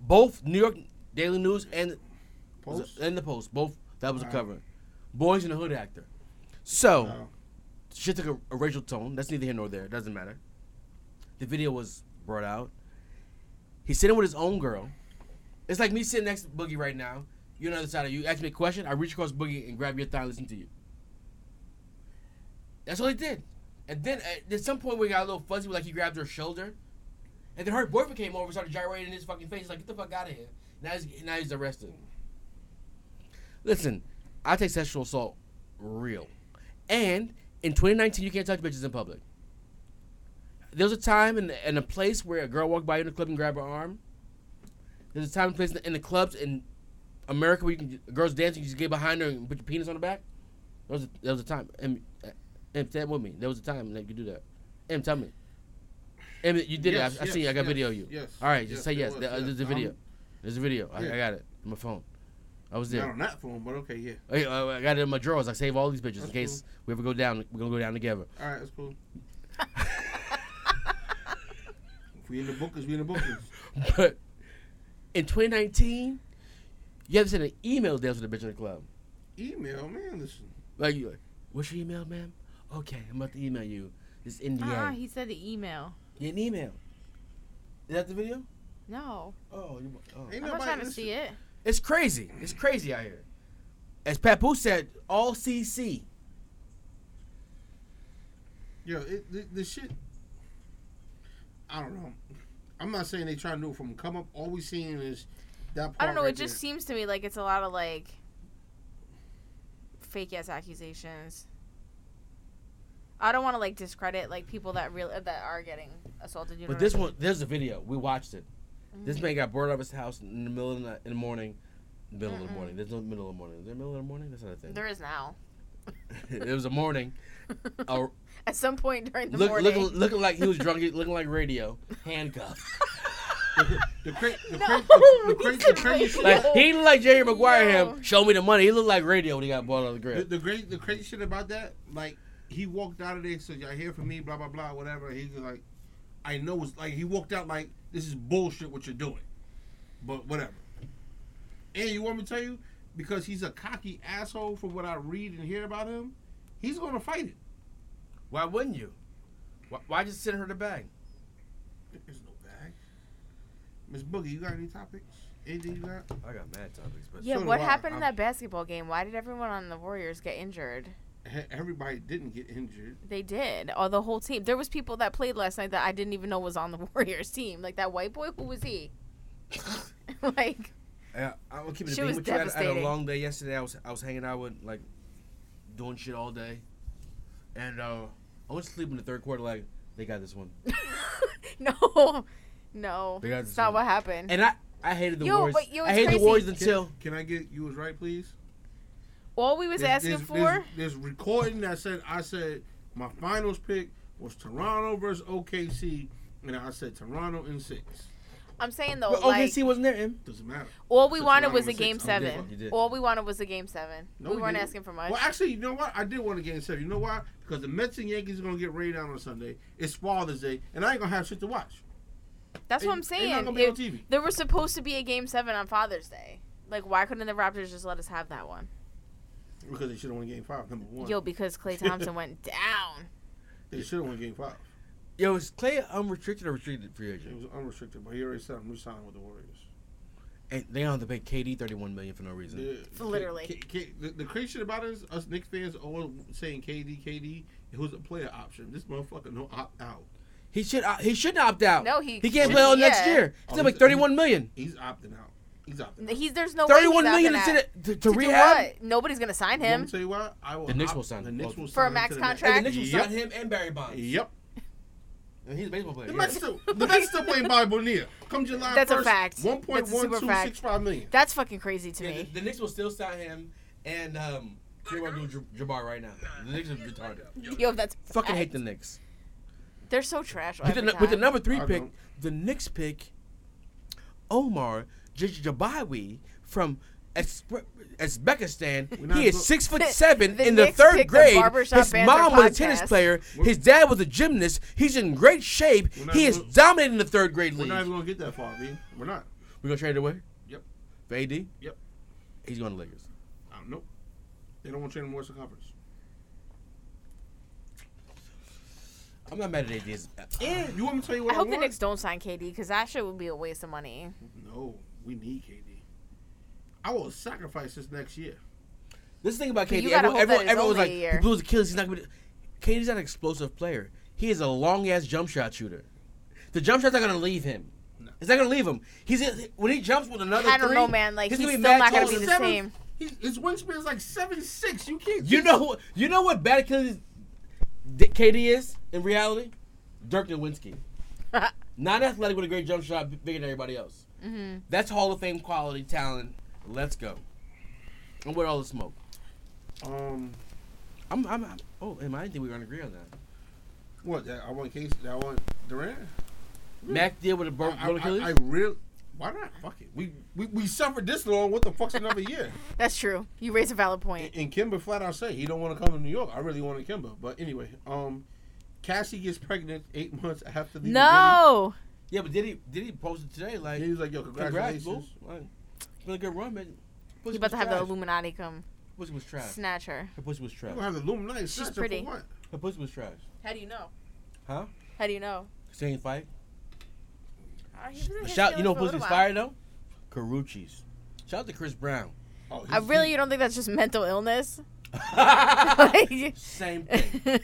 [SPEAKER 1] Both New York Daily News and
[SPEAKER 3] Post.
[SPEAKER 1] and the Post. Both that was a
[SPEAKER 3] Wow.
[SPEAKER 1] cover. Boys in the Hood actor. So.
[SPEAKER 3] Oh.
[SPEAKER 1] shit took a, a racial tone. That's neither here nor there. Doesn't matter. The video was brought out. He's sitting with his own girl. It's like me sitting next to Boogie right now. You're on the other side of you. Ask me a question. I reach across Boogie and grab your thigh and listen to you. That's all he did. And then at, at some point we got a little fuzzy, like he grabbed her shoulder. And then her boyfriend came over and started gyrating in his fucking face. He's like, get the fuck out of here. Now he's, now he's arrested. Listen, I take sexual assault real. And in 2019, you can't touch bitches in public. There was a time and and a place where a girl walked by you in the club and grabbed her arm. There's a time and place in the, in the clubs in America where you can girls dancing, you just get behind her and put your penis on her back. There was a, there was a time. And, and stand with me. There was a time that you could do that. And tell me. And you did
[SPEAKER 3] Yes,
[SPEAKER 1] it. I, I
[SPEAKER 3] yes,
[SPEAKER 1] see. I got
[SPEAKER 3] yes,
[SPEAKER 1] video of you.
[SPEAKER 3] yes,
[SPEAKER 1] All right. Just
[SPEAKER 3] yes,
[SPEAKER 1] say
[SPEAKER 3] it
[SPEAKER 1] yes.
[SPEAKER 3] was,
[SPEAKER 1] There- uh,
[SPEAKER 3] yes.
[SPEAKER 1] There's a video.
[SPEAKER 3] Um,
[SPEAKER 1] There's a video. I,
[SPEAKER 3] yeah.
[SPEAKER 1] I got it on my phone. I was there.
[SPEAKER 3] Not on that phone, but okay, yeah.
[SPEAKER 1] Hey, uh, I got it in my drawers. I save all these bitches in
[SPEAKER 3] That's
[SPEAKER 1] case we ever go down. We're gonna go down together.
[SPEAKER 3] All right, that's cool. if we in the bookers, we in the bookers.
[SPEAKER 1] But in 2019, you ever sent an email down to the bitch in the club?
[SPEAKER 3] Email, man, listen.
[SPEAKER 1] Like, you like, what's your email, ma'am? Okay, I'm about to email you. This
[SPEAKER 2] Ah,
[SPEAKER 1] NDA.
[SPEAKER 2] he said the email.
[SPEAKER 1] Get an email. Is that the video?
[SPEAKER 2] No,
[SPEAKER 1] Oh, you, oh.
[SPEAKER 3] Ain't
[SPEAKER 2] I'm not
[SPEAKER 3] nobody
[SPEAKER 2] trying to
[SPEAKER 3] listen.
[SPEAKER 2] see it.
[SPEAKER 1] it's crazy. It's crazy out here. As Papu said, all CC.
[SPEAKER 3] Yo, it, the, the shit. I don't know. I'm not saying they try to do it from come up. All we seeing is that part.
[SPEAKER 2] I don't know.
[SPEAKER 3] right
[SPEAKER 2] It just
[SPEAKER 3] there.
[SPEAKER 2] seems to me like it's a lot of like fake ass accusations. I don't want to like discredit like people that real that are getting assaulted. You know
[SPEAKER 1] But
[SPEAKER 2] what
[SPEAKER 1] this
[SPEAKER 2] I mean?
[SPEAKER 1] one, there's a video. We watched it. This man got bored out of his house in the middle of the, in the morning. Middle of the
[SPEAKER 2] Mm-mm.
[SPEAKER 1] morning. There's no middle of the morning. Is there middle of the morning? That's not a thing.
[SPEAKER 2] there is now.
[SPEAKER 1] it was a morning. A
[SPEAKER 2] At some point during the
[SPEAKER 1] look,
[SPEAKER 2] morning.
[SPEAKER 1] looking, looking like he was drunk, looking like radio, handcuffed.
[SPEAKER 3] The cra- the
[SPEAKER 2] No,
[SPEAKER 3] cra- the- the
[SPEAKER 2] we
[SPEAKER 3] cra- the
[SPEAKER 2] couldn't
[SPEAKER 3] crazy
[SPEAKER 2] make
[SPEAKER 3] shit.
[SPEAKER 2] it.
[SPEAKER 1] Like he looked like Jerry Maguire.
[SPEAKER 2] Yo.
[SPEAKER 1] Him show me the money. He looked like radio when he got bought on the
[SPEAKER 3] The,
[SPEAKER 1] grid.
[SPEAKER 3] the great, the crazy shit about that, like he walked out of there. So y'all hear from me, blah blah blah, whatever. He's like, I know it's like he walked out like this is bullshit what you're doing, but whatever. And you want me to tell you because he's a cocky asshole. From what I read and hear about him, he's gonna fight it.
[SPEAKER 1] Why wouldn't you? Why, why just send her the bag?
[SPEAKER 3] There's no bag. Miss Boogie, you got any topics? Anything you got?
[SPEAKER 1] I got mad topics, but
[SPEAKER 2] yeah,
[SPEAKER 3] so do
[SPEAKER 2] what
[SPEAKER 3] I.
[SPEAKER 2] happened in
[SPEAKER 3] I'm-
[SPEAKER 2] that basketball game? Why did everyone on the Warriors get injured?
[SPEAKER 3] E- Everybody didn't get injured.
[SPEAKER 2] They did. Or the whole team. There was people that played last night that I didn't even know was on the Warriors team. Like that white boy, who was he? like
[SPEAKER 1] Yeah, I, will keep it
[SPEAKER 2] She
[SPEAKER 1] a bean
[SPEAKER 2] was
[SPEAKER 1] with you. I had- I had a
[SPEAKER 2] devastating.
[SPEAKER 1] long day yesterday. I was I was hanging out with like doing shit all day, and uh, I went to sleep in the third quarter. Like they got this one,
[SPEAKER 2] No, no,
[SPEAKER 1] They got
[SPEAKER 2] it's
[SPEAKER 1] this
[SPEAKER 2] not
[SPEAKER 1] one.
[SPEAKER 2] what happened.
[SPEAKER 1] and I I hated the
[SPEAKER 2] Yo,
[SPEAKER 1] Warriors.
[SPEAKER 2] but yo,
[SPEAKER 1] I
[SPEAKER 2] it's
[SPEAKER 1] hated the
[SPEAKER 2] crazy.
[SPEAKER 1] Warriors
[SPEAKER 3] Can,
[SPEAKER 1] until
[SPEAKER 3] can I get you was right, please?
[SPEAKER 2] All we was
[SPEAKER 3] There's-
[SPEAKER 2] asking
[SPEAKER 3] there's-
[SPEAKER 2] for.
[SPEAKER 3] There's, there's recording that said I said my finals pick was Toronto versus OKC, and I said Toronto in six.
[SPEAKER 2] I'm saying though,
[SPEAKER 1] but
[SPEAKER 2] like
[SPEAKER 1] OKC wasn't there. Em.
[SPEAKER 3] Doesn't matter.
[SPEAKER 2] all we
[SPEAKER 3] So
[SPEAKER 2] wanted
[SPEAKER 3] Toronto
[SPEAKER 2] was a
[SPEAKER 3] was six.
[SPEAKER 2] game
[SPEAKER 3] Oh, you did.
[SPEAKER 2] seven.
[SPEAKER 1] You did.
[SPEAKER 2] All we wanted was a game seven.
[SPEAKER 3] No,
[SPEAKER 2] we,
[SPEAKER 3] we
[SPEAKER 2] weren't
[SPEAKER 3] didn't.
[SPEAKER 2] asking for much.
[SPEAKER 3] Well, actually, you know what? I did want to get in seven. You know why? Because the Mets and Yankees are gonna get rained out on Sunday. It's Father's Day, and I ain't gonna have shit to watch.
[SPEAKER 2] That's what
[SPEAKER 3] ain't-
[SPEAKER 2] I'm
[SPEAKER 3] ain't not
[SPEAKER 2] saying.
[SPEAKER 3] gonna be
[SPEAKER 2] It-
[SPEAKER 3] on TV.
[SPEAKER 2] there was supposed to be a game seven on Father's Day. Like, why couldn't the Raptors just let us have that one?
[SPEAKER 3] Because they should have won Game Five. Number one,
[SPEAKER 2] Yo, because Clay Thompson went down.
[SPEAKER 3] they should have won Game Five.
[SPEAKER 1] Yo, is Clay unrestricted or restricted free
[SPEAKER 3] It
[SPEAKER 1] agent?
[SPEAKER 3] was unrestricted, but he already said I'm re-signing with the Warriors.
[SPEAKER 1] And they don't have to pay KD thirty one million for no reason.
[SPEAKER 3] The-
[SPEAKER 2] Literally.
[SPEAKER 3] K- K- the, the crazy shit about it is us Knicks fans always saying KD, KD. It was a player option. This motherfucker no opt out.
[SPEAKER 1] He should uh, he shouldn't opt out.
[SPEAKER 2] No, he-
[SPEAKER 1] he can't play all next
[SPEAKER 2] yeah.
[SPEAKER 1] year.
[SPEAKER 3] Oh,
[SPEAKER 1] He's like
[SPEAKER 3] he's-
[SPEAKER 1] thirty one million.
[SPEAKER 3] He's opting out. He's opting out.
[SPEAKER 2] He's there's no
[SPEAKER 1] Thirty one
[SPEAKER 2] way
[SPEAKER 1] million
[SPEAKER 2] he's
[SPEAKER 1] to,
[SPEAKER 2] opting out.
[SPEAKER 1] sit- to, to
[SPEAKER 2] To do
[SPEAKER 1] rehab.
[SPEAKER 2] what? Nobody's gonna sign
[SPEAKER 3] Let me
[SPEAKER 2] him.
[SPEAKER 3] tell you why. I will
[SPEAKER 1] The Knicks
[SPEAKER 3] opt-
[SPEAKER 1] will sign
[SPEAKER 3] The
[SPEAKER 1] him.
[SPEAKER 3] Knicks will
[SPEAKER 2] For a
[SPEAKER 3] sign him
[SPEAKER 2] max
[SPEAKER 3] to the Knicks.
[SPEAKER 2] contract?
[SPEAKER 1] And the Knicks will
[SPEAKER 3] Yep.
[SPEAKER 1] sign him and Barry Bonds.
[SPEAKER 3] Yep.
[SPEAKER 1] And he's a baseball player.
[SPEAKER 3] The
[SPEAKER 1] yeah.
[SPEAKER 3] Mets still, the Mets still playing Bobby Bonilla. Come July
[SPEAKER 2] That's a
[SPEAKER 3] 1st,
[SPEAKER 2] fact.
[SPEAKER 3] One point
[SPEAKER 2] That's a
[SPEAKER 3] one
[SPEAKER 2] super
[SPEAKER 3] two
[SPEAKER 2] fact.
[SPEAKER 3] six five million.
[SPEAKER 2] That's fucking crazy to
[SPEAKER 1] Yeah,
[SPEAKER 2] me.
[SPEAKER 1] the, the Knicks will still sign him and um, Kareem Abdul-Jabbar right now. The Knicks are retarded.
[SPEAKER 2] Yo, that's
[SPEAKER 1] Fucking hate the Knicks.
[SPEAKER 2] They're so trash.
[SPEAKER 1] With the,
[SPEAKER 2] every
[SPEAKER 1] nu- with the
[SPEAKER 2] time.
[SPEAKER 1] number three
[SPEAKER 3] I
[SPEAKER 1] pick,
[SPEAKER 3] don't.
[SPEAKER 1] the Knicks pick Omar Jabawi from Uzbe-
[SPEAKER 3] We're
[SPEAKER 1] Uzbekistan.
[SPEAKER 3] not
[SPEAKER 1] He is
[SPEAKER 3] go-
[SPEAKER 1] six foot seven
[SPEAKER 2] The
[SPEAKER 1] in the
[SPEAKER 2] Knicks
[SPEAKER 1] third
[SPEAKER 2] picked the
[SPEAKER 1] grade.
[SPEAKER 2] Barbershop
[SPEAKER 1] His
[SPEAKER 2] Banter
[SPEAKER 1] mom was a tennis
[SPEAKER 2] podcast.
[SPEAKER 1] player.
[SPEAKER 3] We're-
[SPEAKER 1] His dad was a gymnast. He's in great shape.
[SPEAKER 3] We're not
[SPEAKER 1] He is
[SPEAKER 3] go-
[SPEAKER 1] dominating the third grade
[SPEAKER 3] We're
[SPEAKER 1] league.
[SPEAKER 3] not even
[SPEAKER 1] We're
[SPEAKER 3] gonna get that far, V. We're not.
[SPEAKER 1] gonna trade it away.
[SPEAKER 3] Yep.
[SPEAKER 1] For AD.
[SPEAKER 3] Yep.
[SPEAKER 1] He's going to Lakers.
[SPEAKER 3] I don't know. Uh, They don't want to trade him Western Conference.
[SPEAKER 1] I'm not mad at AD's.
[SPEAKER 3] And you want me to tell you
[SPEAKER 2] I
[SPEAKER 3] what I,
[SPEAKER 2] hope the
[SPEAKER 3] want?
[SPEAKER 2] Knicks don't sign KD because that shit would be a waste of money.
[SPEAKER 3] No, we need KD. I will sacrifice this next year.
[SPEAKER 1] This thing about
[SPEAKER 2] But
[SPEAKER 1] KD,
[SPEAKER 2] you gotta
[SPEAKER 1] everyone,
[SPEAKER 2] hope that
[SPEAKER 1] everyone,
[SPEAKER 2] it's
[SPEAKER 1] everyone was
[SPEAKER 2] only
[SPEAKER 1] like,
[SPEAKER 2] a
[SPEAKER 1] he
[SPEAKER 2] year.
[SPEAKER 1] blew his Achilles. He's not gonna. Be... KD's not an explosive player. He is a long ass jump shot shooter. The jump shot's not gonna leave him.
[SPEAKER 3] No.
[SPEAKER 1] It's not gonna leave him. He's when he jumps with another.
[SPEAKER 2] I don't
[SPEAKER 1] three,
[SPEAKER 2] know, man. Like he's,
[SPEAKER 1] gonna be
[SPEAKER 2] still
[SPEAKER 1] mad
[SPEAKER 2] not gonna
[SPEAKER 1] tall.
[SPEAKER 2] be the
[SPEAKER 3] Seven-
[SPEAKER 2] same.
[SPEAKER 3] His, his wingspan is like seven six. You can't.
[SPEAKER 1] You know, you know what bad Achilles D- KD is in reality. Dirk Nowitzki, not athletic with a great jump shot, b- bigger than everybody else.
[SPEAKER 2] mm-hmm.
[SPEAKER 1] That's Hall of Fame quality talent. Let's go. And with all the smoke,
[SPEAKER 3] Um,
[SPEAKER 1] I'm, I'm, I'm oh, and I didn't think we were gonna agree on that.
[SPEAKER 3] what? That I want Case. That I want Durant.
[SPEAKER 1] Mac did with a bro-
[SPEAKER 3] I,
[SPEAKER 1] roller
[SPEAKER 3] I, I
[SPEAKER 1] killers.
[SPEAKER 3] really. Why not? Fuck it. We, we we suffered this long. What the fuck's another year?
[SPEAKER 2] That's true. You raise a valid
[SPEAKER 3] And,
[SPEAKER 2] point.
[SPEAKER 3] and Kimber flat out say he don't want to come to New York. I really wanted Kimber, but anyway, um, Cassie gets pregnant eight months after the
[SPEAKER 2] No.
[SPEAKER 1] Yeah, but did he did he post it today? Like,
[SPEAKER 3] beginning. He was like, "Yo,
[SPEAKER 1] congrats,
[SPEAKER 3] congratulations."
[SPEAKER 1] boo. Like, it's been a good run, man.
[SPEAKER 2] You
[SPEAKER 1] Pussy
[SPEAKER 2] about to
[SPEAKER 1] was
[SPEAKER 2] have the
[SPEAKER 1] trash.
[SPEAKER 2] Illuminati come
[SPEAKER 1] Pussy was trash.
[SPEAKER 2] snatch her.
[SPEAKER 1] Her pussy was trash.
[SPEAKER 3] You gonna have the Illuminati sister
[SPEAKER 2] pretty.
[SPEAKER 3] for what?
[SPEAKER 1] Her pussy was trash.
[SPEAKER 2] How do you know?
[SPEAKER 1] Huh?
[SPEAKER 2] How do you know?
[SPEAKER 1] She ain't fight.
[SPEAKER 2] Uh,
[SPEAKER 1] Shout, you know, who's inspired though? Carucci's. Shout out to Chris Brown.
[SPEAKER 3] Oh,
[SPEAKER 2] I
[SPEAKER 3] he's-
[SPEAKER 2] really you don't think that's just mental illness. Like-
[SPEAKER 1] Same thing.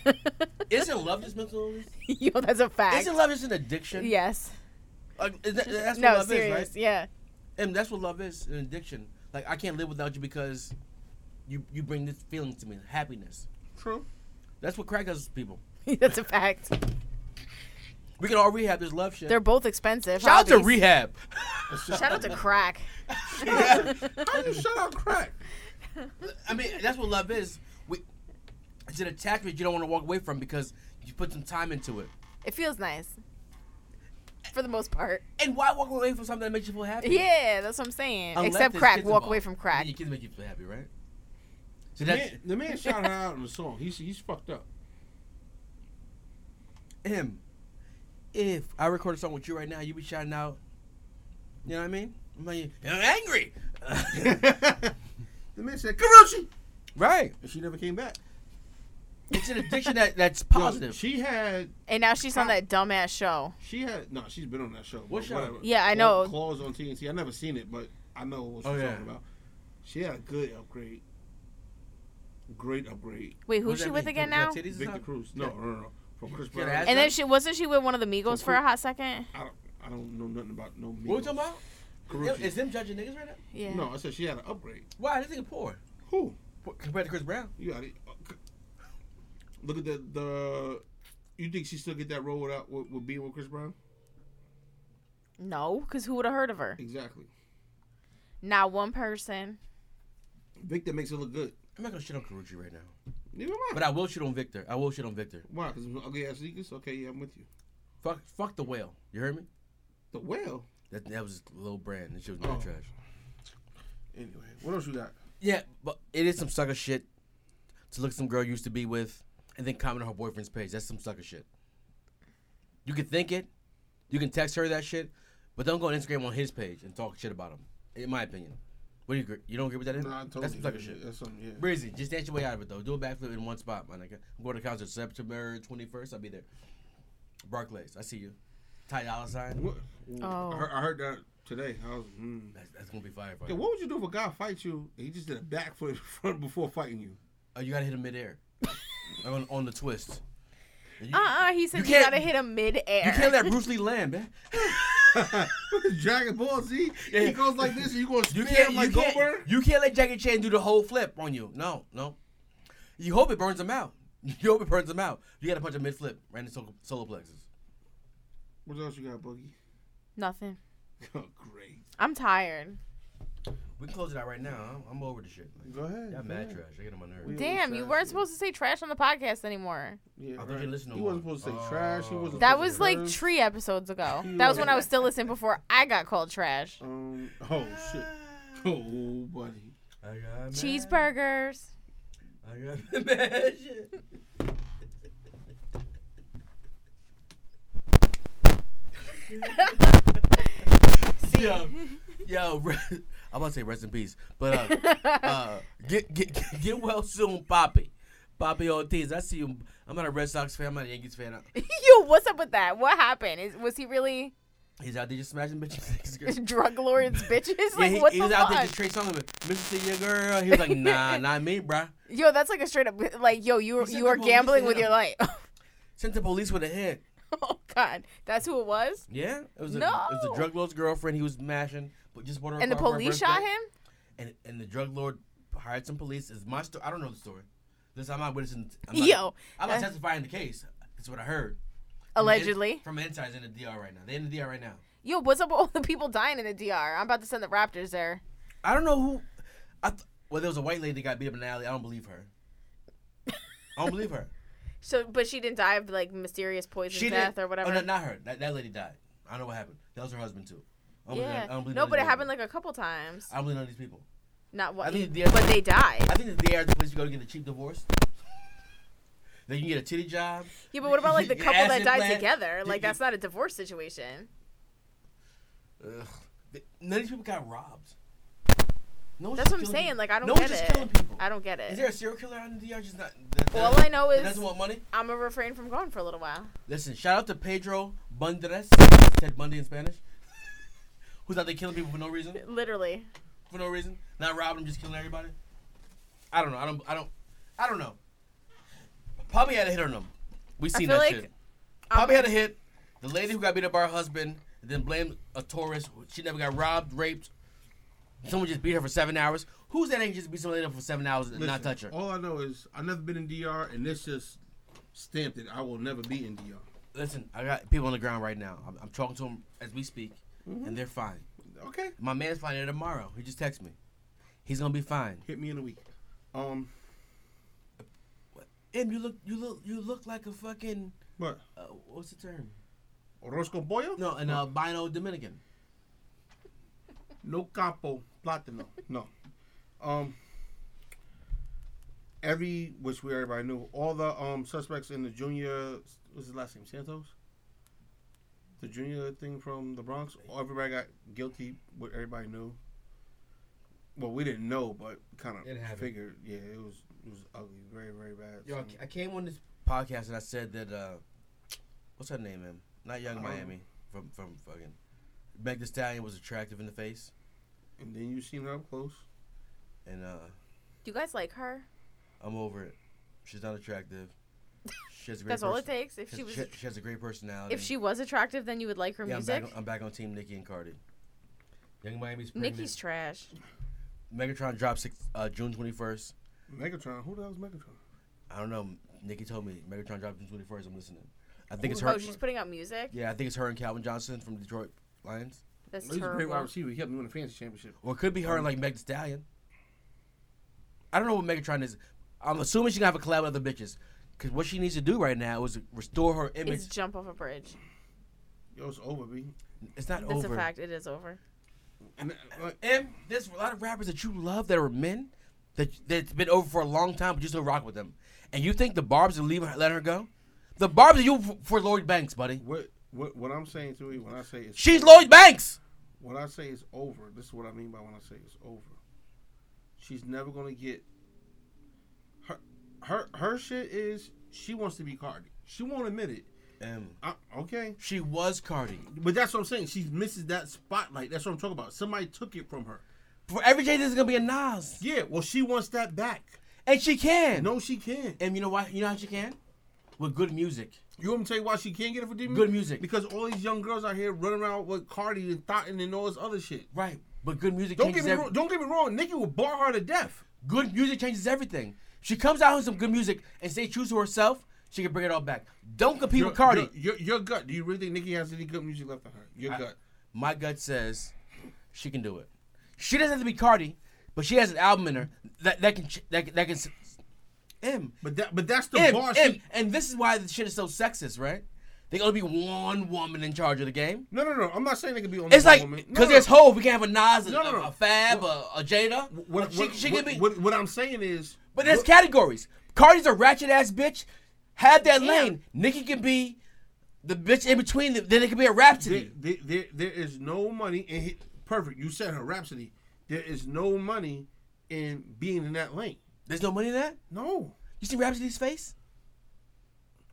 [SPEAKER 1] Isn't love just mental illness?
[SPEAKER 2] Yo, that's a fact.
[SPEAKER 1] Isn't love just an addiction?
[SPEAKER 2] Yes.
[SPEAKER 1] Like, is that- that's what
[SPEAKER 2] no,
[SPEAKER 1] love
[SPEAKER 2] serious.
[SPEAKER 1] is, right?
[SPEAKER 2] Yeah.
[SPEAKER 1] And that's what love is, an addiction. Like I can't live without you because you you bring this feeling to me, happiness.
[SPEAKER 3] True.
[SPEAKER 1] That's what crack does to people.
[SPEAKER 2] that's a fact.
[SPEAKER 1] We can all rehab this love shit.
[SPEAKER 2] They're both expensive.
[SPEAKER 1] Shout out to
[SPEAKER 2] hobbies.
[SPEAKER 1] rehab.
[SPEAKER 2] Shout out to crack.
[SPEAKER 3] How you shut out crack?
[SPEAKER 1] I mean, that's what love is. We, it's an attachment you don't want to walk away from because you put some time into it.
[SPEAKER 2] It feels nice. For the most part.
[SPEAKER 1] And why walk away from something that makes you feel happy?
[SPEAKER 2] Yeah, that's what I'm saying.
[SPEAKER 1] Unless
[SPEAKER 2] Except
[SPEAKER 1] there's
[SPEAKER 2] crack.
[SPEAKER 1] kids
[SPEAKER 2] Walk away
[SPEAKER 1] involved.
[SPEAKER 2] from crack.
[SPEAKER 1] Then Your kids make you feel happy, right? So
[SPEAKER 3] The
[SPEAKER 1] that's
[SPEAKER 3] man, the man shouted her out in the song. He's he's fucked up.
[SPEAKER 1] him. If I record a song with you right now, you be shouting out. You know what I mean? I'm, like, I'm angry.
[SPEAKER 3] The man said, "Karushi,"
[SPEAKER 1] right.
[SPEAKER 3] and she never came back.
[SPEAKER 1] It's an addiction that, that's
[SPEAKER 3] Yo,
[SPEAKER 1] positive.
[SPEAKER 3] she had
[SPEAKER 2] And now she's on that dumbass show.
[SPEAKER 3] she had no. She's been on that show.
[SPEAKER 1] What
[SPEAKER 3] but
[SPEAKER 1] show?
[SPEAKER 3] whatever.
[SPEAKER 2] Yeah, I
[SPEAKER 3] Well,
[SPEAKER 2] know.
[SPEAKER 3] Claws on TNT. I never seen it, but I know what she's
[SPEAKER 1] Oh, yeah.
[SPEAKER 3] talking about. She had a good upgrade. Great upgrade.
[SPEAKER 2] Wait,
[SPEAKER 1] What
[SPEAKER 2] who's
[SPEAKER 1] does
[SPEAKER 2] she
[SPEAKER 1] that
[SPEAKER 2] with
[SPEAKER 1] mean?
[SPEAKER 2] again
[SPEAKER 1] Got
[SPEAKER 2] now?
[SPEAKER 1] titties or
[SPEAKER 3] Victor
[SPEAKER 1] something?
[SPEAKER 3] Cruz. No,
[SPEAKER 1] Yeah.
[SPEAKER 3] no, no, no. From Chris
[SPEAKER 1] Got an
[SPEAKER 3] Brown.
[SPEAKER 1] ass-
[SPEAKER 2] And then she wasn't she with one of the Migos for a hot second?
[SPEAKER 3] I don't, I don't know nothing about no.
[SPEAKER 1] What we talking
[SPEAKER 3] Migos.
[SPEAKER 1] about?
[SPEAKER 3] Karuchi.
[SPEAKER 1] Is them judging niggas right now?
[SPEAKER 2] Yeah.
[SPEAKER 3] No, I said she had an upgrade.
[SPEAKER 1] Why? This nigga poor.
[SPEAKER 3] Who?
[SPEAKER 1] Poor- Compared to Chris Brown.
[SPEAKER 3] You got it. Uh, Look at the the. You think she still get that role without with, with being with Chris Brown?
[SPEAKER 2] No, because who would have heard of her?
[SPEAKER 3] Exactly.
[SPEAKER 2] Not one person.
[SPEAKER 3] Victor makes it look good.
[SPEAKER 1] I'm not gonna shit on Karuchi right now.
[SPEAKER 3] Neither am I.
[SPEAKER 1] But I will shit on Victor. I will shit on Victor.
[SPEAKER 3] Why? Because ugly ass niggas. Okay, yeah, I'm with you.
[SPEAKER 1] Fuck, fuck the whale. You heard me?
[SPEAKER 3] The whale.
[SPEAKER 1] That that was a little brand. and she was not
[SPEAKER 3] Oh.
[SPEAKER 1] trash.
[SPEAKER 3] Anyway, what else you got?
[SPEAKER 1] Yeah, but it is some sucker shit to look some girl you used to be with and then comment on her boyfriend's page. That's some sucker shit. You can think it, you can text her that shit, but don't go on Instagram on his page and talk shit about him. In my opinion, what do you agree? You don't agree with that? Em?
[SPEAKER 3] Nah, I
[SPEAKER 1] That's
[SPEAKER 3] totally
[SPEAKER 1] some sucker
[SPEAKER 3] agree.
[SPEAKER 1] shit.
[SPEAKER 3] That's something. Yeah.
[SPEAKER 1] Breezy, just dance your way out of it though. Do a backflip in one spot, my nigga. I'm going to concert September 21st. I'll be there. Barclays, I see you. Ty Dolla Sign.
[SPEAKER 3] What?
[SPEAKER 2] Oh.
[SPEAKER 3] I, heard, I heard that today. I was. Mm.
[SPEAKER 1] That's, that's gonna be fire.
[SPEAKER 3] Yeah,
[SPEAKER 1] bro.
[SPEAKER 3] what would you do if a guy fights you? and He just did a backflip in front before fighting you.
[SPEAKER 1] Oh, you gotta hit him midair. on, on the twist. You,
[SPEAKER 2] Uh uh he said
[SPEAKER 1] You
[SPEAKER 2] you,
[SPEAKER 1] can't-
[SPEAKER 2] gotta hit him mid
[SPEAKER 1] you
[SPEAKER 2] air.
[SPEAKER 1] can't let Bruce Lee land, man.
[SPEAKER 3] Dragon Ball Z.
[SPEAKER 1] Yeah.
[SPEAKER 3] He goes like this, and you gonna
[SPEAKER 1] You
[SPEAKER 3] spear
[SPEAKER 1] can't,
[SPEAKER 3] him
[SPEAKER 1] you,
[SPEAKER 3] like
[SPEAKER 1] can't,
[SPEAKER 3] Goldberg.
[SPEAKER 1] you can't let Jackie Chan do the whole flip on you. No, no. You hope it burns him out. You hope it burns him out. You gotta punch a mid flip right in the sol- solar plexus.
[SPEAKER 3] What else you got, Boogie?
[SPEAKER 2] Nothing.
[SPEAKER 3] Oh, great.
[SPEAKER 2] I'm tired.
[SPEAKER 1] We can close it out right now. I'm, I'm over the shit. Like,
[SPEAKER 3] Go ahead.
[SPEAKER 1] y'all
[SPEAKER 3] go
[SPEAKER 1] mad
[SPEAKER 3] ahead.
[SPEAKER 1] trash. I get on my
[SPEAKER 3] We-
[SPEAKER 1] nerves.
[SPEAKER 2] Damn, you weren't
[SPEAKER 3] trash.
[SPEAKER 2] supposed to say trash on the podcast anymore.
[SPEAKER 1] I
[SPEAKER 3] Yeah,
[SPEAKER 1] thought you
[SPEAKER 3] right.
[SPEAKER 1] listened to
[SPEAKER 3] He
[SPEAKER 1] one.
[SPEAKER 3] wasn't supposed to say trash. He wasn't.
[SPEAKER 2] That
[SPEAKER 3] supposed
[SPEAKER 2] was
[SPEAKER 3] to
[SPEAKER 2] like
[SPEAKER 3] curse.
[SPEAKER 2] three episodes ago.
[SPEAKER 3] You
[SPEAKER 2] That was
[SPEAKER 3] are-
[SPEAKER 2] when I was still listening before I got called trash.
[SPEAKER 3] Um. Oh shit. Oh buddy.
[SPEAKER 1] I got mad.
[SPEAKER 2] Cheeseburgers.
[SPEAKER 1] I got mad shit. Yo, yo, re- I'm about to say rest in peace, but uh, uh, get get get well soon, Poppy. Poppy Ortiz, I see you. I'm not a Red Sox fan. I'm not a Yankees fan.
[SPEAKER 2] Yo, what's up with that? What happened? Is was he really
[SPEAKER 1] He's out there just smashing bitches.
[SPEAKER 2] drug lords bitches?
[SPEAKER 1] yeah,
[SPEAKER 2] Like
[SPEAKER 1] he,
[SPEAKER 2] what
[SPEAKER 1] he
[SPEAKER 2] the
[SPEAKER 1] was out there
[SPEAKER 2] fuck?
[SPEAKER 1] just Trey Songz, Mississippi your girl. He was like, nah, not me, bruh.
[SPEAKER 2] Yo, that's like a straight up like yo, you were
[SPEAKER 1] said
[SPEAKER 2] you are
[SPEAKER 1] the police
[SPEAKER 2] gambling
[SPEAKER 1] hit
[SPEAKER 2] with your
[SPEAKER 1] him.
[SPEAKER 2] life.
[SPEAKER 1] Sent the police with a hit.
[SPEAKER 2] oh God, that's who it was.
[SPEAKER 1] Yeah, it was a it was
[SPEAKER 2] No.
[SPEAKER 1] a drug lord's girlfriend. He was mashing, but just bought her. a
[SPEAKER 2] And the
[SPEAKER 1] car for her
[SPEAKER 2] police shot
[SPEAKER 1] birthday.
[SPEAKER 2] him.
[SPEAKER 1] And and the drug lord hired some police. Is my story? I don't know the story. Listen, I'm not witnessing. I'm not,
[SPEAKER 2] Yo,
[SPEAKER 1] I'm not
[SPEAKER 2] uh,
[SPEAKER 1] testifying the case. That's what I heard. From the in-
[SPEAKER 2] allegedly.
[SPEAKER 1] from the insiders in the DR right now. They in the DR right now.
[SPEAKER 2] Yo, what's up with all the people dying in the DR? I'm about to send the Raptors there.
[SPEAKER 1] I don't know who. I th- well, there was a white lady that got beat up in the alley. I don't believe her. I don't believe her.
[SPEAKER 2] So, but she didn't die of like mysterious poison
[SPEAKER 1] She
[SPEAKER 2] death
[SPEAKER 1] didn't,
[SPEAKER 2] or whatever.
[SPEAKER 1] Oh, no, not her. That, that lady died. I know what happened. That was her husband too. I don't believe none- I
[SPEAKER 2] Yeah.
[SPEAKER 1] don't believe
[SPEAKER 2] No,
[SPEAKER 1] none of
[SPEAKER 2] but it
[SPEAKER 1] these
[SPEAKER 2] happened
[SPEAKER 1] people.
[SPEAKER 2] like a couple times.
[SPEAKER 1] I don't believe none of these people.
[SPEAKER 2] Not
[SPEAKER 1] I
[SPEAKER 2] what,
[SPEAKER 1] think the-
[SPEAKER 2] but they died.
[SPEAKER 1] I think that they are the place you go to get a cheap divorce. Then you can get a titty job.
[SPEAKER 2] Yeah, but what about like the
[SPEAKER 1] Your
[SPEAKER 2] couple
[SPEAKER 1] ass
[SPEAKER 2] that died
[SPEAKER 1] implant.
[SPEAKER 2] together?
[SPEAKER 1] You-
[SPEAKER 2] Like
[SPEAKER 1] you-
[SPEAKER 2] that's not a divorce situation.
[SPEAKER 1] Ugh. Th- None of these people got robbed. No one's
[SPEAKER 2] That's what I'm
[SPEAKER 1] killing
[SPEAKER 2] saying.
[SPEAKER 1] people.
[SPEAKER 2] Like I don't
[SPEAKER 1] no
[SPEAKER 2] get
[SPEAKER 1] one's just
[SPEAKER 2] it.
[SPEAKER 1] killing people.
[SPEAKER 2] I don't get
[SPEAKER 1] Is
[SPEAKER 2] it.
[SPEAKER 1] there a serial killer out in the DR? Just not. That, that,
[SPEAKER 2] All I know
[SPEAKER 1] that
[SPEAKER 2] is-
[SPEAKER 1] doesn't want money.
[SPEAKER 2] I'm gonna refrain from going for a little while.
[SPEAKER 1] Listen, shout out to Pedro Bundes, Ted Bundy in Spanish, who's out there killing people for no reason.
[SPEAKER 2] Literally.
[SPEAKER 1] For no reason, not robbing them, just killing everybody. I don't know. I don't. I don't. I don't know. Probably had a hit on them. We seen
[SPEAKER 2] feel
[SPEAKER 1] that
[SPEAKER 2] like-
[SPEAKER 1] shit. Probably had a hit. The lady who got beat up by her husband, and then blamed a tourist. She never got robbed, raped. Someone just beat her for seven hours. Who's that? Ain't just beat some lady up for seven hours and not
[SPEAKER 3] Listen,
[SPEAKER 1] touch her.
[SPEAKER 3] All I know is I've never been in DR, and this just stamped it. I will never be in DR.
[SPEAKER 1] Listen, I got people on the ground right now. I'm, I'm talking to them as we speak,
[SPEAKER 2] Mm-hmm.
[SPEAKER 1] and they're fine.
[SPEAKER 3] Okay.
[SPEAKER 1] My man's flying there tomorrow. He just texted me. He's gonna be fine.
[SPEAKER 3] Hit me in a week. Um,
[SPEAKER 1] Em, you look, you look, you look like a fucking
[SPEAKER 3] what?
[SPEAKER 1] uh, what's the term?
[SPEAKER 3] Orozco Boyo?
[SPEAKER 1] No, an albino Dominican.
[SPEAKER 3] No capo platino. No. Um. Every which way everybody knew all the um suspects in the junior. What's his last name? Santos. The junior thing from the Bronx. all- Everybody got guilty. What everybody knew. Well, we didn't know, but kind
[SPEAKER 1] It
[SPEAKER 3] of
[SPEAKER 1] happened.
[SPEAKER 3] figured. Yeah, it was it was ugly, very very bad.
[SPEAKER 1] Yo, I
[SPEAKER 3] So-
[SPEAKER 1] ca- I came on this podcast and I said that uh, what's her name, man? Not Young
[SPEAKER 3] Um,
[SPEAKER 1] Miami from from fucking Meg The Stallion was attractive in the face,
[SPEAKER 3] and then you seen her up close.
[SPEAKER 1] and uh,
[SPEAKER 2] You guys like her?
[SPEAKER 1] I'm over it. She's not attractive. She has a great
[SPEAKER 2] That's all it
[SPEAKER 1] person-
[SPEAKER 2] takes. If she was,
[SPEAKER 1] she, she has a great personality.
[SPEAKER 2] if she was attractive, then you would like her
[SPEAKER 1] yeah, I'm
[SPEAKER 2] music.
[SPEAKER 1] back, on, I'm back on team Nicki and Cardi. Young Miami's pregnant.
[SPEAKER 2] Nikki's trash.
[SPEAKER 1] Megatron drops six, uh, June 21st.
[SPEAKER 3] Megatron. Who the hell's Megatron?
[SPEAKER 1] I don't know. Nikki told me Megatron dropped June 21st. I'm listening. I think it's her.
[SPEAKER 2] Oh, she's putting out music.
[SPEAKER 1] Yeah, I think it's her and Calvin Johnson from Detroit Lions.
[SPEAKER 2] That's
[SPEAKER 3] He's a great wide
[SPEAKER 2] terrible.
[SPEAKER 3] receiver. He helped me win the fantasy championship.
[SPEAKER 1] Or it could be her and like Meg Thee Stallion. I don't know what Megatron is. I'm assuming she's gonna have a collab with other bitches. Cause what she needs to do right now is restore her image.
[SPEAKER 2] It's
[SPEAKER 1] It's,
[SPEAKER 2] jump off a bridge.
[SPEAKER 3] Yo, it's over, b.
[SPEAKER 1] not
[SPEAKER 2] That's
[SPEAKER 1] over.
[SPEAKER 2] a fact. It is over.
[SPEAKER 3] And, uh,
[SPEAKER 1] And there's a lot of rappers that you love that are men that that's been over for a long time, but you still rock with them. And you think the Barb's are leaving, her- letting her go? The Barb's are you for, for Lloyd Banks, buddy.
[SPEAKER 3] What what what I'm saying to you when I say it's
[SPEAKER 1] She's Lloyd Banks.
[SPEAKER 3] when I say it's over, this is what I mean by when I say it's over. She's never gonna get her her her shit is she wants to be Cardi. She won't admit it.
[SPEAKER 1] Um,
[SPEAKER 3] I, okay,
[SPEAKER 1] she was Cardi.
[SPEAKER 3] but that's what I'm saying. She misses that spotlight. That's what I'm talking about. Somebody took it from her.
[SPEAKER 1] For every J, this is gonna be a Nas,
[SPEAKER 3] Yeah, well, she wants that back.
[SPEAKER 1] and she can.
[SPEAKER 3] No, she can't.
[SPEAKER 1] And you know why? You know how she can? With good music.
[SPEAKER 3] You want me to tell you why she can't get it for Demi?
[SPEAKER 1] Good music.
[SPEAKER 3] Because all these young girls out here running around with Cardi and Thotton and all this other shit.
[SPEAKER 1] Right. But good music
[SPEAKER 3] Don't get
[SPEAKER 1] changes
[SPEAKER 3] me
[SPEAKER 1] every-
[SPEAKER 3] wrong, don't get me wrong. Nicki will bar her to death.
[SPEAKER 1] Good music changes everything. She comes out with some good music and stay true to herself, she can bring it all back. Don't compete
[SPEAKER 3] Your-
[SPEAKER 1] with Cardi.
[SPEAKER 3] Your, your, your gut. Do you really think Nicki has any good music left in her? Your gut.
[SPEAKER 1] My gut says she can do it. She doesn't have to be Cardi, but she has an album in her that that can ch- that can- that can. s- M
[SPEAKER 3] But that, but that's the
[SPEAKER 1] M,
[SPEAKER 3] bar.
[SPEAKER 1] M.
[SPEAKER 3] she,
[SPEAKER 1] and this is why the shit is so sexist, right? They gonna be one woman in charge of the game.
[SPEAKER 3] no, no, no. I'm not saying it could be on.
[SPEAKER 1] It's
[SPEAKER 3] the
[SPEAKER 1] like
[SPEAKER 3] woman.
[SPEAKER 1] because
[SPEAKER 3] No, no,
[SPEAKER 1] there's
[SPEAKER 3] no.
[SPEAKER 1] Hove, we can have a Nas, a,
[SPEAKER 3] No, no, no.
[SPEAKER 1] a Fab, a, a Jada.
[SPEAKER 3] What,
[SPEAKER 1] she,
[SPEAKER 3] what,
[SPEAKER 1] she
[SPEAKER 3] what,
[SPEAKER 1] can be,
[SPEAKER 3] what, what I'm saying is,
[SPEAKER 1] but there's
[SPEAKER 3] what-
[SPEAKER 1] categories. Cardi's a ratchet ass bitch. Have that
[SPEAKER 2] Damn.
[SPEAKER 1] lane. Nikki can be the bitch in between. Then it can be a rhapsody.
[SPEAKER 3] there, there, there, there is no money in hi- perfect. You said her rhapsody. There is no money in being in that lane.
[SPEAKER 1] There's no money in that.
[SPEAKER 3] No.
[SPEAKER 1] You see Rhapsody's face?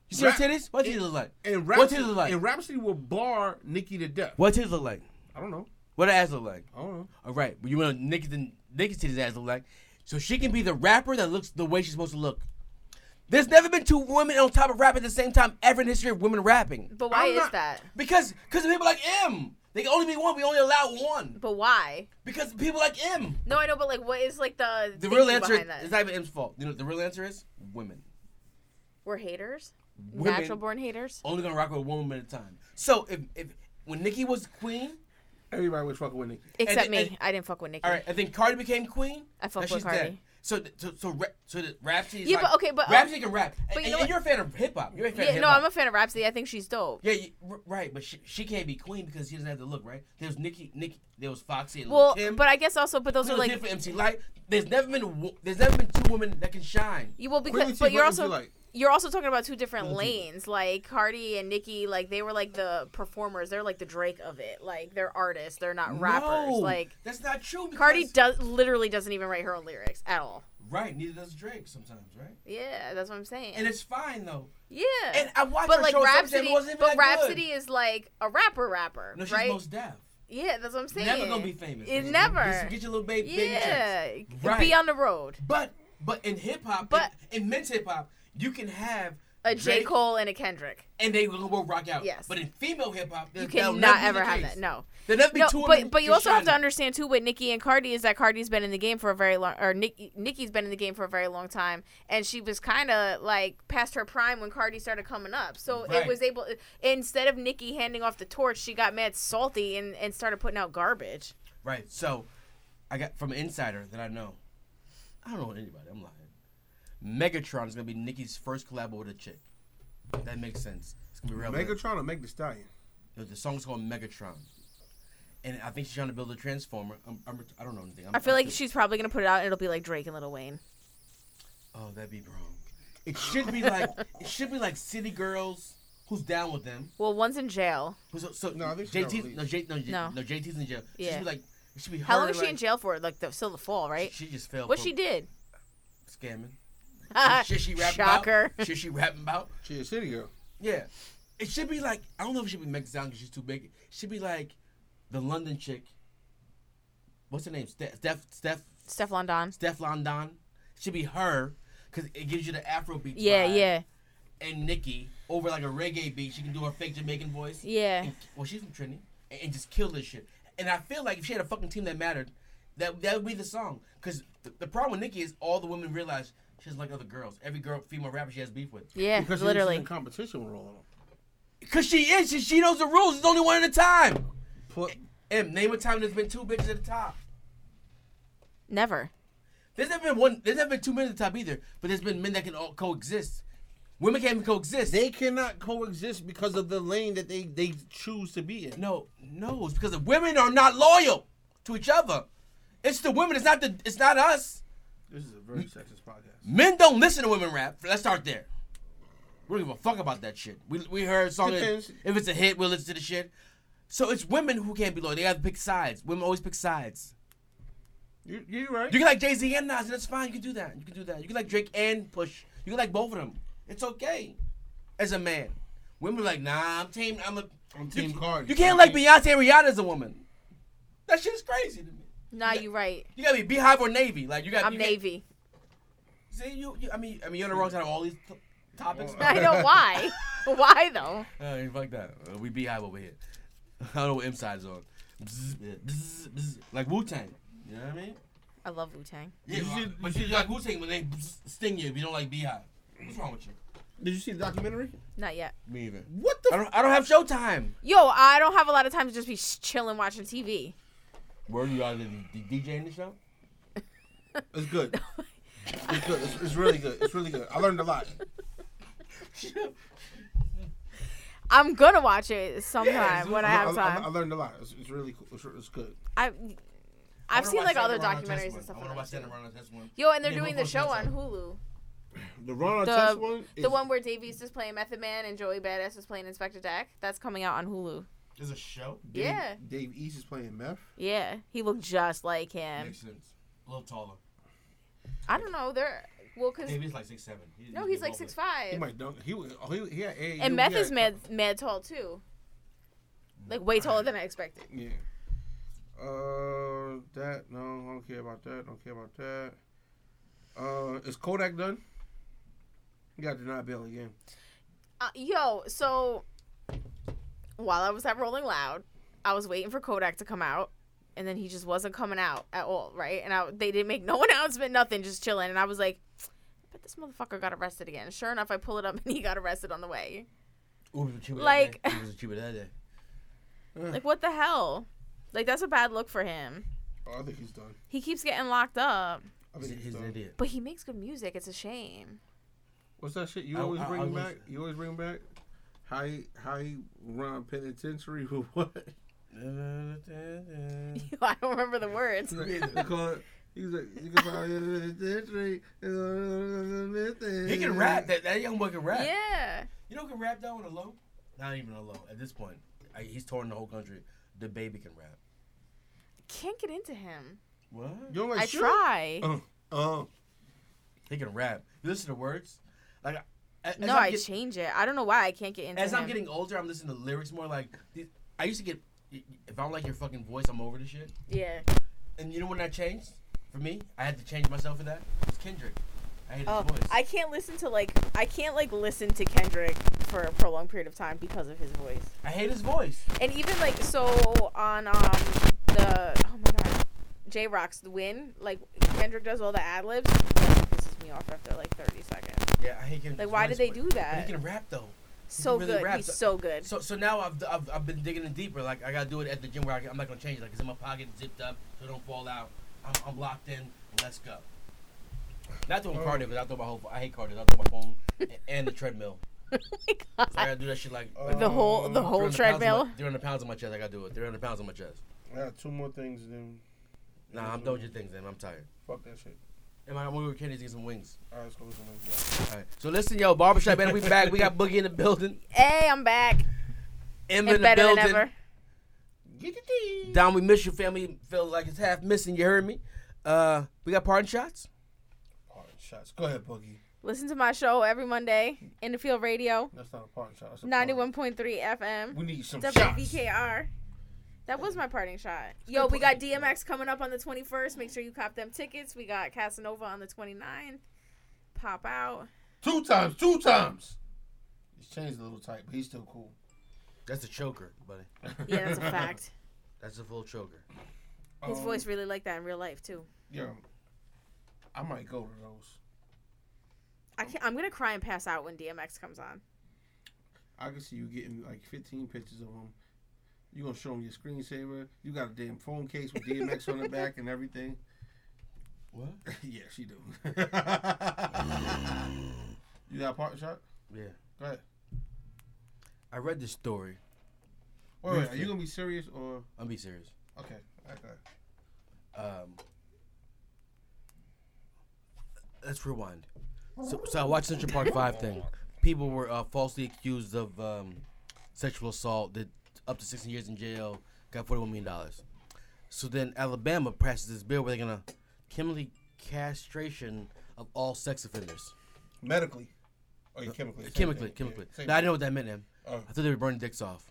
[SPEAKER 1] You see
[SPEAKER 3] Rap-
[SPEAKER 1] her titties? What titties
[SPEAKER 3] and-
[SPEAKER 1] look like?
[SPEAKER 3] And
[SPEAKER 1] what
[SPEAKER 3] rhapsody,
[SPEAKER 1] titties look like?
[SPEAKER 3] and rhapsody will bar Nicki to death.
[SPEAKER 1] what titties look like?
[SPEAKER 3] I don't know.
[SPEAKER 1] What her ass look like?
[SPEAKER 3] I don't know.
[SPEAKER 1] All right, but you want Nicki than Nicki's titties ass look like? So she can be the rapper that looks the way she's supposed to look. There's never been two women on top of rap at the same time ever in the history of women rapping.
[SPEAKER 2] But why
[SPEAKER 3] I'm
[SPEAKER 2] is
[SPEAKER 3] not-
[SPEAKER 2] that?
[SPEAKER 1] Because because of people like M. They can only be one. We only allow one.
[SPEAKER 2] But why?
[SPEAKER 1] Because people like M.
[SPEAKER 2] No, I know, but like, what is like the
[SPEAKER 1] The
[SPEAKER 2] thinking
[SPEAKER 1] real answer
[SPEAKER 2] behind
[SPEAKER 1] is
[SPEAKER 2] that?
[SPEAKER 1] not even M's fault. You know what the real answer is? Women.
[SPEAKER 2] We're haters.
[SPEAKER 1] Women- Oh,
[SPEAKER 2] Natural born haters.
[SPEAKER 1] Only gonna rock with one woman at a time. So if, if when Nicki was queen,
[SPEAKER 3] Everybody was fucking with Nicki.
[SPEAKER 2] Except
[SPEAKER 1] and-
[SPEAKER 2] me.
[SPEAKER 1] and-
[SPEAKER 2] I didn't fuck with Nikki.
[SPEAKER 1] All right, I think Cardi became queen.
[SPEAKER 2] I fuck
[SPEAKER 1] Now
[SPEAKER 2] with Cardi.
[SPEAKER 1] Dead. So th- so so rap, so the Rhapsody. Is
[SPEAKER 2] Yeah,
[SPEAKER 1] like,
[SPEAKER 2] but okay, but, um,
[SPEAKER 1] Rhapsody can rap,
[SPEAKER 2] but
[SPEAKER 1] and,
[SPEAKER 2] you know
[SPEAKER 1] and
[SPEAKER 2] what?
[SPEAKER 1] you're a fan of hip hop. You're a fan of
[SPEAKER 2] Yeah,
[SPEAKER 1] hip
[SPEAKER 2] no,
[SPEAKER 1] hop.
[SPEAKER 2] I'm a fan of Rhapsody. I think she's dope.
[SPEAKER 1] Yeah, you, r- right, but she, she can't be queen because she doesn't have the look, right? There was Nicki, Nicki, there was Foxy and
[SPEAKER 2] Well,
[SPEAKER 1] Lil Kim.
[SPEAKER 2] but I guess also, but those
[SPEAKER 1] Lil
[SPEAKER 2] are like,
[SPEAKER 1] Kim for MC Light. There's never been wo- there's never been two women that can shine.
[SPEAKER 2] you well
[SPEAKER 3] Queen
[SPEAKER 2] because,
[SPEAKER 3] Latifah
[SPEAKER 2] but you're
[SPEAKER 3] and
[SPEAKER 2] also
[SPEAKER 3] July.
[SPEAKER 2] you're also talking about two different
[SPEAKER 1] Little Diva.
[SPEAKER 2] lanes. Like Cardi and Nicki, like they were like the performers. They're like the Drake of it. Like they're artists. They're not rappers.
[SPEAKER 1] No,
[SPEAKER 2] Like
[SPEAKER 1] that's not true.
[SPEAKER 2] Cardi
[SPEAKER 1] because-
[SPEAKER 2] does literally doesn't even write her own lyrics at all.
[SPEAKER 1] right, neither does Drake sometimes, right?
[SPEAKER 2] Yeah, that's what I'm saying.
[SPEAKER 1] And it's fine though.
[SPEAKER 2] yeah,
[SPEAKER 1] And I watched
[SPEAKER 2] but
[SPEAKER 1] her
[SPEAKER 2] like
[SPEAKER 1] show sometimes, it
[SPEAKER 2] Rhapsody,
[SPEAKER 1] wasn't even
[SPEAKER 2] but
[SPEAKER 1] that
[SPEAKER 2] Rhapsody
[SPEAKER 1] good.
[SPEAKER 2] is like a rapper rapper,
[SPEAKER 1] No, she's
[SPEAKER 2] right?
[SPEAKER 1] most deaf.
[SPEAKER 2] yeah, that's what I'm saying.
[SPEAKER 1] Never gonna be famous.
[SPEAKER 2] It
[SPEAKER 1] Just
[SPEAKER 2] never.
[SPEAKER 1] Get your little baby. baby checks.
[SPEAKER 2] yeah,
[SPEAKER 1] Right.
[SPEAKER 2] be on the road.
[SPEAKER 1] But but in hip hop,
[SPEAKER 2] But-
[SPEAKER 1] in, in men's hip hop, you can have
[SPEAKER 2] A J.
[SPEAKER 1] Drake
[SPEAKER 2] Cole and a Kendrick.
[SPEAKER 1] and they will will rock out.
[SPEAKER 2] Yes.
[SPEAKER 1] But in female hip hop,
[SPEAKER 2] You cannot ever have that. No.
[SPEAKER 1] There never be
[SPEAKER 2] No,
[SPEAKER 1] two women
[SPEAKER 2] but but you
[SPEAKER 1] can
[SPEAKER 2] also have to
[SPEAKER 1] shine.
[SPEAKER 2] understand too with Nikki and Cardi is that Cardi's been in the game for a very long or Nikki Nikki's been in the game for a very long time and she was kind of like past her prime when Cardi started coming up. So
[SPEAKER 1] Right.
[SPEAKER 2] it was able instead of Nikki handing off the torch, she got mad salty and and started putting out garbage.
[SPEAKER 1] Right. So, I got from an insider that I know. I don't know anybody. I'm lying. Megatron is gonna be Nikki's first collab with a chick. That makes sense. It's gonna be real. good.
[SPEAKER 3] Megatron or Meg the Stallion?
[SPEAKER 1] The- The song's called Megatron, and I think she's trying to build a transformer. I'm, I'm, I don't know anything. I'm,
[SPEAKER 2] I feel
[SPEAKER 1] I'm
[SPEAKER 2] like
[SPEAKER 1] just-
[SPEAKER 2] she's probably going to put it out and it'll be like Drake and Lil Wayne.
[SPEAKER 1] Oh, that'd be wrong. It should be like it should be like City Girls, who's down with them.
[SPEAKER 2] Well, one's in jail.
[SPEAKER 1] Who's so
[SPEAKER 3] No, I think she got
[SPEAKER 1] JT? No, J, no, J, no,
[SPEAKER 2] No.
[SPEAKER 1] JT's in jail. She should
[SPEAKER 2] Yeah.
[SPEAKER 1] be like it should be.
[SPEAKER 2] How
[SPEAKER 1] her
[SPEAKER 2] long
[SPEAKER 1] and,
[SPEAKER 2] is she
[SPEAKER 1] like-
[SPEAKER 2] in jail for? Like the, still the fall, right?
[SPEAKER 1] She just failed.
[SPEAKER 2] what
[SPEAKER 1] for
[SPEAKER 2] she did?
[SPEAKER 1] Scamming. Shit she rapping
[SPEAKER 2] Shocker.
[SPEAKER 1] about. Shit she rapping about.
[SPEAKER 3] She a city girl.
[SPEAKER 1] Yeah. It should be like I don't know if it should be Meg Zhang because she's too big. It should be like the London chick. What's her name? Steph Steph Steph
[SPEAKER 2] Steph London.
[SPEAKER 1] Steph London. It should be her because it gives you the Afro beat.
[SPEAKER 2] Yeah,
[SPEAKER 1] vibe.
[SPEAKER 2] yeah,
[SPEAKER 1] And Nikki over like a reggae beat, she can do her fake Jamaican voice.
[SPEAKER 2] yeah.
[SPEAKER 1] And, well, she's from Trinity, and, and just kill this shit. And I feel like if she had a fucking team that mattered, that that would be the song. Because the, the problem with Nikki is all the women realize she doesn't like other girls. Every girl, female rapper, she has beef with.
[SPEAKER 2] Yeah,
[SPEAKER 3] Because literally in
[SPEAKER 2] literally.
[SPEAKER 3] competition with all of them.
[SPEAKER 1] Because she is. She, she knows the rules. It's only one at a time.
[SPEAKER 3] Put,
[SPEAKER 1] And name a time there's been two bitches at the top.
[SPEAKER 2] Never.
[SPEAKER 1] There's never been one. There's never been two men at the top either. But there's been men that can all coexist. Women can't even coexist.
[SPEAKER 3] they cannot coexist because of the lane that they, they choose to be in.
[SPEAKER 1] no, no. It's because the women are not loyal to each other. It's the women. It's not the. It's not us.
[SPEAKER 3] This is a very sexist podcast.
[SPEAKER 1] Men don't listen to women rap. Let's start there. We don't give a fuck about that shit. We, we heard a song.
[SPEAKER 3] Depends.
[SPEAKER 1] If it's a hit, we'll listen to the shit. So it's women who can't be loyal. They have to pick sides. Women always pick sides.
[SPEAKER 3] You, you're right.
[SPEAKER 1] You can like Jay Z and Nas, and that's fine. You can do that. You can do that. You can like Drake and Push. You can like both of them. It's okay. As a man, women are like, nah, I'm team. I'm a.
[SPEAKER 3] I'm Team
[SPEAKER 1] you,
[SPEAKER 3] Cardi.
[SPEAKER 1] You can't
[SPEAKER 3] I'm
[SPEAKER 1] like
[SPEAKER 3] team-
[SPEAKER 1] Beyonce and Rihanna as a woman. That shit's crazy to me.
[SPEAKER 2] Nah, you right.
[SPEAKER 1] You gotta be Beehive or Navy. Like you got.
[SPEAKER 2] I'm
[SPEAKER 1] you can't-
[SPEAKER 2] Navy.
[SPEAKER 1] See you, you. I mean, I mean, you're on the wrong side of all these t- topics.
[SPEAKER 3] Well,
[SPEAKER 2] I know why. why though?
[SPEAKER 1] Uh, ain't fuck that. Uh, we beehive over here. I don't know what M side is on. Bzz, yeah, bzz, bzz. Like Wu Tang. You know what I mean?
[SPEAKER 2] I love Wu Tang.
[SPEAKER 1] Yeah,
[SPEAKER 3] You should-
[SPEAKER 1] but you like Wu Tang when they bzz, sting you if you don't like beehive. What's wrong with you?
[SPEAKER 3] Did you see the documentary?
[SPEAKER 2] Not yet.
[SPEAKER 1] Me either.
[SPEAKER 3] What the?
[SPEAKER 1] I don't. I don't have Showtime.
[SPEAKER 2] Yo, I don't have a lot of time to just be sh- chilling watching TV.
[SPEAKER 1] Where you are the, the DJ in the show?
[SPEAKER 3] f- it's good. It's good. It's, it's really good. It's really good. I learned a lot.
[SPEAKER 2] I'm gonna watch it sometime when I have
[SPEAKER 3] I, I
[SPEAKER 2] time.
[SPEAKER 3] learned a lot. It's, it's really cool. It's, it's good.
[SPEAKER 2] I, I, have seen like other documentaries and stuff.
[SPEAKER 1] I want to
[SPEAKER 2] Like
[SPEAKER 1] watch
[SPEAKER 2] that
[SPEAKER 1] that
[SPEAKER 2] too.
[SPEAKER 1] around this one.
[SPEAKER 2] Yo, and they're
[SPEAKER 1] Yeah,
[SPEAKER 2] doing the
[SPEAKER 1] we'll post
[SPEAKER 2] show on
[SPEAKER 1] that too.
[SPEAKER 2] Hulu.
[SPEAKER 3] The Ron
[SPEAKER 2] The-
[SPEAKER 3] Artest one. Is,
[SPEAKER 2] The one where Davies is playing Method Man and Joey Badass is playing Inspector Deck. That's coming out on Hulu.
[SPEAKER 1] There's a show.
[SPEAKER 3] Dave,
[SPEAKER 2] yeah.
[SPEAKER 3] Dave East is playing meth.
[SPEAKER 2] Yeah, he looked just like him.
[SPEAKER 1] Makes sense. A little taller.
[SPEAKER 2] I don't know. They're well, cause
[SPEAKER 1] David's like six seven.
[SPEAKER 2] no, he's like six five.
[SPEAKER 3] He might dunk. He was. Oh, he, he had AAU,
[SPEAKER 2] And meth
[SPEAKER 3] he had-
[SPEAKER 2] is mad, mad tall too. Like way taller than I expected.
[SPEAKER 3] Yeah. Uh, that no, I don't care about that. Don't care about that. Uh, is Kodak done? You got denied bail again.
[SPEAKER 2] Uh, yo, so while I was at Rolling Loud, I was waiting for Kodak to come out, and then he just wasn't coming out at all, right? And I, they didn't make no announcement, nothing, just chilling. And I was like, I bet this motherfucker got arrested again. Sure enough, I pull it up and he got arrested on the way. Like-
[SPEAKER 1] It was a cheaper that day.
[SPEAKER 2] Like, what the hell? Like, that's a bad look for him.
[SPEAKER 3] Oh, I think he's done.
[SPEAKER 2] He keeps getting locked up.
[SPEAKER 3] I
[SPEAKER 1] He's,
[SPEAKER 3] mean,
[SPEAKER 1] he's an
[SPEAKER 3] so-
[SPEAKER 1] idiot.
[SPEAKER 2] But he makes good music. It's a shame.
[SPEAKER 3] What's that shit? You
[SPEAKER 1] I-
[SPEAKER 3] always
[SPEAKER 1] I-
[SPEAKER 3] bring
[SPEAKER 1] I
[SPEAKER 3] him
[SPEAKER 1] was-
[SPEAKER 3] back. You always bring him back. How he how he run penitentiary with what?
[SPEAKER 2] I don't remember the words.
[SPEAKER 3] He's like, they call it- he's like, you can find it in the penitentiary.
[SPEAKER 1] He can rap. That, that young boy can rap.
[SPEAKER 2] Yeah.
[SPEAKER 1] You know who can rap though on a low? Not even a low at this point. I, he's torn the whole country. The baby can rap.
[SPEAKER 2] Can't get into him.
[SPEAKER 1] What?
[SPEAKER 3] You don't like
[SPEAKER 2] I
[SPEAKER 3] shit?
[SPEAKER 2] try.
[SPEAKER 3] Uh, uh,
[SPEAKER 1] He can rap. You listen to words. Like I- as
[SPEAKER 2] No,
[SPEAKER 1] I'm
[SPEAKER 2] I
[SPEAKER 1] get-
[SPEAKER 2] change it. I don't know why I can't get into
[SPEAKER 1] as
[SPEAKER 2] him.
[SPEAKER 1] I'm getting older, I'm listening to lyrics more. Like these- I used to get. If I don't like your fucking voice, I'm over the shit.
[SPEAKER 2] yeah.
[SPEAKER 1] And you know when that changed for me? I had to change myself for that. It's Kendrick. I hate
[SPEAKER 2] Oh,
[SPEAKER 1] his voice.
[SPEAKER 2] I can't listen to like I can't like listen to Kendrick for a prolonged period of time because of his voice.
[SPEAKER 1] I hate his voice.
[SPEAKER 2] And even like so on um the oh my god, J Rock's the win. Like Kendrick does all the ad libs. That pisses me off after like thirty seconds.
[SPEAKER 1] Yeah, I hate Kendrick's
[SPEAKER 2] Like why
[SPEAKER 1] voice,
[SPEAKER 2] did they
[SPEAKER 1] but-
[SPEAKER 2] do
[SPEAKER 1] But
[SPEAKER 2] that?
[SPEAKER 1] he can rap though.
[SPEAKER 2] so
[SPEAKER 1] really
[SPEAKER 2] good.
[SPEAKER 1] rap,
[SPEAKER 2] He's
[SPEAKER 1] so-
[SPEAKER 2] so good.
[SPEAKER 1] So so now I've, I've I've been digging in deeper. Like I gotta do it at the gym where I, I'm not gonna change. it. Like it's in my pocket, zipped up, so it don't fall out. I'm, I'm locked in. Let's go. Not doing
[SPEAKER 3] Oh.
[SPEAKER 1] cardio because I throw my whole. I hate cardio. I throw my phone and, and the treadmill.
[SPEAKER 2] Oh my
[SPEAKER 1] So I gotta do that shit like.
[SPEAKER 3] uh,
[SPEAKER 2] the whole the whole
[SPEAKER 1] 300 pounds on my-
[SPEAKER 2] treadmill.
[SPEAKER 1] 300 pounds on my chest. I gotta do it. 300 pounds on my chest.
[SPEAKER 3] I got two more things. Then
[SPEAKER 1] Nah, I'm done with your things, man. I'm tired.
[SPEAKER 3] fuck that shit.
[SPEAKER 1] Am I? I'm gonna go to Kenny's get some wings.
[SPEAKER 3] All right, let's go with something else.
[SPEAKER 1] All right. So listen, yo, barbershop, man. We back. We got Boogie in the building.
[SPEAKER 2] Hey, I'm back
[SPEAKER 1] M in
[SPEAKER 2] and
[SPEAKER 1] the
[SPEAKER 2] better
[SPEAKER 1] building.
[SPEAKER 2] than ever.
[SPEAKER 1] Don, we miss your family. Feel like it's half missing. You heard me. Uh, we got parting shots.
[SPEAKER 3] Parting shots. Go ahead, Boogie.
[SPEAKER 2] Listen to my show every Monday in the field radio,
[SPEAKER 3] That's not a parting shot. That's a parting.
[SPEAKER 2] ninety one point three FM.
[SPEAKER 3] We need some shots.
[SPEAKER 2] WVKR. That was my parting shot. Yo, we got DMX coming up on the 21st. Make sure you cop them tickets. We got Casanova on the 29th. Pop out.
[SPEAKER 3] Two times. Two times. He's changed a little tight, but he's still cool.
[SPEAKER 1] That's a choker, buddy.
[SPEAKER 2] Yeah, that's a fact.
[SPEAKER 1] That's a full choker.
[SPEAKER 2] His
[SPEAKER 3] Um,
[SPEAKER 2] voice really like that in real life too.
[SPEAKER 3] Yeah. I might go to those.
[SPEAKER 2] I can't, I'm gonna cry and pass out when DMX comes on.
[SPEAKER 3] I can see you getting like 15 pictures of him. You gonna show him your screensaver? You got a damn phone case with DMX on the back and everything.
[SPEAKER 1] What?
[SPEAKER 3] yeah, she do. you got a parting shot?
[SPEAKER 1] Yeah.
[SPEAKER 3] Go ahead.
[SPEAKER 1] I read this story.
[SPEAKER 3] Wait, wait, are
[SPEAKER 1] Briefly.
[SPEAKER 3] you gonna be serious or
[SPEAKER 1] I'm be serious.
[SPEAKER 3] okay? Okay.
[SPEAKER 1] Um, let's rewind. So, so I watched Central Park Five thing. People were uh, falsely accused of um, sexual assault. Did up to 16 years in jail. Got 41 million dollars. So then Alabama passes this bill where they're gonna chemically castration of all sex offenders.
[SPEAKER 3] Medically. Oh, you chemically. same
[SPEAKER 1] Uh, Chemically,
[SPEAKER 3] thing.
[SPEAKER 1] chemically.
[SPEAKER 3] Yeah, same
[SPEAKER 1] now I know what that meant, man.
[SPEAKER 3] Oh.
[SPEAKER 1] I thought they were burning dicks off.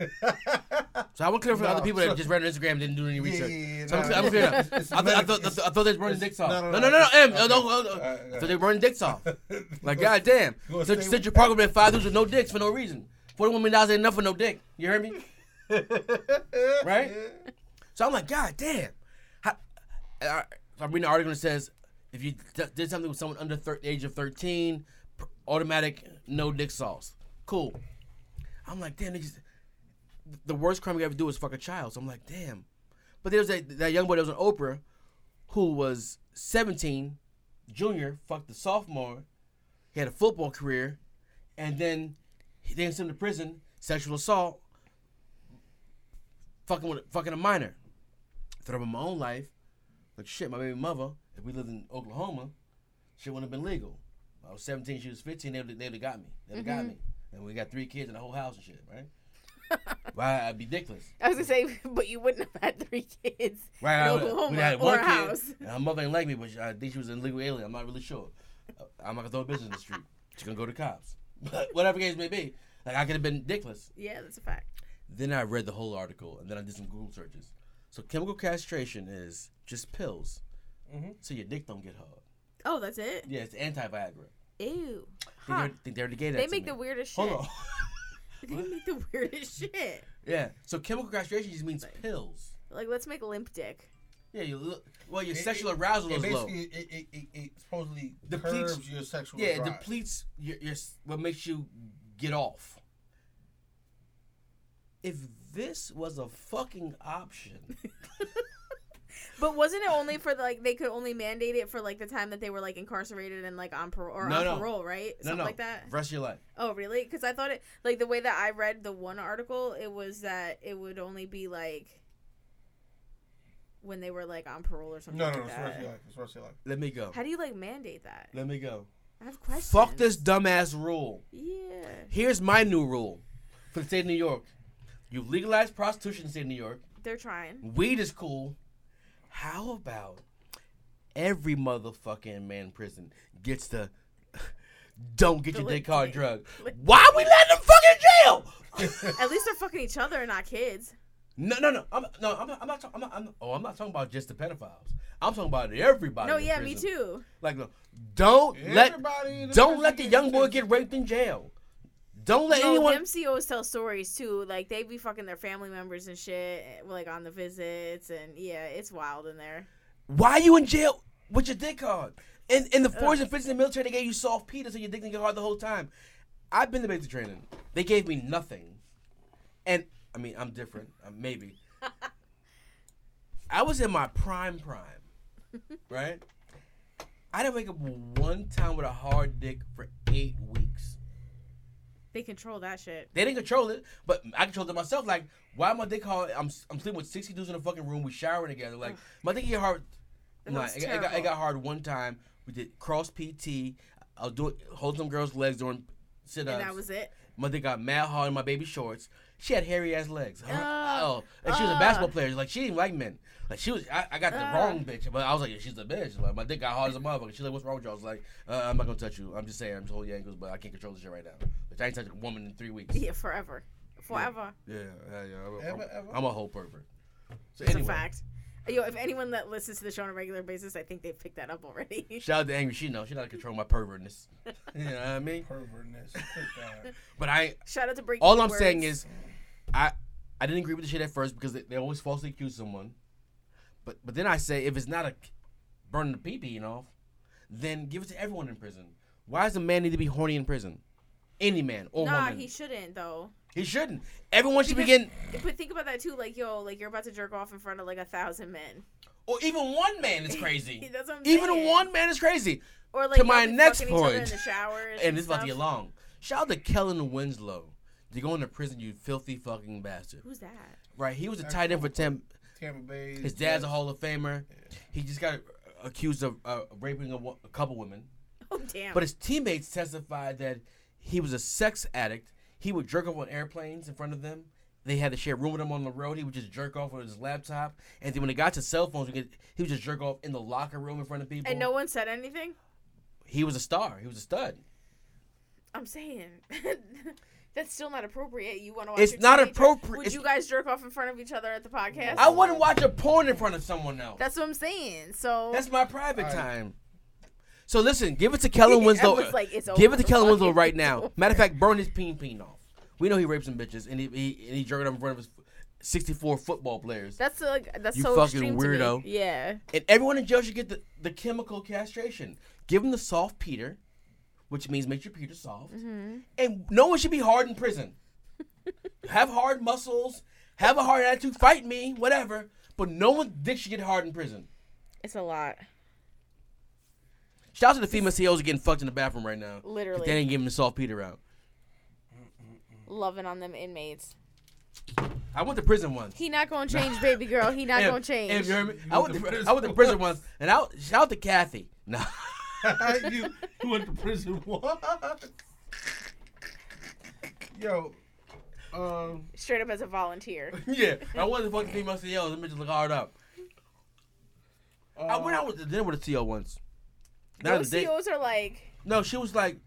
[SPEAKER 1] So I want to clear for the
[SPEAKER 3] No,
[SPEAKER 1] other people that
[SPEAKER 3] so-
[SPEAKER 1] just read on Instagram and didn't do any research.
[SPEAKER 3] yeah,
[SPEAKER 1] so I'm,
[SPEAKER 3] no,
[SPEAKER 1] clear- I'm clear up. I
[SPEAKER 3] it's- it's
[SPEAKER 1] thought, I,
[SPEAKER 3] medic-
[SPEAKER 1] thought, I,
[SPEAKER 3] it's-
[SPEAKER 1] thought, I thought they were burning
[SPEAKER 3] it's-
[SPEAKER 1] dicks off.
[SPEAKER 3] no, no,
[SPEAKER 1] No, no,
[SPEAKER 3] no,
[SPEAKER 1] no, no.
[SPEAKER 3] it's-
[SPEAKER 1] M,
[SPEAKER 3] okay.
[SPEAKER 1] no, no, no.
[SPEAKER 3] All right, all
[SPEAKER 1] I
[SPEAKER 3] right.
[SPEAKER 1] thought they were burning dicks off. Like,
[SPEAKER 3] You gonna-
[SPEAKER 1] goddamn.
[SPEAKER 3] you gonna
[SPEAKER 1] Cent-
[SPEAKER 3] stay-
[SPEAKER 1] Central Park would have five dudes with no dicks for no reason. $41 million ain't enough for no dick. You heard me? Right?
[SPEAKER 3] Yeah.
[SPEAKER 1] So I'm like, God damn. How, uh, so I'm reading an article that says if you d- did something with someone under thir- the age of 13, pr- automatic no dick sauce. Cool. I'm like, damn, they just, the worst crime you ever do is fuck a child. So I'm like, damn. But there's that, that young boy that was on Oprah who was 17, junior, fucked the sophomore. He had a football career, and then he then sent him to prison, sexual assault, fucking with fucking a minor. Thought about my own life, like shit. My baby mother, if we lived in Oklahoma, shit wouldn't have been legal. I was 17, she was 15. They would have got me. They would have got me. And we got three kids and a whole house and shit, right? right, I'd be dickless.
[SPEAKER 2] I was gonna say, but you wouldn't have had three kids.
[SPEAKER 1] Right,
[SPEAKER 2] in
[SPEAKER 1] I would-
[SPEAKER 2] Oklahoma
[SPEAKER 1] we'd had
[SPEAKER 2] or
[SPEAKER 1] one
[SPEAKER 2] a
[SPEAKER 1] kid,
[SPEAKER 2] house.
[SPEAKER 1] and her mother ain't like me, but she- I think she was an illegal alien. I'm not really sure. Uh, I'm not gonna throw a bitch in the street. She's gonna go to cops. But whatever case may be, like I could have been dickless.
[SPEAKER 2] Yeah, that's a fact.
[SPEAKER 1] Then I read the whole article, and then I did some Google searches. So chemical castration is just pills,
[SPEAKER 2] Mm-hmm.
[SPEAKER 3] Mhm.
[SPEAKER 1] so your dick don't get hard.
[SPEAKER 2] Oh, that's it.
[SPEAKER 1] Yeah, it's anti-Viagra.
[SPEAKER 2] Ew.
[SPEAKER 1] Think
[SPEAKER 2] Huh.
[SPEAKER 1] they're- Think they already gave that
[SPEAKER 2] They
[SPEAKER 1] to
[SPEAKER 2] make
[SPEAKER 1] me.
[SPEAKER 2] the weirdest shit.
[SPEAKER 1] Hold on.
[SPEAKER 2] They make the weirdest shit.
[SPEAKER 1] yeah. So chemical castration just means pills.
[SPEAKER 2] Like, let's make limp dick.
[SPEAKER 1] Yeah, you look. Well, your
[SPEAKER 3] It-
[SPEAKER 1] sexual
[SPEAKER 3] it-
[SPEAKER 1] arousal
[SPEAKER 3] It
[SPEAKER 1] is low.
[SPEAKER 3] basically, it, it, it, it supposedly
[SPEAKER 1] Depletes-
[SPEAKER 3] curves your sexual
[SPEAKER 1] Yeah, it
[SPEAKER 3] drive.
[SPEAKER 1] depletes your, your s- what makes you get off. If this was a fucking option,
[SPEAKER 2] But wasn't it only for like they could only mandate it for like the time that they were like incarcerated and like on parole or
[SPEAKER 1] No,
[SPEAKER 2] on
[SPEAKER 1] no.
[SPEAKER 2] parole, right?
[SPEAKER 1] No,
[SPEAKER 2] Something
[SPEAKER 1] no.
[SPEAKER 2] like that.
[SPEAKER 1] Rest of your life.
[SPEAKER 2] Oh, really? Because I thought it like the way that I read the one article, it was that it would only be like when they were like on parole or something.
[SPEAKER 3] No,
[SPEAKER 2] like
[SPEAKER 3] no, no. It's
[SPEAKER 2] that.
[SPEAKER 3] worth your life. It's worth your life.
[SPEAKER 1] Let me go.
[SPEAKER 2] How do you like mandate that?
[SPEAKER 1] Let me go.
[SPEAKER 2] I have questions.
[SPEAKER 1] Fuck this dumbass rule.
[SPEAKER 2] Yeah.
[SPEAKER 1] Here's my new rule for the state of New York. You legalize prostitution in the state of New York.
[SPEAKER 2] They're trying.
[SPEAKER 1] Weed is cool. How about every motherfucking man in prison gets to don't get your
[SPEAKER 2] lick-
[SPEAKER 1] dick hard drug?
[SPEAKER 2] lick-
[SPEAKER 1] Why we letting them fucking jail?
[SPEAKER 2] At least they're fucking each other and not kids.
[SPEAKER 1] No, no, no. I'm no. I'm not. I'm not. talk- I'm not I'm, oh, I'm not talking about just the pedophiles. I'm talking about everybody.
[SPEAKER 2] No,
[SPEAKER 1] in
[SPEAKER 2] yeah, me
[SPEAKER 1] prison.
[SPEAKER 2] too.
[SPEAKER 1] Like, no, don't
[SPEAKER 3] Everybody in the
[SPEAKER 1] let don't
[SPEAKER 3] prison
[SPEAKER 1] let the
[SPEAKER 3] gets
[SPEAKER 1] young boy
[SPEAKER 3] this.
[SPEAKER 1] get raped in jail. Don't let
[SPEAKER 2] No,
[SPEAKER 1] anyone.
[SPEAKER 2] the MCOs tell stories too. Like they be fucking their family members and shit, eh, like on the visits and yeah, it's wild in there.
[SPEAKER 1] Why you in jail with your dick hard? In in the force and fits in the military, they gave you soft Peter so your dick didn't get hard the whole time. I've been to basic training. They gave me nothing, and I mean I'm different. Uh, maybe I was in my prime prime, right? I didn't wake up one time with a hard dick for eight weeks.
[SPEAKER 2] They control that shit.
[SPEAKER 1] They didn't control it, but I controlled it myself. Like, why my dick hard? I'm I'm sleeping with sixty dudes in a fucking room. We showering together. Like, my dick get hard.
[SPEAKER 2] That
[SPEAKER 1] Nah,
[SPEAKER 2] was
[SPEAKER 1] it, got- it got, it
[SPEAKER 2] terrible.
[SPEAKER 1] got hard one time. We did cross PT. I was doing holding some girls' legs during sit
[SPEAKER 2] And
[SPEAKER 1] ups.
[SPEAKER 2] that was it.
[SPEAKER 1] My dick got mad hard in my baby shorts. She had hairy ass legs. Her-
[SPEAKER 2] Ah.
[SPEAKER 1] oh, and she was a
[SPEAKER 2] Ah.
[SPEAKER 1] basketball player. Like she didn't like men. Like she was, I, I got the
[SPEAKER 2] Ah.
[SPEAKER 1] wrong bitch, but I was like, yeah, she's a bitch. Like my dick got hard as a motherfucker. She's like, what's wrong with you? I was like, uh, I'm not gonna touch you. I'm just saying, I'm just holding your ankles, but I can't control this shit right now. But I ain't touched a woman in three weeks.
[SPEAKER 2] Yeah, forever, forever.
[SPEAKER 1] Yeah, yeah, yeah. I'm, a-
[SPEAKER 3] Ever,
[SPEAKER 1] I'm-
[SPEAKER 3] ever.
[SPEAKER 1] I'm a whole pervert. So
[SPEAKER 2] It's
[SPEAKER 1] anyway,
[SPEAKER 2] a fact. Yo, if anyone that listens to the show on a regular basis, I think they've picked that up already.
[SPEAKER 1] shout out to Angry. She knows she know how to control my pervertness. you know what I mean?
[SPEAKER 3] Pervertness. Good God.
[SPEAKER 1] But I,
[SPEAKER 2] Shout out to Breaking
[SPEAKER 1] all I'm saying
[SPEAKER 2] Words.
[SPEAKER 1] is, I, I didn't agree with the shit at first because they, they always falsely accuse someone. But but then I say if it's not a burning the pee pee off, then give it to everyone in prison. Why does a man need to be horny in prison? Any man or
[SPEAKER 2] Nah,
[SPEAKER 1] woman,
[SPEAKER 2] he
[SPEAKER 1] he,
[SPEAKER 2] shouldn't though.
[SPEAKER 1] shouldn't. Everyone should be
[SPEAKER 2] Because-
[SPEAKER 1] getting,
[SPEAKER 2] But think about that too. Like, yo, like you're about to jerk off in front of like a thousand men.
[SPEAKER 1] or even one man is crazy.
[SPEAKER 2] That's what I'm
[SPEAKER 1] even
[SPEAKER 2] saying.
[SPEAKER 1] one man is crazy.
[SPEAKER 2] Or like
[SPEAKER 1] To my
[SPEAKER 2] y'all be
[SPEAKER 1] next
[SPEAKER 2] fucking each other in
[SPEAKER 1] point.
[SPEAKER 2] the showers
[SPEAKER 1] and it's about to
[SPEAKER 2] stuff.
[SPEAKER 1] get long. Shout out to Kellen Winslow. You're going to prison, you filthy fucking bastard.
[SPEAKER 2] Who's that?
[SPEAKER 1] Right? He was a tight end for Tim.
[SPEAKER 3] Tampa Bay.
[SPEAKER 1] His dad's a
[SPEAKER 3] Jets.
[SPEAKER 1] Hall of Famer. He just got uh, accused of uh, raping a, wo- a couple women.
[SPEAKER 2] Oh damn.
[SPEAKER 1] But his teammates testified that he was a sex addict. He would jerk off on airplanes in front of them. They had to share a room with him on the road. He would just jerk off on his laptop. And then when it got to cell phones, we could- he would just jerk off in the locker room in front of people.
[SPEAKER 2] and no one said anything.
[SPEAKER 1] he was a star. He was a stud.
[SPEAKER 2] I'm saying. That's still not appropriate. You want to watch?
[SPEAKER 1] It's
[SPEAKER 2] your
[SPEAKER 1] not
[SPEAKER 2] teenager-
[SPEAKER 1] appropriate.
[SPEAKER 2] Would
[SPEAKER 1] It's-
[SPEAKER 2] you guys jerk off in front of each other at the podcast?
[SPEAKER 1] I wouldn't watch a porn in front of someone else.
[SPEAKER 2] That's what I'm saying. So
[SPEAKER 1] That's my private
[SPEAKER 3] All right.
[SPEAKER 1] time. So listen, give it to Kellen Winslow.
[SPEAKER 2] Everyone's like, it's
[SPEAKER 1] give
[SPEAKER 2] over.
[SPEAKER 1] it to Kellen Winslow
[SPEAKER 2] Fuck it.
[SPEAKER 1] right
[SPEAKER 2] It's
[SPEAKER 1] now.
[SPEAKER 2] over.
[SPEAKER 1] Matter of fact, burn his peen peen off. We know he rapes some bitches, and he he, and he jerked up in front of his sixty-four football players.
[SPEAKER 2] That's like that's
[SPEAKER 1] You
[SPEAKER 2] so
[SPEAKER 1] fucking
[SPEAKER 2] extreme to me.
[SPEAKER 1] weirdo.
[SPEAKER 2] Yeah.
[SPEAKER 1] and everyone in jail should get the, the chemical castration. Give him the soft Peter, which means make your Peter soft.
[SPEAKER 2] Mm-hmm.
[SPEAKER 1] And no one should be hard in prison. have hard muscles, have a hard attitude, fight me, whatever. But no one's dick should get hard in prison.
[SPEAKER 2] It's a lot.
[SPEAKER 1] Shout out to the female CEOs getting fucked in the bathroom right now. 'Cause
[SPEAKER 2] Literally.
[SPEAKER 1] They didn't give him the salt Peter out.
[SPEAKER 2] Loving on them inmates.
[SPEAKER 1] I went to prison once.
[SPEAKER 2] He not gonna change, baby girl. He not
[SPEAKER 1] And-
[SPEAKER 2] gonna change.
[SPEAKER 1] and you heard me?
[SPEAKER 3] You
[SPEAKER 1] I went to pri- I went to prison once, and I shout out to Kathy. No,
[SPEAKER 3] you, you went to prison. What? Yo. Um.
[SPEAKER 2] Straight up as a volunteer.
[SPEAKER 1] yeah, I wasn't fucking female CEO. Them bitches look hard up. I went
[SPEAKER 3] uh,
[SPEAKER 1] out with dinner with a CEO once. Not
[SPEAKER 2] Those
[SPEAKER 1] a date.
[SPEAKER 2] CEOs are like,
[SPEAKER 1] No, she was like,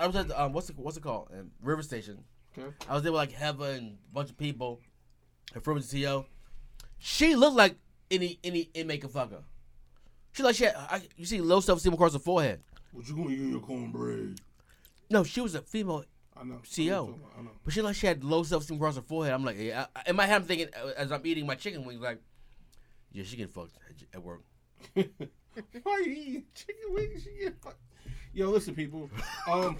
[SPEAKER 1] I was at the, um, what's it, what's it called? Um, River Station.
[SPEAKER 3] Okay.
[SPEAKER 1] I was there with like Heva and a bunch of people. Her friend was a CEO. She looked like any any inmate could fuck her. She like she had, I, you see low self esteem across the forehead.
[SPEAKER 3] What you gonna eat in your cornbread?
[SPEAKER 1] No, she was a female,
[SPEAKER 3] I know.
[SPEAKER 1] CO.
[SPEAKER 3] I know.
[SPEAKER 1] but she like she had low self esteem across her forehead. I'm like, yeah. I, in my head, I'm thinking uh, as I'm eating my chicken wings, like, yeah, she getting fucked at, at work.
[SPEAKER 3] Why you eating chicken wings? You get fuck- Yo, listen, people. Um,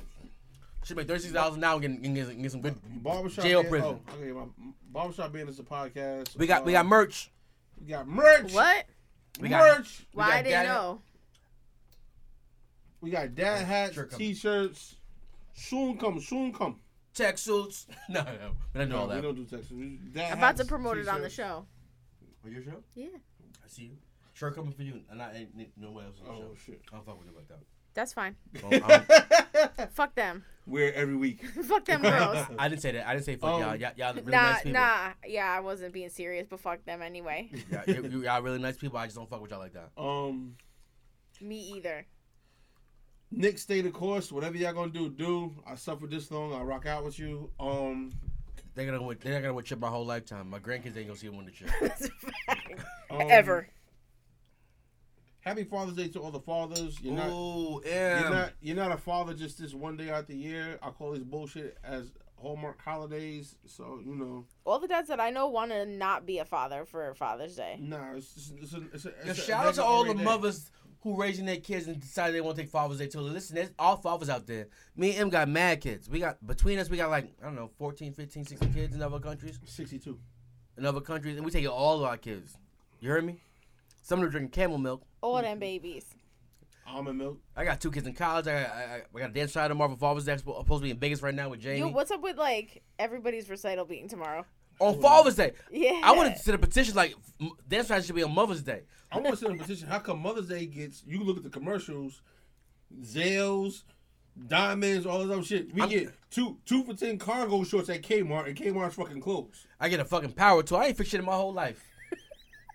[SPEAKER 1] She make thirty six dollars an hour and get, and get, and get some good.
[SPEAKER 3] barbershop
[SPEAKER 1] Jail
[SPEAKER 3] Band-
[SPEAKER 1] prison.
[SPEAKER 3] Oh, okay, my barbershop band is a podcast.
[SPEAKER 1] We got we got
[SPEAKER 3] Um,
[SPEAKER 1] merch.
[SPEAKER 3] We got merch.
[SPEAKER 2] What?
[SPEAKER 3] We
[SPEAKER 1] We
[SPEAKER 3] got,
[SPEAKER 1] got-
[SPEAKER 3] merch.
[SPEAKER 2] Why
[SPEAKER 1] got
[SPEAKER 2] I didn't
[SPEAKER 1] dad-
[SPEAKER 2] know.
[SPEAKER 3] We got dad hats,
[SPEAKER 1] Jerk 'em.
[SPEAKER 3] t-shirts. Soon come, soon come.
[SPEAKER 1] Tech suits. No, no, we don't do
[SPEAKER 3] No,
[SPEAKER 1] all
[SPEAKER 3] we
[SPEAKER 1] that.
[SPEAKER 3] don't do Texas. We- Dad
[SPEAKER 2] About to
[SPEAKER 3] hats,
[SPEAKER 2] promote it on the
[SPEAKER 3] t-shirts.
[SPEAKER 1] E
[SPEAKER 2] show.
[SPEAKER 1] On your show?
[SPEAKER 2] Yeah,
[SPEAKER 1] I see you. Sure, coming for you. And not ain't, ain't no one else on the
[SPEAKER 3] Oh
[SPEAKER 1] show.
[SPEAKER 3] shit.
[SPEAKER 1] I don't fuck with it like that.
[SPEAKER 2] that's fine.
[SPEAKER 1] Well, I'm-
[SPEAKER 2] Fuck them.
[SPEAKER 3] We're every week.
[SPEAKER 2] Fuck them girls.
[SPEAKER 1] I didn't say that. I didn't say fuck
[SPEAKER 3] Oh.
[SPEAKER 1] y'all. Y'all, y'all really
[SPEAKER 2] nah,
[SPEAKER 1] nice people.
[SPEAKER 2] nah. Yeah, I wasn't being serious, but fuck them anyway.
[SPEAKER 1] Y'all, you, you- y'all really nice people. I just don't fuck with y'all like that.
[SPEAKER 3] Um,
[SPEAKER 2] Me either.
[SPEAKER 3] Nick, stay the course. Whatever y'all gonna do, do. I suffered this long. I rock out with you. Um,
[SPEAKER 1] They're gonna win, they're gonna win chip my whole lifetime. My grandkids ain't gonna see them win the chip.
[SPEAKER 2] That's a fact.
[SPEAKER 3] um,
[SPEAKER 2] Ever.
[SPEAKER 3] Happy Father's Day to all the fathers. You're not.
[SPEAKER 1] Ooh,
[SPEAKER 3] You're
[SPEAKER 1] yeah.
[SPEAKER 3] not. You're not a father just this one day out the year. I call this bullshit as Hallmark holidays. So you know,
[SPEAKER 2] All the dads that I know want to not be a father for Father's Day.
[SPEAKER 3] nah. It's just, it's a, it's a, it's a
[SPEAKER 1] Shout out to
[SPEAKER 3] regular
[SPEAKER 1] all the
[SPEAKER 3] everyday.
[SPEAKER 1] mothers who raising their kids and decided they want to take Father's Day too. Listen, there's all fathers out there. Me and M got mad kids. We got between us, we got like I don't know, 14, 15, 16 kids in other countries.
[SPEAKER 3] Sixty-two.
[SPEAKER 1] in other countries, and we take it all our kids. You heard me? Some of them drinking camel milk.
[SPEAKER 2] All them babies.
[SPEAKER 3] Almond milk.
[SPEAKER 1] I got two kids in college. I got, I, I- I got a dance side of Marvel Father's Day. I'm supposed to be in Vegas right now with Jamie.
[SPEAKER 2] Yo, what's up with like everybody's recital being tomorrow?
[SPEAKER 1] on Father's Day,
[SPEAKER 2] Yeah.
[SPEAKER 1] I want to sit a petition like m- dance side should be on Mother's Day.
[SPEAKER 3] I want to sit in a position. How come Mother's Day gets? You look at the commercials, Zales, diamonds, all that other shit. We
[SPEAKER 1] I'm-
[SPEAKER 3] get two two for ten cargo shorts at Kmart, and Kmart's fucking closed.
[SPEAKER 1] I get a fucking power tool. I ain't fixed shit in my whole life.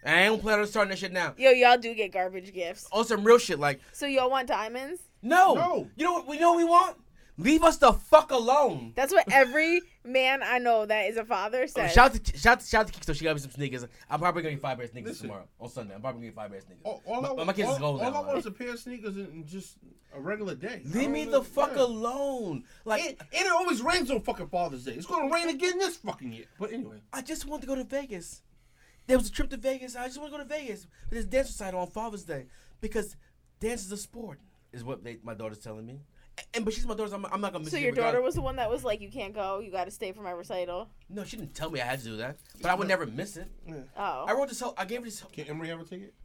[SPEAKER 1] I ain't planning on starting that shit now.
[SPEAKER 2] Yo, y'all do get garbage gifts.
[SPEAKER 1] On some real shit, like
[SPEAKER 2] So y'all want diamonds?
[SPEAKER 1] no,
[SPEAKER 3] No.
[SPEAKER 1] You know what? We know what we want. Leave us the fuck alone.
[SPEAKER 2] That's what every man I know that is a father says.
[SPEAKER 1] Oh, Shout out to shout out, shout out to Kiko. She got me some sneakers. I'm probably gonna get five pair of sneakers
[SPEAKER 3] Listen.
[SPEAKER 1] tomorrow on Sunday. I'm probably gonna get five pair of sneakers.
[SPEAKER 3] All, all
[SPEAKER 1] my,
[SPEAKER 3] I,
[SPEAKER 1] my kids
[SPEAKER 3] all,
[SPEAKER 1] is going
[SPEAKER 3] all
[SPEAKER 1] now,
[SPEAKER 3] I want
[SPEAKER 1] like.
[SPEAKER 3] is a pair of sneakers and and just a regular day. I
[SPEAKER 1] Leave
[SPEAKER 3] don't
[SPEAKER 1] me
[SPEAKER 3] really-
[SPEAKER 1] the fuck
[SPEAKER 3] yeah.
[SPEAKER 1] alone. Like
[SPEAKER 3] And, and it always rains on fucking Father's Day. It's gonna rain again this fucking year. But anyway,
[SPEAKER 1] I just want to go to Vegas. There was a trip to Vegas. I just want to go to Vegas. But there's dance recital on Father's Day because dance is a sport, is what they, my daughter's telling me. And but she's my daughter. So I'm, I'm not gonna miss
[SPEAKER 2] so
[SPEAKER 1] it
[SPEAKER 2] your daughter
[SPEAKER 1] regardless.
[SPEAKER 2] was the one that was like, "You can't go. You got to stay for my recital."
[SPEAKER 1] No, she didn't tell me I had to do that. But I would never miss it. I
[SPEAKER 2] Oh,
[SPEAKER 1] wrote this whole. I gave her this.
[SPEAKER 3] can Emery have a ticket?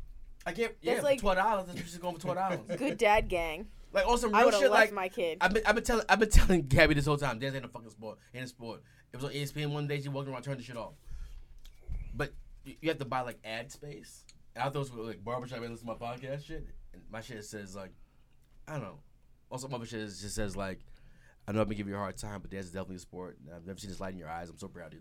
[SPEAKER 1] I gave yeah
[SPEAKER 2] That's
[SPEAKER 1] for
[SPEAKER 2] like-
[SPEAKER 1] twelve dollars. That's what she's going for twelve dollars.
[SPEAKER 2] good dad gang.
[SPEAKER 1] like on some
[SPEAKER 2] I
[SPEAKER 1] real
[SPEAKER 2] would have
[SPEAKER 1] shit.
[SPEAKER 2] left
[SPEAKER 1] Like
[SPEAKER 2] my kid.
[SPEAKER 1] I've been, I've been telling I've been telling Gabby this whole time. Dance ain't a fucking sport. Ain't a sport. It was on E ESPN one day. She walked around, turned the shit off. But you you have to buy like ad space. And I thought it was like barbershop. I listen to my podcast shit. And my shit says like, I don't know. Also, my other shit is- just says like, I know I've been giving you a hard time, but dance is definitely a sport. And I've never seen this light in your eyes. I'm so proud of you.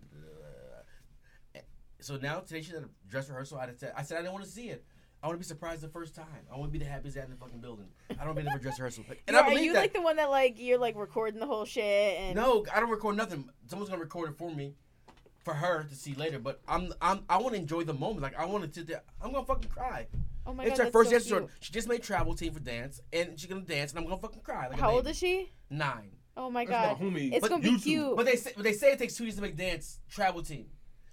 [SPEAKER 1] Eh, So now today she's at a dress rehearsal. I said I said I didn't want to see it. I want to be surprised the first time. I want to be the happiest dad in the fucking building. I don't be there for dress rehearsal. And I
[SPEAKER 2] Yo, are
[SPEAKER 1] believe
[SPEAKER 2] you
[SPEAKER 1] that.
[SPEAKER 2] like the one that like you're like recording the whole shit and
[SPEAKER 1] No, I don't record nothing. Someone's gonna record it for me, for her to see later. But I'm, I'm, I want to enjoy the moment. Like I want to sit there. I'm gonna fucking cry.
[SPEAKER 2] Oh my god,
[SPEAKER 1] it's her
[SPEAKER 2] that's
[SPEAKER 1] first
[SPEAKER 2] so
[SPEAKER 1] dance
[SPEAKER 2] cute.
[SPEAKER 1] tour. She just made travel team for dance, and she's gonna dance, and I'm gonna fucking cry. Like
[SPEAKER 2] How old is she?
[SPEAKER 1] Nine.
[SPEAKER 2] Oh my
[SPEAKER 3] That's
[SPEAKER 2] god,
[SPEAKER 3] my homie.
[SPEAKER 2] it's
[SPEAKER 3] But
[SPEAKER 2] gonna be
[SPEAKER 3] YouTube.
[SPEAKER 2] cute.
[SPEAKER 1] But they say, but they say it takes two years to make dance travel team.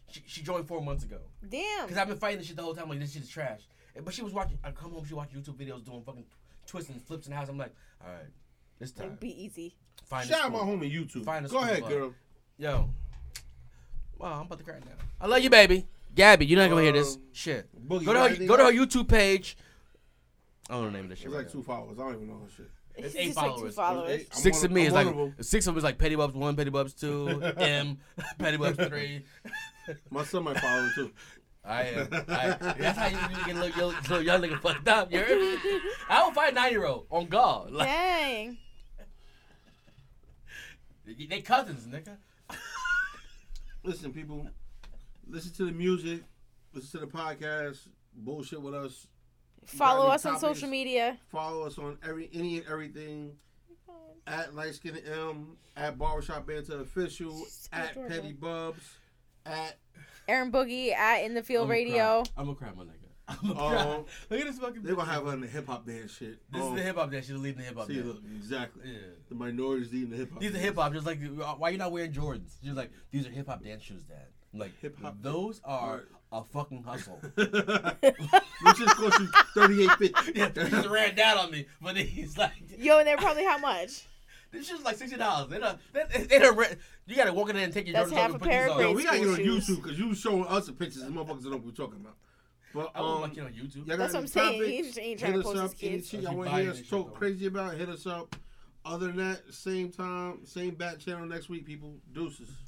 [SPEAKER 1] She, she joined four months ago.
[SPEAKER 2] Damn.
[SPEAKER 1] Cause I've been fighting this shit the whole time. Like this shit is trash. But she was watching. I come home, she watched YouTube videos doing fucking twists and flips in the house. I'm like, all right, this time.
[SPEAKER 2] Like, be easy.
[SPEAKER 1] Find a
[SPEAKER 3] Shout out my
[SPEAKER 1] sport.
[SPEAKER 3] homie YouTube.
[SPEAKER 1] Find us
[SPEAKER 3] Go
[SPEAKER 1] on
[SPEAKER 3] ahead,
[SPEAKER 1] the-
[SPEAKER 3] girl.
[SPEAKER 1] Yo. Wow, I'm about to cry now. I love you, baby. Gabby, you're not gonna hear this
[SPEAKER 3] Um,
[SPEAKER 1] shit.
[SPEAKER 3] Boogie,
[SPEAKER 1] Go to
[SPEAKER 3] got
[SPEAKER 1] her,
[SPEAKER 3] anything
[SPEAKER 1] go to her
[SPEAKER 3] else?
[SPEAKER 1] YouTube page. I don't know the name of this shit.
[SPEAKER 3] It's
[SPEAKER 1] Right
[SPEAKER 3] like two followers. I don't even know her shit.
[SPEAKER 1] It's
[SPEAKER 2] She's
[SPEAKER 1] eight
[SPEAKER 2] just, like, two
[SPEAKER 1] followers.
[SPEAKER 2] followers.
[SPEAKER 1] now. Six
[SPEAKER 3] I'm
[SPEAKER 1] of me
[SPEAKER 3] one-
[SPEAKER 1] is
[SPEAKER 3] I'm
[SPEAKER 1] like
[SPEAKER 3] one of 'em.
[SPEAKER 1] six of them is like Petty Bubs one, Petty Bubs two, M, Petty Bubs three.
[SPEAKER 3] My son might follow her too.
[SPEAKER 1] I am. I, that's how you really get little, little, little young nigga fucked up. You heard me? I would fight nine year old on God. Like,
[SPEAKER 2] Dang.
[SPEAKER 1] they cousins, nigga.
[SPEAKER 3] Listen, people, listen to the music, listen to the podcast, bullshit with us,
[SPEAKER 2] Follow
[SPEAKER 3] any
[SPEAKER 2] us on
[SPEAKER 3] topics?
[SPEAKER 2] social media.
[SPEAKER 3] follow us on every any and everything. At Lightskin M, at Barbershop Banter Official, at
[SPEAKER 2] adorable.
[SPEAKER 3] Petty Bubs, at
[SPEAKER 2] Aaron Boogie at In the Field
[SPEAKER 1] I'ma
[SPEAKER 2] Radio.
[SPEAKER 1] Cry. I'm gonna cry, my nigga. I'm gonna
[SPEAKER 3] Um,
[SPEAKER 1] cry. Look at this fucking.
[SPEAKER 3] they're gonna have her in the hip hop band shit.
[SPEAKER 1] This
[SPEAKER 3] Um,
[SPEAKER 1] is the hip hop that she's leading the hip hop.
[SPEAKER 3] See,
[SPEAKER 1] dance.
[SPEAKER 3] look, exactly.
[SPEAKER 1] Yeah.
[SPEAKER 3] The minorities leading the hip hop.
[SPEAKER 1] These are hip hop. Just like, uh, why you not wearing Jordans? She's like, these are hip hop dance shoes, Dad. I'm like, hip
[SPEAKER 3] Hip-hop-
[SPEAKER 1] hop. Those are a fucking hustle.
[SPEAKER 3] Which just cost you thirty eight fifty.
[SPEAKER 1] yeah, he just ran down on me, but then he's like,
[SPEAKER 2] Yo, and they're probably how much?
[SPEAKER 1] this shit's like sixty dollars. They don't, they, they don't. Re- you gotta walk in there and take your
[SPEAKER 2] That's
[SPEAKER 1] Jordans
[SPEAKER 2] half
[SPEAKER 1] off
[SPEAKER 2] a
[SPEAKER 1] and put
[SPEAKER 2] pair
[SPEAKER 1] these
[SPEAKER 2] of
[SPEAKER 1] on.
[SPEAKER 3] Yo,
[SPEAKER 2] grades.
[SPEAKER 3] we gotta get on
[SPEAKER 2] School shoes.
[SPEAKER 3] YouTube because you showing us the pictures. These motherfuckers don't know what we're talking about. But
[SPEAKER 4] I want
[SPEAKER 3] um,
[SPEAKER 4] my kid on YouTube.
[SPEAKER 3] y'all got
[SPEAKER 2] That's what
[SPEAKER 3] any
[SPEAKER 2] I'm saying. He
[SPEAKER 3] topics?
[SPEAKER 2] just ain't trying
[SPEAKER 3] Hit
[SPEAKER 2] to
[SPEAKER 3] us
[SPEAKER 2] post his
[SPEAKER 3] up. Any
[SPEAKER 2] kids.
[SPEAKER 3] shit y'all
[SPEAKER 4] Or she
[SPEAKER 3] want to hear
[SPEAKER 4] buying
[SPEAKER 3] us
[SPEAKER 4] this shit,
[SPEAKER 3] talk
[SPEAKER 4] though.
[SPEAKER 3] crazy about? Hit us up. Other than that, same time, same bat channel next week, people. Deuces.